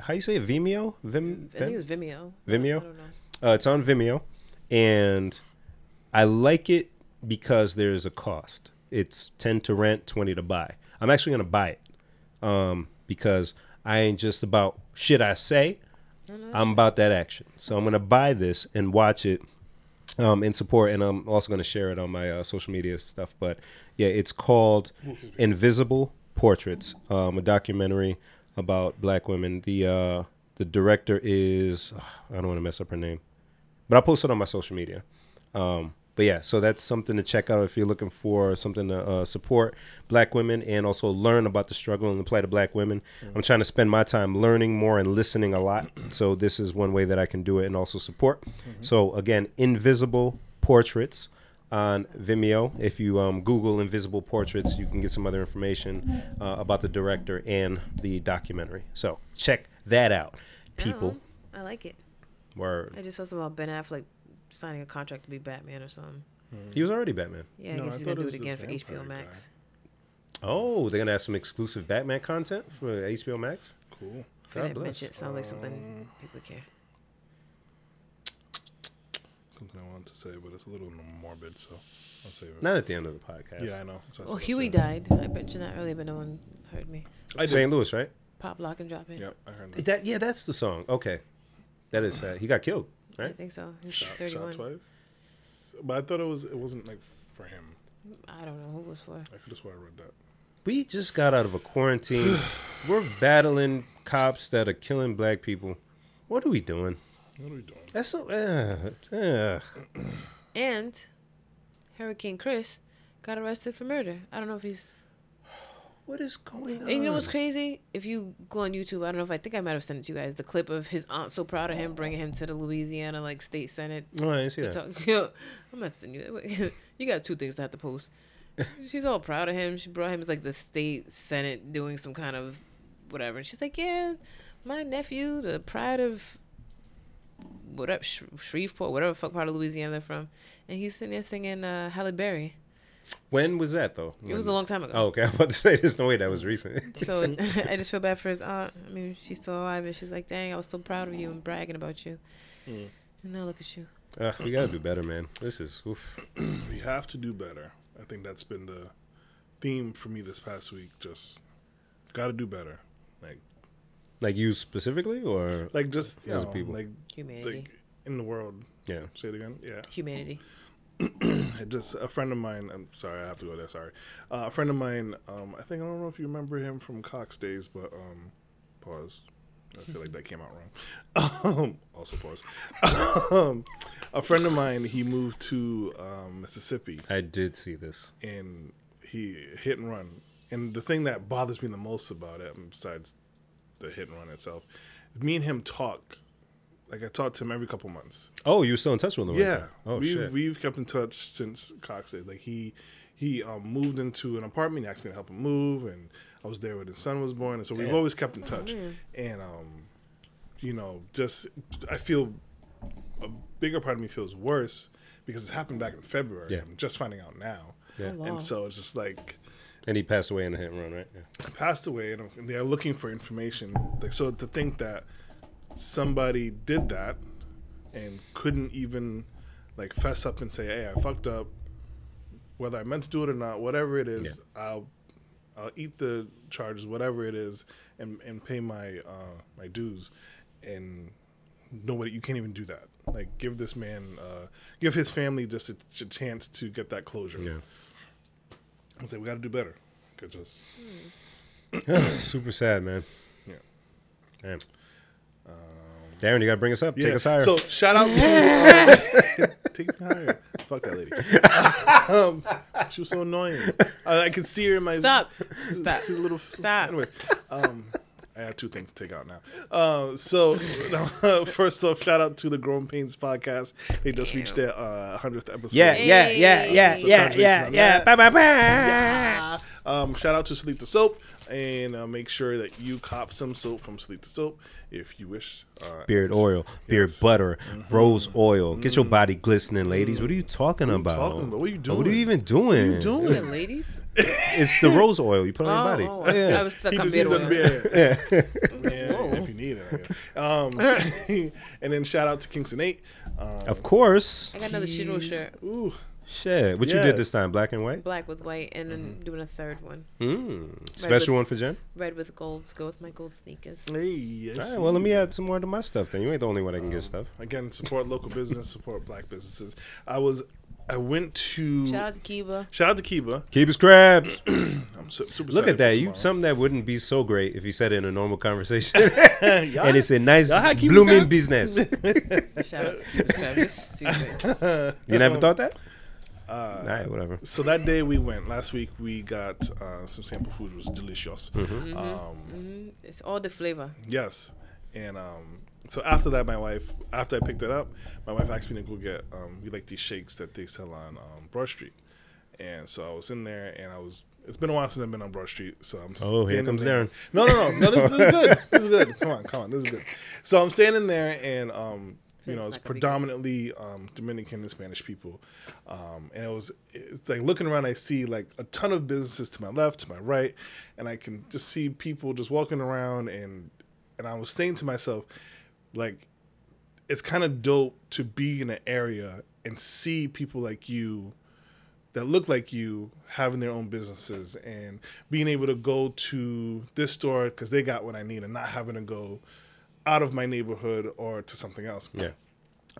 Speaker 2: how you say it, Vimeo? Vim,
Speaker 1: I think it's Vimeo.
Speaker 2: Vimeo.
Speaker 1: I don't know.
Speaker 2: Uh, it's on Vimeo, and I like it because there's a cost. It's ten to rent, twenty to buy. I'm actually gonna buy it um, because I ain't just about shit I say. I'm about that action, so I'm gonna buy this and watch it um, in support, and I'm also going to share it on my uh, social media stuff. But yeah, it's called Invisible Portraits, um, a documentary about black women. The uh, the director is I don't want to mess up her name, but I will post it on my social media. Um, But yeah, so that's something to check out if you're looking for something to uh, support black women and also learn about the struggle and the plight of black women. I'm trying to spend my time learning more and listening a lot. So this is one way that I can do it and also support. So again, Invisible Portraits on Vimeo. If you um, Google Invisible Portraits, you can get some other information uh, about the director and the documentary. So check that out, people.
Speaker 1: I like it. Uh-huh. I
Speaker 2: Word.
Speaker 1: just saw something about Ben Affleck signing a contract to be Batman or something.
Speaker 2: He was already Batman.
Speaker 1: Yeah, I
Speaker 3: No,
Speaker 1: guess
Speaker 3: I
Speaker 1: he's
Speaker 3: thought
Speaker 1: gonna
Speaker 3: it
Speaker 1: do
Speaker 3: was
Speaker 1: it
Speaker 3: the
Speaker 1: again for
Speaker 3: vampire
Speaker 1: HBO Max.
Speaker 3: guy.
Speaker 2: Oh, they're gonna have some exclusive Batman content for HBO Max.
Speaker 3: Cool.
Speaker 1: God
Speaker 2: God
Speaker 1: didn't
Speaker 2: bless.
Speaker 1: mention it. Sounds like something people care.
Speaker 3: Something I wanted to say, but it's a little morbid, so I'll save it.
Speaker 2: Not at the end of the podcast.
Speaker 3: yeah, I know. So I
Speaker 1: Well,
Speaker 3: said-
Speaker 1: Oh, Huey
Speaker 3: said-
Speaker 1: died. I mentioned that earlier, but no one heard me.
Speaker 3: I did.
Speaker 2: St. Louis, right?
Speaker 1: Pop, lock, and drop in.
Speaker 3: Yep, I heard that.
Speaker 2: That yeah, that's the song. Okay, that is sad. He got killed,
Speaker 1: I
Speaker 2: right?
Speaker 1: think so. He's
Speaker 3: Shot, shot
Speaker 1: 31.
Speaker 3: twice. But I thought it was. It wasn't like for him.
Speaker 1: I don't know who it was for.
Speaker 3: I could have sworn I read that.
Speaker 2: We just got out of a quarantine. We're battling cops that are killing black people. What are we doing?
Speaker 3: What are we doing?
Speaker 2: That's so. Uh, uh.
Speaker 1: And Hurricane Chris got arrested for murder. I don't know if he's.
Speaker 2: What is going on?
Speaker 1: And you know what's crazy? If you go on YouTube, I don't know if I think I might have sent it to you guys the clip of his aunt so proud of him bringing him to the Louisiana like state senate
Speaker 2: Oh, I didn't see that.
Speaker 1: talk. Yo, I'm not sending you. that. You got two things to have to post. She's all proud of him. She brought him as like the state senate doing some kind of whatever. And she's like, yeah, my nephew, the pride of whatever Sh- Shreveport, whatever fuck part of Louisiana they're from, and he's sitting there singing uh, Halle Berry.
Speaker 2: When was that though?
Speaker 1: It was a long time ago.
Speaker 2: Oh, okay. I was about to say there's no way that was recent.
Speaker 1: So I just feel bad for his aunt. I mean, she's still alive, and she's like, dang, I was so proud of you and bragging about you.
Speaker 2: Hmm.
Speaker 1: And now look at you.
Speaker 2: Uh, we gotta do better, man. This is oof.
Speaker 3: We have to do better. I think that's been the theme for me this past week. Just got to do better. Like,
Speaker 2: like you specifically, or
Speaker 3: like just you
Speaker 2: As a
Speaker 3: know,
Speaker 2: people.
Speaker 3: like,
Speaker 1: Humanity.
Speaker 3: like in the world.
Speaker 2: yeah.
Speaker 3: Say it again. Yeah.
Speaker 1: Humanity.
Speaker 3: I just a friend of mine. I'm sorry, I have to go there. Sorry, uh, a friend of mine. Um, I think I don't know if you remember him from Cox Days, but um, pause. I feel like that came out wrong. Um, also pause. um, a friend of mine. He moved to um, Mississippi
Speaker 2: I did see this.
Speaker 3: and he hit and run. And the thing that bothers me the most about it, besides the hit and run itself, me and him talk. Like I talk to him every couple months.
Speaker 2: Oh, you were still in touch with him?
Speaker 3: Yeah.
Speaker 2: Oh
Speaker 3: we've,
Speaker 2: shit.
Speaker 3: We've kept in touch since Cox did. Like he he um, moved into an apartment. He asked me to help him move, and I was there when his son was born, and so we've always kept in touch. And um, you know, just I feel a bigger part of me feels worse because it happened back in February.
Speaker 2: Yeah.
Speaker 3: I'm just finding out now.
Speaker 2: Yeah. Oh,
Speaker 1: wow.
Speaker 3: And so it's just like
Speaker 2: and he passed away in the hit and run, right? Yeah.
Speaker 3: passed away and they're looking for information. Like so to think that somebody did that and couldn't even like fess up and say, "Hey, I fucked up." Whether I meant to do it or not, whatever it is, I'll I'll eat the charges, whatever it is, and and pay my uh, my dues. And nobody, you can't even do that. Like, give this man, uh, give his family just a, ch- chance to get that closure.
Speaker 2: Yeah.
Speaker 3: I say we got to do better. Could just
Speaker 2: Super sad, man.
Speaker 3: Yeah.
Speaker 2: Damn. Um, Darren, you gotta bring us up. Take
Speaker 3: Yeah,
Speaker 2: us higher.
Speaker 3: So shout out to take me higher. Fuck that lady. um, she was so annoying. I, I could see her in my
Speaker 1: Stop. Stop.
Speaker 3: see the little
Speaker 1: Stop.
Speaker 3: Anyway, um, I have two things to take out now. Uh, so first off, shout out to the Grown Pains podcast. They just reached their uh, 100th episode.
Speaker 2: yeah, yeah, yeah, yeah,
Speaker 3: So
Speaker 2: yeah,
Speaker 3: congratulations
Speaker 2: yeah,
Speaker 3: on
Speaker 2: yeah.
Speaker 3: that.
Speaker 2: Bye, bye, bye.
Speaker 3: Um, shout out to Sleep to Soap and uh, make sure that you cop some soap from Sleep to Soap if you wish. Uh,
Speaker 2: Beard oil, beard butter, rose oil. Get your body glistening, ladies. What are you talking about?
Speaker 3: talking about? What are you
Speaker 2: What are you
Speaker 3: doing?
Speaker 2: even doing?
Speaker 3: doing?
Speaker 1: Is it ladies?
Speaker 2: It's the rose oil you put on
Speaker 1: Oh,
Speaker 2: your body.
Speaker 1: oh, I, I was stuck
Speaker 3: He
Speaker 1: on
Speaker 3: just
Speaker 1: beard
Speaker 3: needs a
Speaker 1: oil.
Speaker 3: beer. Yeah, if you need it. I guess. Um, and then shout out to Kingston Eight. Um,
Speaker 2: Of course.
Speaker 1: I got another Shiro shirt,
Speaker 3: ooh,
Speaker 2: Shit. What you
Speaker 3: Yeah.
Speaker 2: did this time? Black and white.
Speaker 1: black with white, and then
Speaker 2: Mm-hmm.
Speaker 1: doing a third one,
Speaker 2: Special
Speaker 1: with-
Speaker 2: one for Jen.
Speaker 1: red with gold to go with my gold sneakers.
Speaker 3: hey, yes.
Speaker 2: All right. Well, let me add some more to my stuff. Then you ain't the only one that can get stuff.
Speaker 3: Again, support local business, support black businesses. I was, I went to
Speaker 1: Shout out to Kiba.
Speaker 3: shout out to Kiba.
Speaker 2: Keep his crabs.
Speaker 3: I'm su- super.
Speaker 2: Look at
Speaker 3: excited
Speaker 2: that.
Speaker 3: for
Speaker 2: You
Speaker 3: tomorrow.
Speaker 2: something that wouldn't be so great if you said it in a normal conversation. and it's a nice
Speaker 3: y'all had Keep It
Speaker 2: blooming
Speaker 3: Crab?
Speaker 2: business. you
Speaker 1: Shout out to Kiba's crab. You're stupid.
Speaker 2: never thought that?
Speaker 3: Uh,
Speaker 2: All right, whatever.
Speaker 3: So that day we went. Last week we got uh, some sample food. It was delicious.
Speaker 2: Mm-hmm.
Speaker 3: Um,
Speaker 1: It's all the flavor.
Speaker 3: Yes. And um, so after that, my wife, after I picked it up, my wife asked me to go get, um, we like these shakes that they sell on um, Broad Street. And so I was in there and I was, it's been a while since I've been on Broad Street. So I'm
Speaker 2: Oh, here
Speaker 3: standing
Speaker 2: comes
Speaker 3: there.
Speaker 2: Darren.
Speaker 3: No, no, no. No, this, this is good. This is good. Come on, come on. This is good. So I'm standing there and, um, you know,
Speaker 1: It's
Speaker 3: it's
Speaker 1: not gonna be good.
Speaker 3: predominantly um, Dominican and Spanish people. Um, and it was it's like looking around, I see like a ton of businesses to my left, to my right, and I can just see people just walking around. And, and I was saying to myself, like, it's kind of dope to be in an area and see people like you that look like you having their own businesses and being able to go to this store because they got what I need and not having to go out of my neighborhood or to something else.
Speaker 2: Yeah.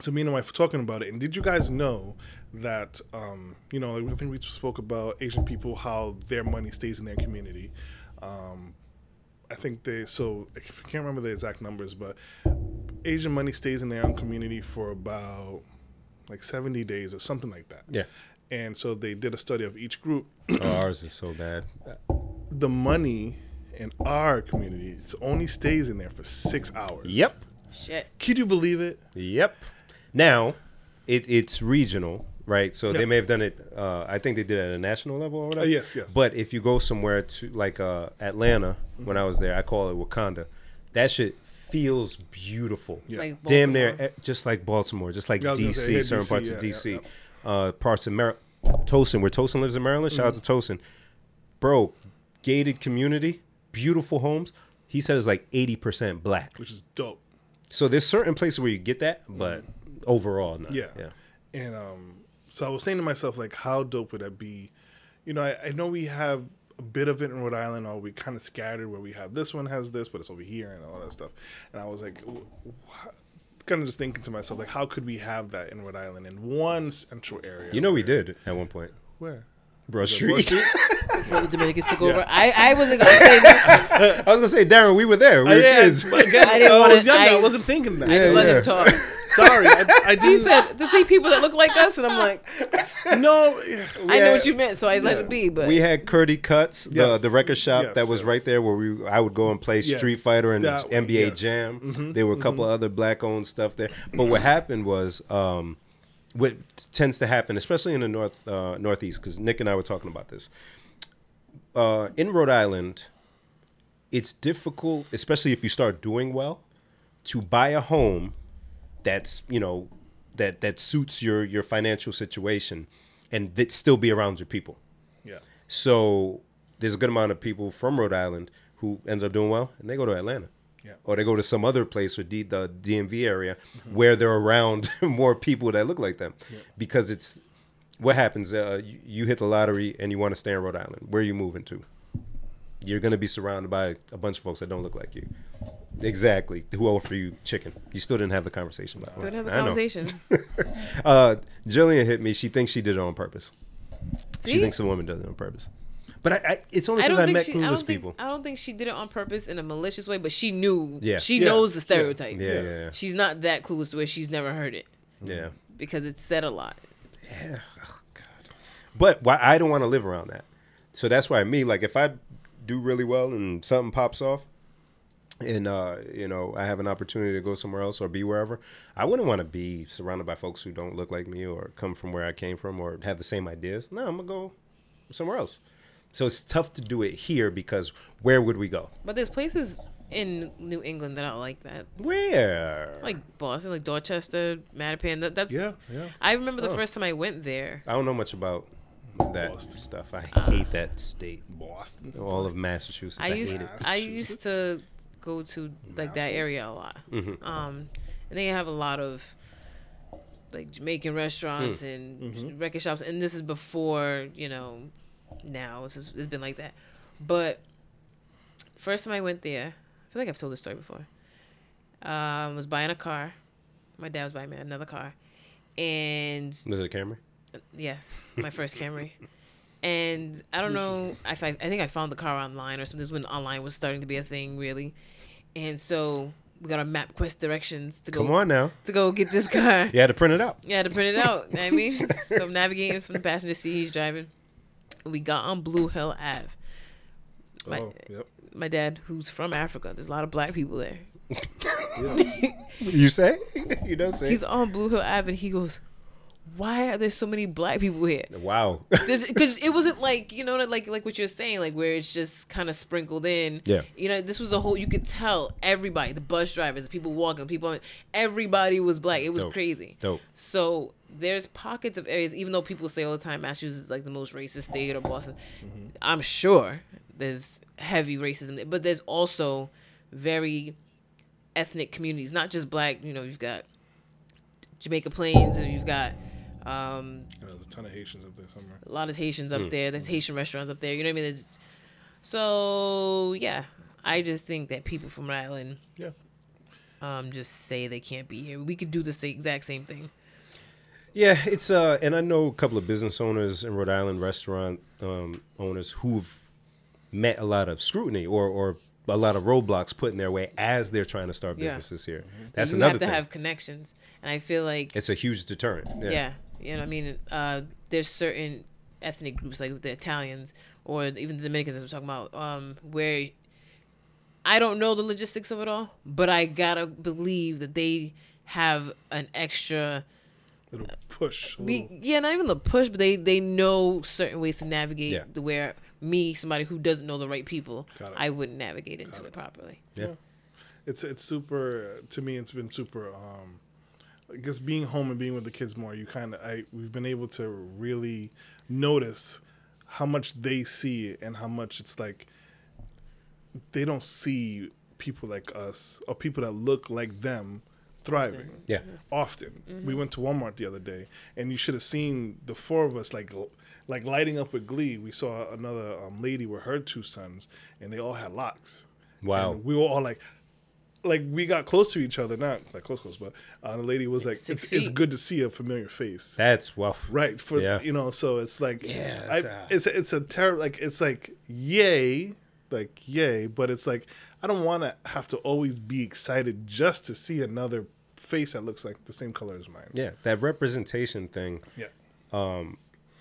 Speaker 3: So me and my wife were talking about it, and did you guys know that um, you know I think we spoke about Asian people how their money stays in their community. Um, I think they so I can't remember the exact numbers, but Asian money stays in their own community for about like seventy days or something like that.
Speaker 2: Yeah.
Speaker 3: And so they did a study of each group.
Speaker 2: Oh, ours is so bad.
Speaker 3: The money in our community it only stays in there for six hours.
Speaker 2: Yep.
Speaker 1: Shit.
Speaker 3: Could you believe it?
Speaker 2: Yep. Now, it, it's regional, right? So
Speaker 3: Yeah.
Speaker 2: they may have done it. Uh, I think they did it at a national level or whatever.
Speaker 3: Uh, yes, yes. Mm-hmm.
Speaker 2: But if you go somewhere to like uh, Atlanta, when I was there, I call it Wakanda. That shit feels beautiful.
Speaker 3: Yeah.
Speaker 1: Like
Speaker 2: Damn
Speaker 1: Baltimore.
Speaker 2: near eh, just like Baltimore, just like
Speaker 3: Yeah, I was
Speaker 2: DC,
Speaker 3: gonna say, yeah,
Speaker 2: certain
Speaker 3: DC,
Speaker 2: parts
Speaker 3: yeah,
Speaker 2: of
Speaker 3: yeah,
Speaker 2: DC, Uh, parts of Mar- Tosin, where Tosin lives in Maryland. Shout
Speaker 3: Mm-hmm.
Speaker 2: out to Tosin, bro. Gated community, beautiful homes. He said it's like eighty percent black.
Speaker 3: Which is dope.
Speaker 2: So there's certain places where you get that, but overall, no.
Speaker 3: Mm-hmm. Yeah.
Speaker 2: yeah.
Speaker 3: And um, so I was saying to myself, like, how dope would that be? You know, I, I know we have a bit of it in Rhode Island, or we kind of scattered where we have this one has this, but it's over here and all that stuff. And I was like, kind of just thinking to myself, like, how could we have that in Rhode Island in one central area?
Speaker 2: You know, we did at one point.
Speaker 3: where?
Speaker 2: Brush
Speaker 3: Broad
Speaker 2: Street.
Speaker 3: Street?
Speaker 1: Before the Dominicans took over, I, I wasn't gonna say that.
Speaker 2: I was gonna say, Darren, we were there. We
Speaker 3: Uh,
Speaker 2: were kids.
Speaker 3: but again,
Speaker 1: I didn't
Speaker 3: I
Speaker 1: wanna-
Speaker 3: was younger. I,
Speaker 1: I-
Speaker 3: wasn't thinking that.
Speaker 2: Yeah,
Speaker 1: Let
Speaker 2: yeah.
Speaker 1: him talk.
Speaker 3: Sorry, I, I
Speaker 1: He
Speaker 3: didn't.
Speaker 1: said to see people that look like us, and I'm like,
Speaker 3: no.
Speaker 1: I know
Speaker 2: had-
Speaker 1: what you meant, so I let it be. But
Speaker 2: We had Curdy Cuts,
Speaker 3: Yes.
Speaker 2: the the record shop
Speaker 3: Yes,
Speaker 2: that was
Speaker 3: yes.
Speaker 2: right there where we I would go and play
Speaker 3: Yeah.
Speaker 2: Street Fighter and
Speaker 3: That way,
Speaker 2: NBA
Speaker 3: yes. Mm-hmm.
Speaker 2: Jam. There were a couple other black owned stuff there. But what happened was um, what tends to happen, especially in the north uh, northeast, because Nick and I were talking about this. Uh, in Rhode Island, it's difficult, especially if you start doing well, to buy a home that's you know that that suits your your financial situation and that still be around your people.
Speaker 3: Yeah.
Speaker 2: So there's a good amount of people from Rhode Island who end up doing well, and they go to Atlanta.
Speaker 3: Yeah.
Speaker 2: Or they go to some other place or D, the DMV area where they're around more people that look like them, because it's what happens. Uh, you, you hit the lottery and you want to stay in Rhode Island. Where are you moving to? You're gonna be surrounded by a bunch of folks that don't look like you. Exactly. Who offer you chicken? You still didn't have the conversation. About
Speaker 1: so we have the
Speaker 2: I know.
Speaker 1: conversation.
Speaker 2: Uh, Jillian hit me. She thinks she did it on purpose.
Speaker 1: See?
Speaker 2: She thinks a woman does it on purpose. But I, I it's only
Speaker 1: I
Speaker 2: because
Speaker 1: don't
Speaker 2: I,
Speaker 1: think
Speaker 2: met
Speaker 1: she. I
Speaker 2: clueless
Speaker 1: don't think,
Speaker 2: people.
Speaker 1: I don't think she did it on purpose in a malicious way, but she knew.
Speaker 2: Yeah.
Speaker 1: She
Speaker 3: Yeah.
Speaker 1: knows the stereotype.
Speaker 2: Yeah, yeah, yeah.
Speaker 1: She's not that clueless to where she's never heard it
Speaker 2: yeah.
Speaker 1: because it's said a lot.
Speaker 2: But why I don't want to live around that. So that's why me like if I do really well and something pops off, and uh, you know I have an opportunity to go somewhere else or be wherever, I wouldn't want to be surrounded by folks who don't look like me or come from where I came from or have the same ideas. No, I'm gonna go somewhere else. So it's tough to do it here because where would we go?
Speaker 1: But there's places in New England that are like that,
Speaker 2: Where?
Speaker 1: like Boston, like Dorchester, Mattapan. That, that's
Speaker 3: Yeah, yeah.
Speaker 1: I remember the
Speaker 2: Oh.
Speaker 1: first time I went there.
Speaker 2: I don't know much about that
Speaker 3: Boston.
Speaker 2: stuff. I
Speaker 1: Ah.
Speaker 2: hate that state.
Speaker 3: Boston.
Speaker 2: All of Massachusetts. I,
Speaker 1: I used
Speaker 2: hate it.
Speaker 1: I used to go to like that area a lot. Um, and they have a lot of like Jamaican restaurants and record shops. And this is before you know. Now it's, just, it's been like that, but first time I went there, I feel like I've told this story before. Um, was buying a car. My dad was buying me another car, and
Speaker 2: There's a camera.
Speaker 1: Yes, my first Camry. And I don't know if I, I think I found the car online or something. This is when online was starting to be a thing, really. And so we got our map quest directions to go
Speaker 2: Come on now.
Speaker 1: to go get this car.
Speaker 2: You had to print it out.
Speaker 1: Yeah, to print it out. know what I mean, so I'm navigating from the passenger seat. He's driving. We got on Blue Hill Ave. My,
Speaker 3: Oh, yep.
Speaker 1: my dad, who's from Africa, there's a lot of black people there.
Speaker 2: You say? You don't say.
Speaker 1: He's on Blue Hill Ave, and he goes, "Why are there so many black people here?"
Speaker 2: wow.
Speaker 1: because it wasn't like you know like like what you're saying like where it's just kind of sprinkled in
Speaker 2: Yeah.
Speaker 1: you know this was a whole you could tell everybody the bus drivers the people walking the people on everybody was black it was
Speaker 2: Dope.
Speaker 1: crazy
Speaker 2: Dope.
Speaker 1: so there's pockets of areas even though people say all the time massachusetts is like the most racist state or boston
Speaker 2: Mm-hmm.
Speaker 1: i'm sure there's heavy racism but there's also very ethnic communities not just black you know you've got jamaica plains and you've got um
Speaker 3: You know, there's a ton of Haitians up there somewhere.
Speaker 1: a lot of Haitians
Speaker 2: Hmm.
Speaker 1: up there. There's Haitian restaurants up there. You know what I mean? There's, so yeah, I just think that people from Rhode Island
Speaker 3: Yeah.
Speaker 1: um, just say they can't be here. We could do the sa- exact same thing.
Speaker 2: Yeah, it's uh, and I know a couple of business owners in Rhode Island, restaurant um, owners who've met a lot of scrutiny or or a lot of roadblocks put in their way as they're trying to start
Speaker 1: Yeah.
Speaker 2: businesses here. That's
Speaker 1: you
Speaker 2: another
Speaker 1: have to
Speaker 2: thing.
Speaker 1: have connections, and I feel like
Speaker 2: it's a huge deterrent. Yeah.
Speaker 1: yeah, you know what I mean. Uh, there's certain ethnic groups like the Italians or even the Dominicans that I'm talking about, um, where I don't know the logistics of it all, but I gotta believe that they have an extra.
Speaker 3: Little push. a
Speaker 1: Be,
Speaker 3: little-
Speaker 1: yeah, not even the push, but they they know certain ways to navigate
Speaker 2: Yeah.
Speaker 1: the where me, somebody who doesn't know the right people,
Speaker 3: Got it.
Speaker 1: I wouldn't navigate into it. properly.
Speaker 2: Yeah.
Speaker 3: it's it's super to me. It's been super. Um, I guess being home and being with the kids more. You kind of I we've been able to really notice how much they see and how much it's like they don't see people like us or people that look like them thriving.
Speaker 2: Yeah.
Speaker 3: Often. We went to Walmart the other day and you should have seen the four of us like l- like lighting up with glee. We saw another um, lady with her two sons and they all had locks.
Speaker 2: Wow.
Speaker 3: And we were all like like we got close to each other, not like close close, but uh, the lady was like,
Speaker 1: six
Speaker 3: it's, it's
Speaker 1: feet.
Speaker 3: good to see a familiar face."
Speaker 2: That's well.
Speaker 3: Right. For
Speaker 2: Yeah.
Speaker 3: you know, so it's like
Speaker 2: Yeah,
Speaker 3: I,
Speaker 2: it's, uh,
Speaker 3: it's a, it's a terrible like it's like yay, like yay, but it's like I don't want to have to always be excited just to see another face that looks like the same color as mine.
Speaker 2: Yeah, that representation thing
Speaker 3: Yeah.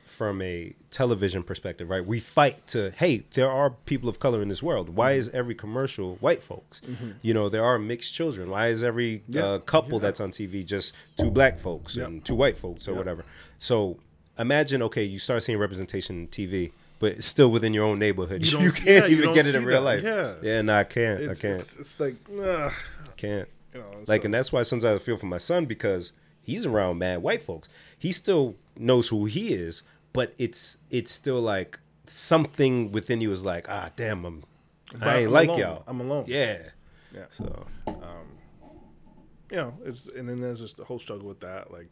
Speaker 2: from a television perspective, right? We fight to, hey, there are people of color in this world.
Speaker 3: Mm-hmm.
Speaker 2: Why is every commercial white folks? You know, there are mixed children. Why is every
Speaker 3: Yeah.
Speaker 2: uh, couple that's on TV just two black folks and two white folks or whatever? So imagine, okay, you start seeing representation in TV, but it's still within your own neighborhood.
Speaker 3: You
Speaker 2: You,
Speaker 3: don't- yeah,
Speaker 2: can't
Speaker 3: you
Speaker 2: even
Speaker 3: don't
Speaker 2: get it
Speaker 3: see
Speaker 2: in real life.
Speaker 3: that. Yeah.
Speaker 2: yeah, no, I can't.
Speaker 3: It's,
Speaker 2: I can't.
Speaker 3: It's, it's like ugh.
Speaker 2: Can't.
Speaker 3: You know,
Speaker 2: like,
Speaker 3: so-
Speaker 2: and that's why sometimes I feel for my son because he's around mad white folks. He still knows who he is, but it's it's still like something within you is like, ah, damn, I'm, I ain't
Speaker 3: I'm
Speaker 2: like
Speaker 3: alone.
Speaker 2: y'all.
Speaker 3: I'm alone.
Speaker 2: Yeah.
Speaker 3: Yeah. Um,
Speaker 2: So
Speaker 3: you know, it's and then there's just the whole struggle with that. Like,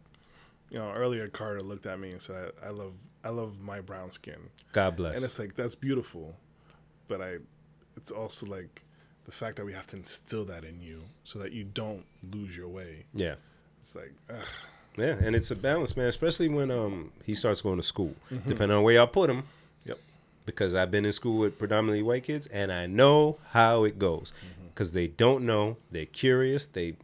Speaker 3: you know, earlier Carter looked at me and said, "I, I love, I love my brown skin,"
Speaker 2: God bless.
Speaker 3: and it's like that's beautiful, but I, it's also like the fact that we have to instill that in you so that you don't lose your way.
Speaker 2: yeah.
Speaker 3: It's like, ugh,
Speaker 2: Yeah, and it's a balance, man. Especially when um he starts going to school,
Speaker 3: Mm-hmm.
Speaker 2: depending on where y'all put him.
Speaker 3: yep,
Speaker 2: because I've been in school with predominantly white kids and I know how it goes
Speaker 3: Mm-hmm.
Speaker 2: because they don't know, they're curious, they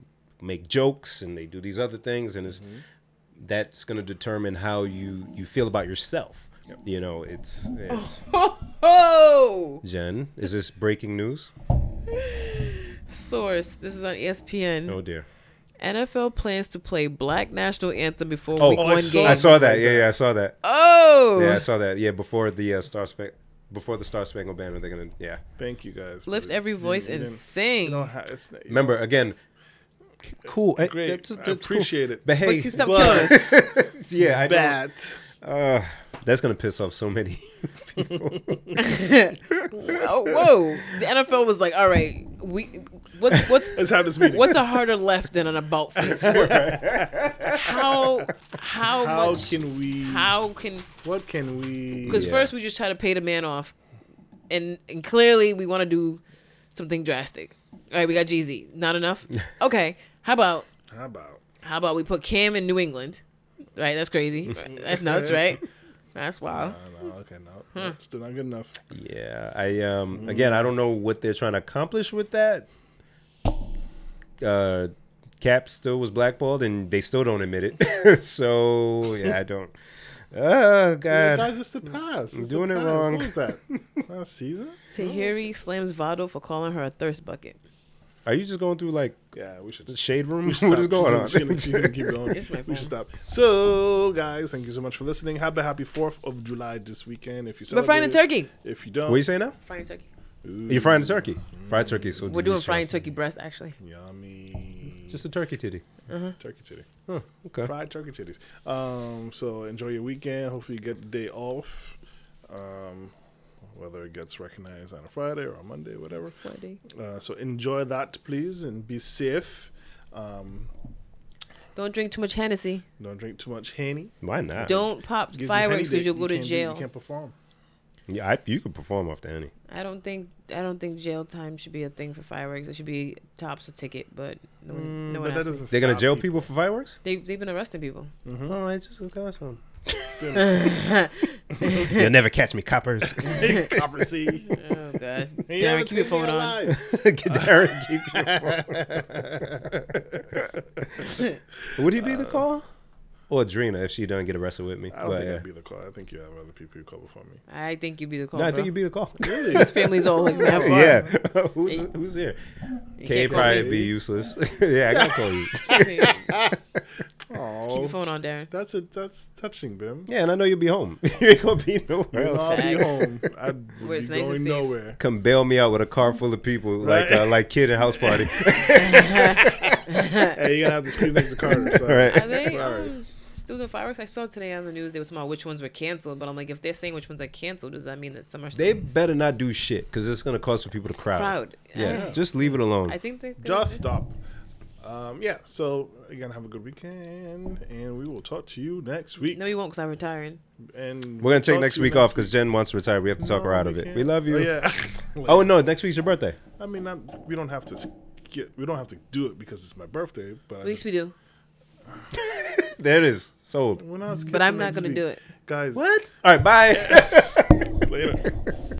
Speaker 2: make jokes and they do these other things and it's
Speaker 3: Mm-hmm.
Speaker 2: that's going to determine how you you feel about yourself. You know, it's, it's
Speaker 1: Oh,
Speaker 2: Jen, is this breaking news?
Speaker 1: source. This is on E ESPN.
Speaker 2: Oh dear.
Speaker 1: NFL plans to play Black National Anthem before
Speaker 2: Oh,
Speaker 1: Week One
Speaker 2: I,
Speaker 1: game.
Speaker 2: saw, I saw that. Yeah, yeah, I saw that.
Speaker 1: Oh,
Speaker 2: Yeah, I saw that. Yeah, before the uh, Star Spangled before the Star Spangled Banner, they're gonna yeah.
Speaker 3: thank you guys.
Speaker 1: lift
Speaker 3: We-
Speaker 1: every voice
Speaker 3: we
Speaker 1: and
Speaker 3: didn't-
Speaker 1: sing.
Speaker 3: You know how it's.
Speaker 2: Remember again. c- Cool. eh,
Speaker 3: Great.
Speaker 2: that's-
Speaker 3: I
Speaker 2: that's cool.
Speaker 3: appreciate it.
Speaker 2: But hey,
Speaker 1: But stop
Speaker 3: but-
Speaker 1: killing us.
Speaker 2: yeah, I don't,
Speaker 3: that.
Speaker 2: Uh, that's gonna piss off so many people.
Speaker 1: Oh, whoa! The NFL was like, "All right, we what's what's
Speaker 3: Let's have this meeting.
Speaker 1: What's a harder left than an about face? What- how how
Speaker 3: how
Speaker 1: much
Speaker 3: can we?
Speaker 1: how can
Speaker 3: what can we?
Speaker 1: because
Speaker 2: Yeah.
Speaker 1: first we just try to pay the man off, and and clearly we want to do something drastic. All right, we got Jeezy, not enough. Okay, how about
Speaker 3: How about?
Speaker 1: how about we put Cam in New England? Right, that's crazy. That's nuts, right? That's wild.
Speaker 3: I don't know. oh, Okay, no, that's still not good enough.
Speaker 2: yeah, I um again, I don't know what they're trying to accomplish with that. uh, Cap still was blackballed, and they still don't admit it. so yeah, I don't. Oh
Speaker 3: Yeah,
Speaker 2: God.
Speaker 3: guys, it's the past. It's
Speaker 2: doing
Speaker 3: the
Speaker 2: it
Speaker 3: past.
Speaker 2: wrong.
Speaker 3: What was that? Last season?
Speaker 1: Tahiri slams Vado for calling her a thirst bucket.
Speaker 2: Are you just going through like
Speaker 3: Yeah, we should.
Speaker 2: shade room?
Speaker 3: We
Speaker 2: What
Speaker 3: should
Speaker 2: is
Speaker 3: stop.
Speaker 2: going on?
Speaker 3: She's gonna- she's gonna keep going.
Speaker 1: It's my
Speaker 3: We
Speaker 1: phone.
Speaker 3: should stop. So, guys, thank you so much for listening. Have a happy Fourth of July this weekend. If you
Speaker 1: We're
Speaker 3: celebrate,
Speaker 1: frying a turkey.
Speaker 3: If you don't,
Speaker 2: What you saying now?
Speaker 1: Frying turkey.
Speaker 2: You're frying the turkey. Fried turkey. So
Speaker 1: We're doing
Speaker 2: delicious.
Speaker 1: frying turkey breast actually.
Speaker 3: yummy
Speaker 2: Just a turkey titty.
Speaker 3: turkey titty.
Speaker 2: Huh, okay.
Speaker 3: fried turkey titties. Um, so enjoy your weekend. Hopefully, you get the day off. Um, whether it gets recognized on a Friday or a Monday, whatever.
Speaker 1: Friday.
Speaker 3: Uh, so enjoy that, please, and be safe. Um,
Speaker 1: Don't drink too much Hennessy.
Speaker 3: don't drink too much henny.
Speaker 2: Why not?
Speaker 1: Don't pop
Speaker 3: Gives you
Speaker 1: fireworks
Speaker 3: henny
Speaker 1: because
Speaker 3: that
Speaker 1: you'll go
Speaker 3: you
Speaker 1: to
Speaker 3: can't do-
Speaker 1: jail.
Speaker 3: you can't perform.
Speaker 2: Yeah, I, you could perform off the Annie.
Speaker 1: I don't think I don't think jail time should be a thing for fireworks. It should be tops a ticket, but no one, no one
Speaker 3: But that
Speaker 1: asked me.
Speaker 3: doesn't
Speaker 2: They're gonna
Speaker 3: stop
Speaker 2: jail people for fireworks?
Speaker 1: They they've been arresting people.
Speaker 2: Oh, I just got some. You'll never catch me, coppers.
Speaker 3: Hey, Copper C.
Speaker 1: Oh gosh,
Speaker 3: Hey,
Speaker 1: Darren,
Speaker 3: I'm
Speaker 1: keep your
Speaker 3: taking
Speaker 1: phone
Speaker 3: your
Speaker 1: on.
Speaker 3: life.
Speaker 2: Darren, keep your phone. Would he be the call? Or Drina if she doesn't get arrested with me.
Speaker 3: I don't
Speaker 2: But,
Speaker 3: think
Speaker 2: yeah.
Speaker 3: I'd be the call. I think you have other people who cover for me.
Speaker 1: I think you'd be the call.
Speaker 2: no, I
Speaker 1: bro.
Speaker 2: think he'd be the call.
Speaker 1: his family's all like that far.
Speaker 2: yeah. who's, who's here?
Speaker 1: You
Speaker 2: K
Speaker 1: can't call
Speaker 2: probably
Speaker 1: me.
Speaker 2: be useless. yeah, I gotta call you.
Speaker 1: Keep your
Speaker 3: Oh,
Speaker 1: phone on, Darren.
Speaker 3: that's a that's touching, Bim.
Speaker 2: Yeah, and I know you'll be home. you ain't gonna be nowhere
Speaker 3: Well,
Speaker 2: else.
Speaker 3: I'll be
Speaker 1: Facts.
Speaker 3: home. I'd
Speaker 1: Where
Speaker 3: be
Speaker 1: it's nice and
Speaker 3: going
Speaker 1: safe.
Speaker 3: nowhere.
Speaker 2: Come bail me out with a car full of people, like
Speaker 3: Right.
Speaker 2: uh, like kid in house party.
Speaker 3: Hey, you're gonna have to squeeze next to Carter. So.
Speaker 2: All right.
Speaker 1: Are they um, still doing fireworks? I saw today on the news they were talking about which ones were canceled, but I'm like, if they're saying which ones are canceled, does that mean that some are still
Speaker 2: They better not do shit because it's gonna cause for people to crowd.
Speaker 1: Crowd.
Speaker 2: Yeah, just leave it alone.
Speaker 1: I think they could-
Speaker 3: Just stop. Um, yeah. So again, have a good weekend, and we will talk to you next week.
Speaker 1: No, you won't, cause I'm retiring.
Speaker 3: and
Speaker 2: We're gonna take
Speaker 3: talk
Speaker 2: next
Speaker 3: to you
Speaker 2: week off because Jen wants to retire. We have to talk her out of it. We love you.
Speaker 3: Oh, yeah.
Speaker 2: Oh no, next week's your birthday.
Speaker 3: I mean, i we don't have to. Skip, we don't have to do it because it's my birthday. But I
Speaker 1: At least
Speaker 3: just,
Speaker 1: we do.
Speaker 2: There it is. Sold.
Speaker 3: we're not.
Speaker 1: But I'm not gonna do it.
Speaker 3: guys.
Speaker 2: All right, bye.
Speaker 3: Later.